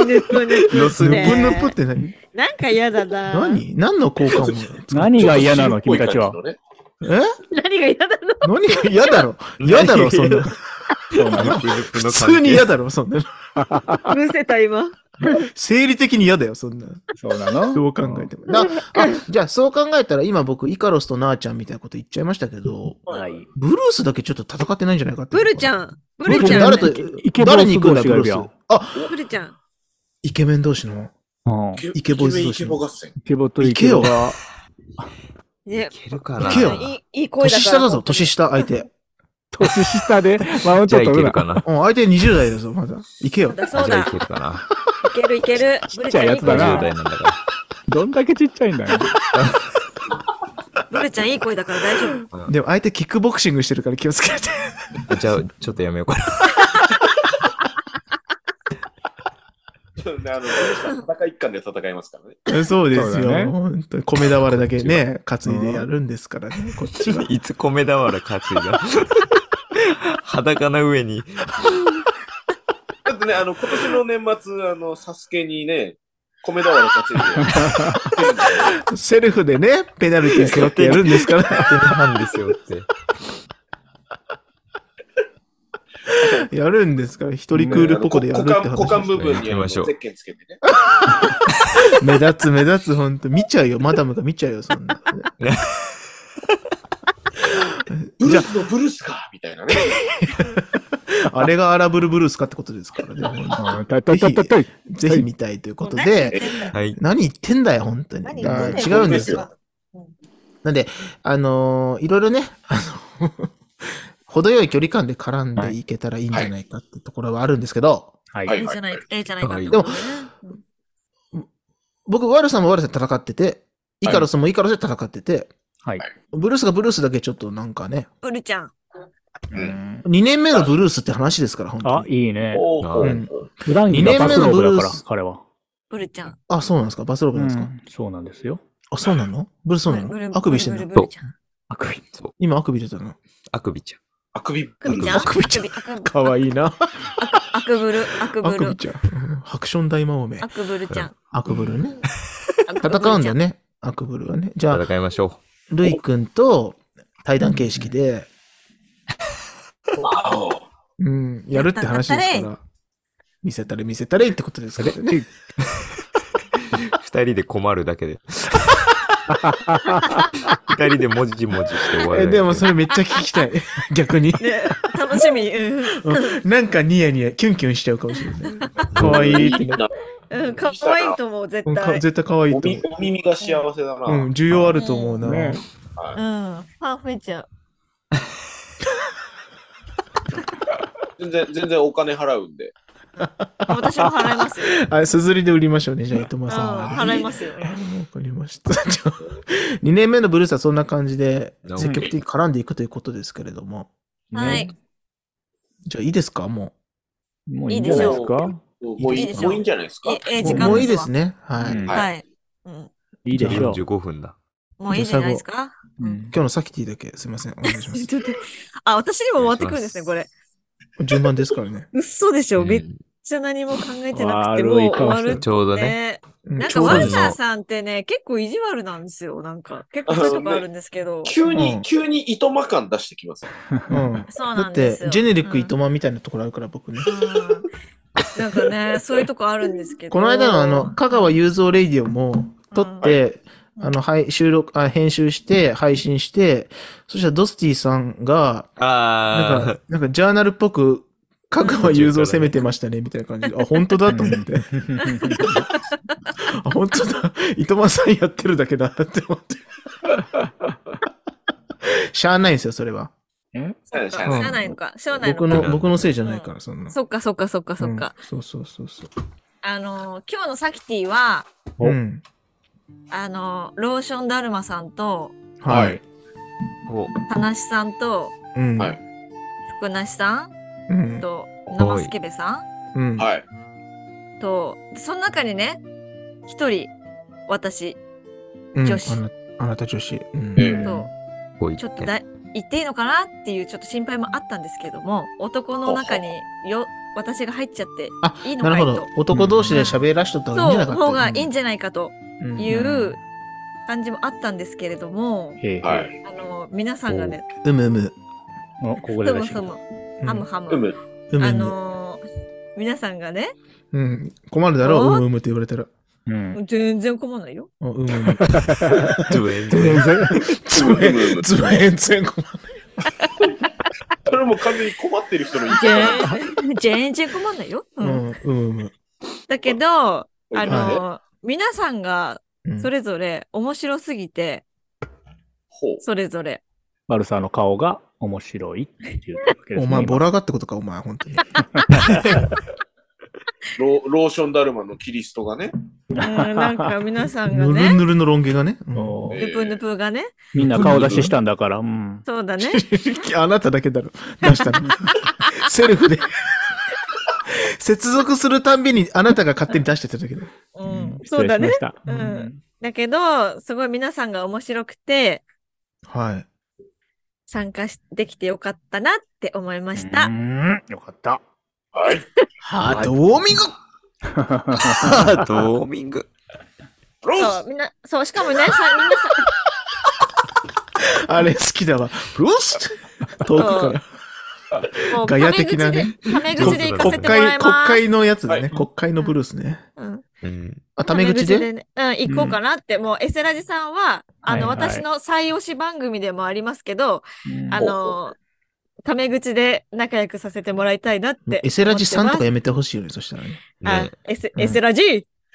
ぬくぬくロスってヌプヌプって何なんか嫌だな。何何の効果も何が嫌なの、君たちはちょ。っと白っえ何が嫌だの何が嫌だろ嫌だろそんな。そうなの。普普通に嫌だろそんな。むせた今。生理的に嫌だよ、そんな。そうなの。どう考えても。なあ、じゃあそう考えたら今僕、イカロスとナーちゃんみたいなこと言っちゃいましたけど、も。はい。ブルースだけちょっと戦ってないんじゃないかって。ブルちゃん。ん。ブルちゃん。誰とイケ、ボイス誰に行くんだ、同士ブがいルるやんース。あ、ブルちゃん。イケメン同士の。うんたりのね。イケボイスイケボ合戦。 イケボとイケボが。ね。いけるかないけよいいいい声だ年から。下だぞ、年下相手。年下でマウンじトゃあい取けるるな。かな。うん、相手20代だぞ、まだ。行けよそう。だそうじゃあいだ。けるかな。いけるいける。ブルちゃんいいちっ子ちゃい50代なやつだんだかどんだけちっちゃいんだよ。ブルちゃんいい声だから大丈夫。でも相手キックボクシングしてるから気をつけて。ら。じゃあ、ちょっとやめようかな。であの、ブルースは戦い一貫で戦いますからね。そうですそうよ。だね本当に米俵だけね、担いでやるんですからね、こっちは。いつ米俵担い だ。裸の上に。だってね、あの、今年の年末、あの、サスケにね、米俵担いで。セルフでね、ペナルティー背負ってやるんですから。手の半ですよって。やるんですから、一人クールポコでやるって股間股間話部分やにりあのましゼょうッケンつけてね。 目立つ、目立つ、ほんと。見ちゃうよ、マダムが見ちゃうよ、そんな。ブルースのブルースかみたいなね。 あれがアラブルブルースかってことですからねほんと。あたいたいたいたいたいぜひ見たいということで、はい。何言ってんだよ、本当に。何だから言ってん違だようんですよ。なんで、あのーいろいろね、あの、 程よい距離感で絡んでいけたらいいんじゃないかってところはあるんですけど、はいはええじゃない、ええじゃないかってことね。うん僕、ワルさんもワルさんで戦ってて、イカロスもイカロスで戦ってて、はいブルースがブルースだけちょっとなんかね、ブルちゃん。うん2年目のブルースって話ですから、本当あ、に。いいね。おうーん普段着がバスロ二年目ーブのブルーだからス、彼は。ブルちゃん。あそうなんですかバスローブなんですか、うんそうなんですよ。あ、そうなのブルースそうなブルのブルあくびしてんブルのブルブルちゃん。あくび。そう。今あくび出たのあくびちゃん。あくび、くびちゃん。あくびちゃんあくび。あくかわいいな。あくぶる。あくあぶくびる。ちゃん。うんハクション大魔王めあ。くぶるちゃん。アクブルね。あくぶるちゃ戦うんだよ。ね。アクブルはね。じゃあ、戦いましょルイ君と対談形式で、あーうん、やるって話ですから。見せたれ見せたれってことですからね。う。二人で困る だけで。二人でもじもじして終わる。え、でもそれめっちゃ聞き たい。逆に。ね楽しみ。うんうんなんかニヤニヤ、キュンキュンしちゃうかもしれない。かわいいってなるうん。かわいいと思う、う絶んか対。絶対かわいいおとみ思お耳が幸せだな。う。うん、需要あると思うな。ねうん。ファン増えちゃう。全然、全然お金払うんで。私も払いますよ。あれ、すずりで売 りましょうね、じゃあ、伊うん藤さん。払いますよ。わかりました。 じゃあ、2年目のブルースはそんな感じで、うん積極的に絡んでいくということですけれども。はい。じゃあ、いいですかももういいんじゃないですかもういいいいでしょうもういいんじゃないですかえ、ええう。時間ですわもういいです。ね。はい。うん今はい。うんいいでしょう。 45分だ。もういいじゃないですか。うん日のサキティだけ、すみません。お願いします。ちょっとあ、私にも回ってくるんですね、これ。順番ですからね。嘘でしょ。めっうちゃ何も考えてなくて、もう悪い終顔わしてるるっんちょうどね。て。うん なんちか、ょうどワねルサーさんってね、結構意地悪なんですよ、なんか。結構そういうとこあるんですけど。急に、うん急にいとま感出してきます。うん。そうだなんっでてすよ。、ジェネリック伊うん藤間みたいなところあるから、僕ね。うんなんかね、そういうとこあるんですけど。この間のあの、香川雄三レイディオも撮って、うんあの、はい、収録、あ、編集して、配信して、そしたらドスティさんが、なんあか、なんかジャーナルっぽく、香川雄三攻めてましたね、みたいな感じで。あ、本当だと思って。あ、本当だ。糸満さんやってるだけだって思って。しゃあないんですよ、それは。そうか知うんらないのか。知らないの僕か。の、僕のせいじゃないから、そんな。そっかそっかそっかそっか。うん。そうそうそうそう。あのー、今日のサキティは、おうん。あのー、ローションダルマさんと、はい。い。ーお田無さんと、うん。はい福梨さんうん。と、生助部さうん。はい。んと、その中にね、一人、私、うん女子あなあなた女子。うんええと、こう言ちょっっとて。だい言っていいのかなっていうちょっと心配もあったんですけども、男の中によ、私が入っちゃってあ、いいのなかるいほと。ど。男同士で喋らしとった方がいいんじゃそなかう、った方がいいんじゃないかとうんいう感じもあったんですけれども、へいはへいい。あの、皆さんがね、うむうむ。おここでそ出もしてそきたも、ハムハうム、む。うむあうむ。のー、皆さんがね、うん。困るだろう、おうむうむって言われたら。うん。全然困んな いよ。あうんうん。 つむうむつぶえんつえん困る。それも完全に困ってる人の意見。全全然困んないよ。ううんん、うんうんだけど、あのはいー、皆さんがうん。それぞれ面白すぎて、ほう。それぞれ、バルサーの顔が面白いっていうわけですね。お前、今ボラがってことか、お前、本 当に。ロローションダルマのキリストがね。うんなんか皆さんがぬるね、ぬるのロン毛がね。うんおーえぬぷぬぷがね、みんな顔出ししたんだから、うん。そ うだね。あなただけだろ。出したの。 セルフで。 接続するたんびに、あなたが勝手に出してただけだよ。うん、失そう礼だしまね。した。うんだけど、すごい皆さんが面白くて、はい。参加しできてよかったなって思いましうた。んよかった。ハートウォーミングハートウォーミング。ローそう、みんな、そう、しかもね、さ、みんなさ、 あれ好きだわ。ブロス遠くから。もガうタヤメ的口なでね、タメ口で行かせ国て会、もらい国ます。会のやつだね。はい国会のブルースね。うんうん。あ、タメ口でねうん、行こうかなって、もうエセラジさんは、あの、はいはい私の最推し番組でもありますけど、うんあの、タメ口で仲良くさせてもらいたいなってエセラジさんとか思ってやめてほしいよね、そしたらね。ます、ねあ、エセ、エセラジ、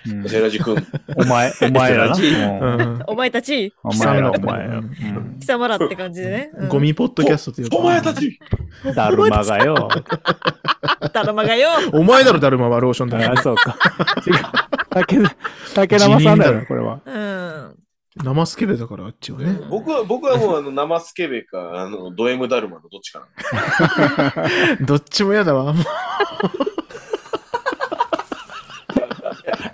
うんセラジ君。お前、お前らな。うんうん。お前たち、お前ら、貴お様前らら。貴様らって感じでね。うんゴミポッドキャストって呼ぶお前たちだるまがよ。だるまがよ。お前だろ、だるまはローションだあよ。あ、そうか。違う。竹、竹生さんだよ、これは。 うん。生スケベだから、あっちはね。僕は、僕はもう、あの、生スケベか、あの、ド M ダルマのどっちかな。どっちも嫌だわ。もう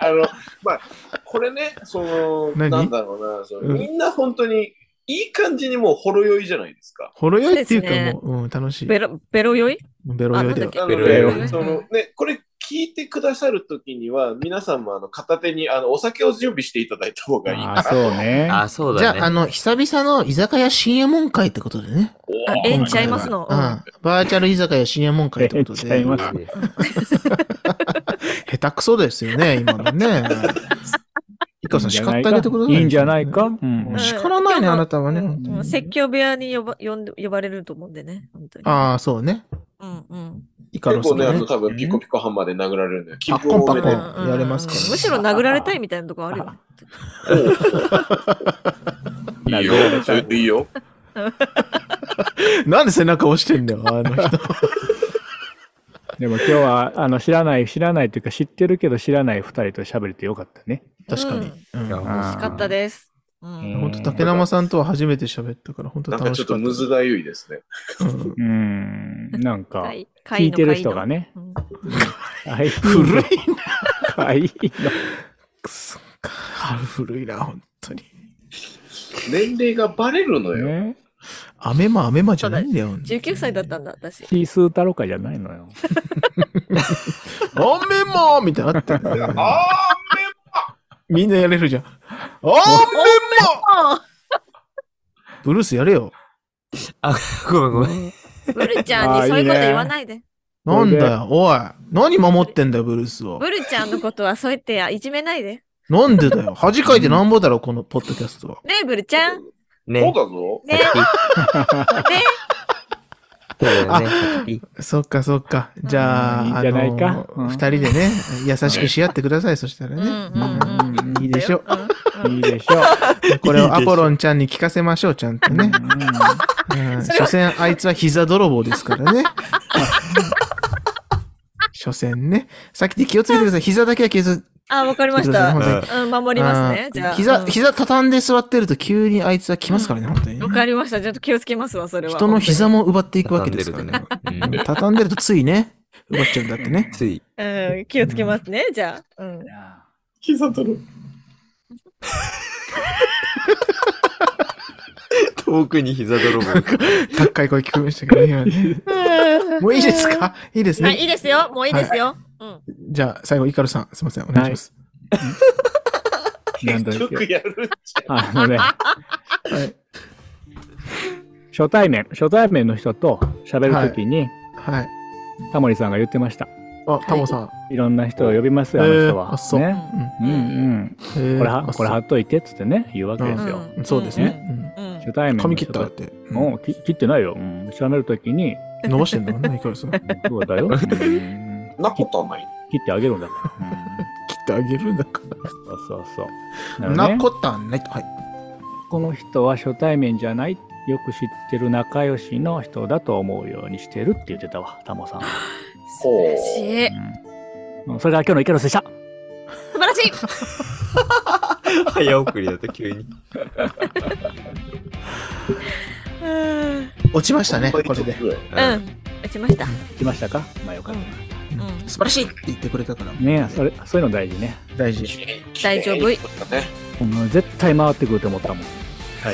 あの、まあ、これね、その、何なんだろうな、そのうんみんな本当に、いい感じにもうほろ酔いじゃないですか。 ほろ酔いっていうそうですかねもう、うん、楽しい。ベロ、ベロ酔いベロ酔いだよ。あなのベロで、酔いそのね、これ聞いてくださるときには、皆さんもあの片手にあのお酒を準備していただいた方がいいああ、かそうね。あ、そうじだゃあ、あね。の、久々の居酒屋深夜門会ってことでね。あな。、ええんちゃいますの。うん。バーチャル居酒屋深夜門会ってことええちゃいでま。いいです下手くそですよね、今の ね。いかさん叱ってあげてください。いいんじゃないか。うんん叱らないね、あなたはね。うんうん説教部屋に呼ば呼んで呼ばれると思うんでね、本当に。ああ、そうね。うんうんイカ結ロス構ね、のあねの、。多分ピコピコハンマーで殴られるんだよ。あ金庫多めコンでパコンやれますからうんむしろ殴られたいみたいなとこあるよ。いいよ、それでいいよ。なんで背中押してんだよ、あ の人。でも今日は、あの、知らない、知らないというか、知ってるけど知らない二人と喋れてよかったね。確かに。うんいやうん惜しかったです。うん。本当竹生さんとは初めて喋ったから、本当なんか楽ちょしっかとっむずだゆいですね。た。うんうん、なんか、会聞いてる人が。ね、古いの。かいくそか古いな、本当に。年齢がバレるののよ。ね。アメマ、アメマじゃないんだよ。会の会の19歳だったんだ、 私。シースー太郎会じゃないのよ。アメマみたいになってんだ よ。あみんなやれるじゃん。アメマブルースやれよ。ごめんごめん。ブルちゃんにそういうこと言わないで。なんだよ、おい。何守ってんだよ、ブルースをブ。ルちゃんのことはそうやってやいじめないで。なんでだよ。恥かいてなんぼだろ、このポッドキャストは。ねえ、ブルちゃん。ねーそうだぞ。ね。え。ねそうだよね。さっきそっか、そっか。じゃあ、うんいいんあじゃないかうの、ん二人でね、 優しくし合ってください、そしたらえ。ね。うんうんうん。いいでしょ。うんうんいいでしょう。これをアポロンちゃんに聞かせましょう、ちゃんとね。うん所詮、あいつは膝泥棒ですからね。所詮ね。さっきで気をつけてください。膝だけは気をつけてあ、わかりましください。た本。当にうん、守りますね。じあゃあ。ーう膝、ん膝畳んで座ってると急にあいつは来ますからね、本当にわ。かりました。ちょっと気をつけますわ、それは。人の膝も奪っていくわけですからね。う畳んでるねん畳んでるとついね、奪っちゃうんだってね。つい。うん、気をつけますね、じゃあ。うん。膝取る。遠くに膝泥棒。高い声聞こえましたけどね、今ね。 もういいですかいいですはい、いね。いですよ。もういいですよ。うん。じゃあ、最後、イカルさん、すいません、お願いします。なん結だっ局け。やる。あのね、初対面、初対面の人と喋るときに、はい。タモリさんが言ってました。あ、タモさん。いろんな人を呼びますよ、あえのー人は。あそうね。うんううん。んへーこれは、あこれ貼っといてっつってね、言うわけですよ。そうそうですね。うんうん。初対面の人と。髪切ったって。もうき切ってないよ。うん。喋るとき に、伸ばしてんだもんね、イカル さん。切そうだよ。うん切なことはない。ってあげるんだから。ってあげるんだかうんそうそうそう。ら。なのなでこったんないと。はい。この人は初対面じゃない。よく知ってる仲良しの人だと思うようにしてるって言ってたわ、タモさんは。ほう。素晴らしい。うん、それでは今日のイケロスでした。素晴らしい。早送りだと急に。うん。落ちましたね、これで。うんうん。打ちました。来ましたかまあよかった。うん。素晴らしいって言ってくれたから、ねえ、それ、そういうの大事ね。大事。大丈夫ねうん絶対回ってくると思ったもん。 あ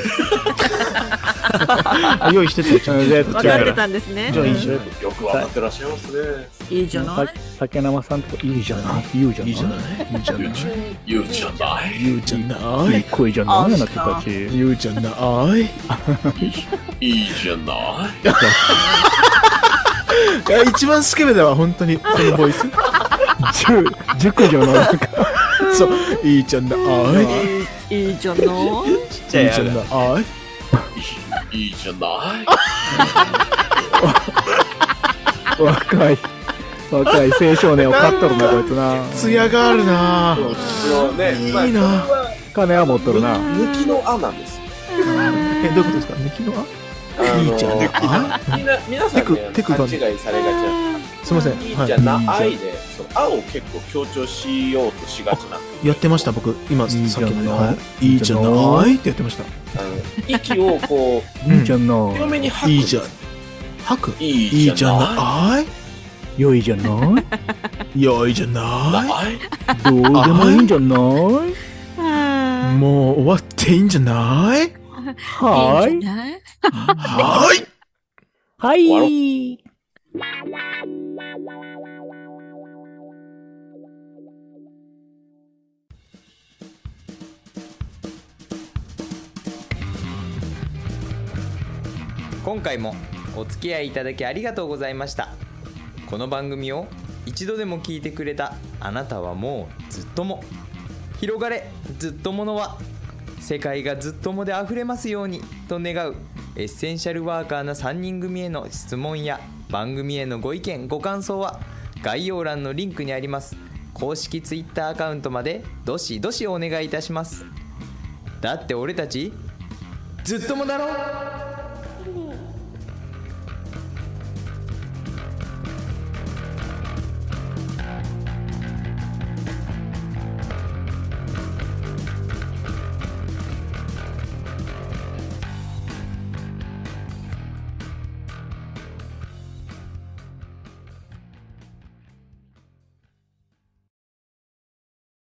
用意してたよ、ちゃんと。絶分対かってたんですねじ。ゃあいいじゃん。よくわかってらっしゃいますね。いいじゃない。竹生さんとか、いいじゃない。いいじゃない。いいじゃない。いいじゃない。ゆうちゃんだい。言うじゃないいい。声じゃないあなたたち。言うじゃない。いいじゃない。いや一番スケベだわ、本当に。このボイ ス。 10熟女のなんかそう、いいちゃんだ、あい。いいじゃないちっちゃいいいちゃんだ、あい。いいじゃない。若い、若い青少年を買っとるな、こいつな。艶があるなぁ。そうね、まあ、いこれいなは金は持っとるな。抜きの「あ」なんですよ。え、どういうことですか抜きのああのいいちゃんだ、あみんな皆さんねテクテク勘が違いされがちなんでい。すいません。す。いはいじゃないで、その「あ」を結構強調しようとしがちなんでやってました、僕。今、いいじさゃっなきいまで。はいいいじゃないってやってました。あの息をこうんいいじゃうな。強めに吐く。いいじゃん。吐く。いいいいじじゃゃなない。良いじゃない。い。よいじゃないどうでもいいんじゃない。い。もう終わっていいんじゃないはーいいんいじ。ゃないはい。は終わろい。今回もお付き合いいただきありがとうございましたこの番組を一度でも聞いてくれたあなたはもうずっとも広がれずっとものは世界がずっともであふれますようにと願うエッセンシャルワーカーな3人組への質問や番組へのご意見ご感想は概要欄のリンクにあります公式 Twitter アカウントまでどしどしお願いいたしますだって俺たちずっともだろ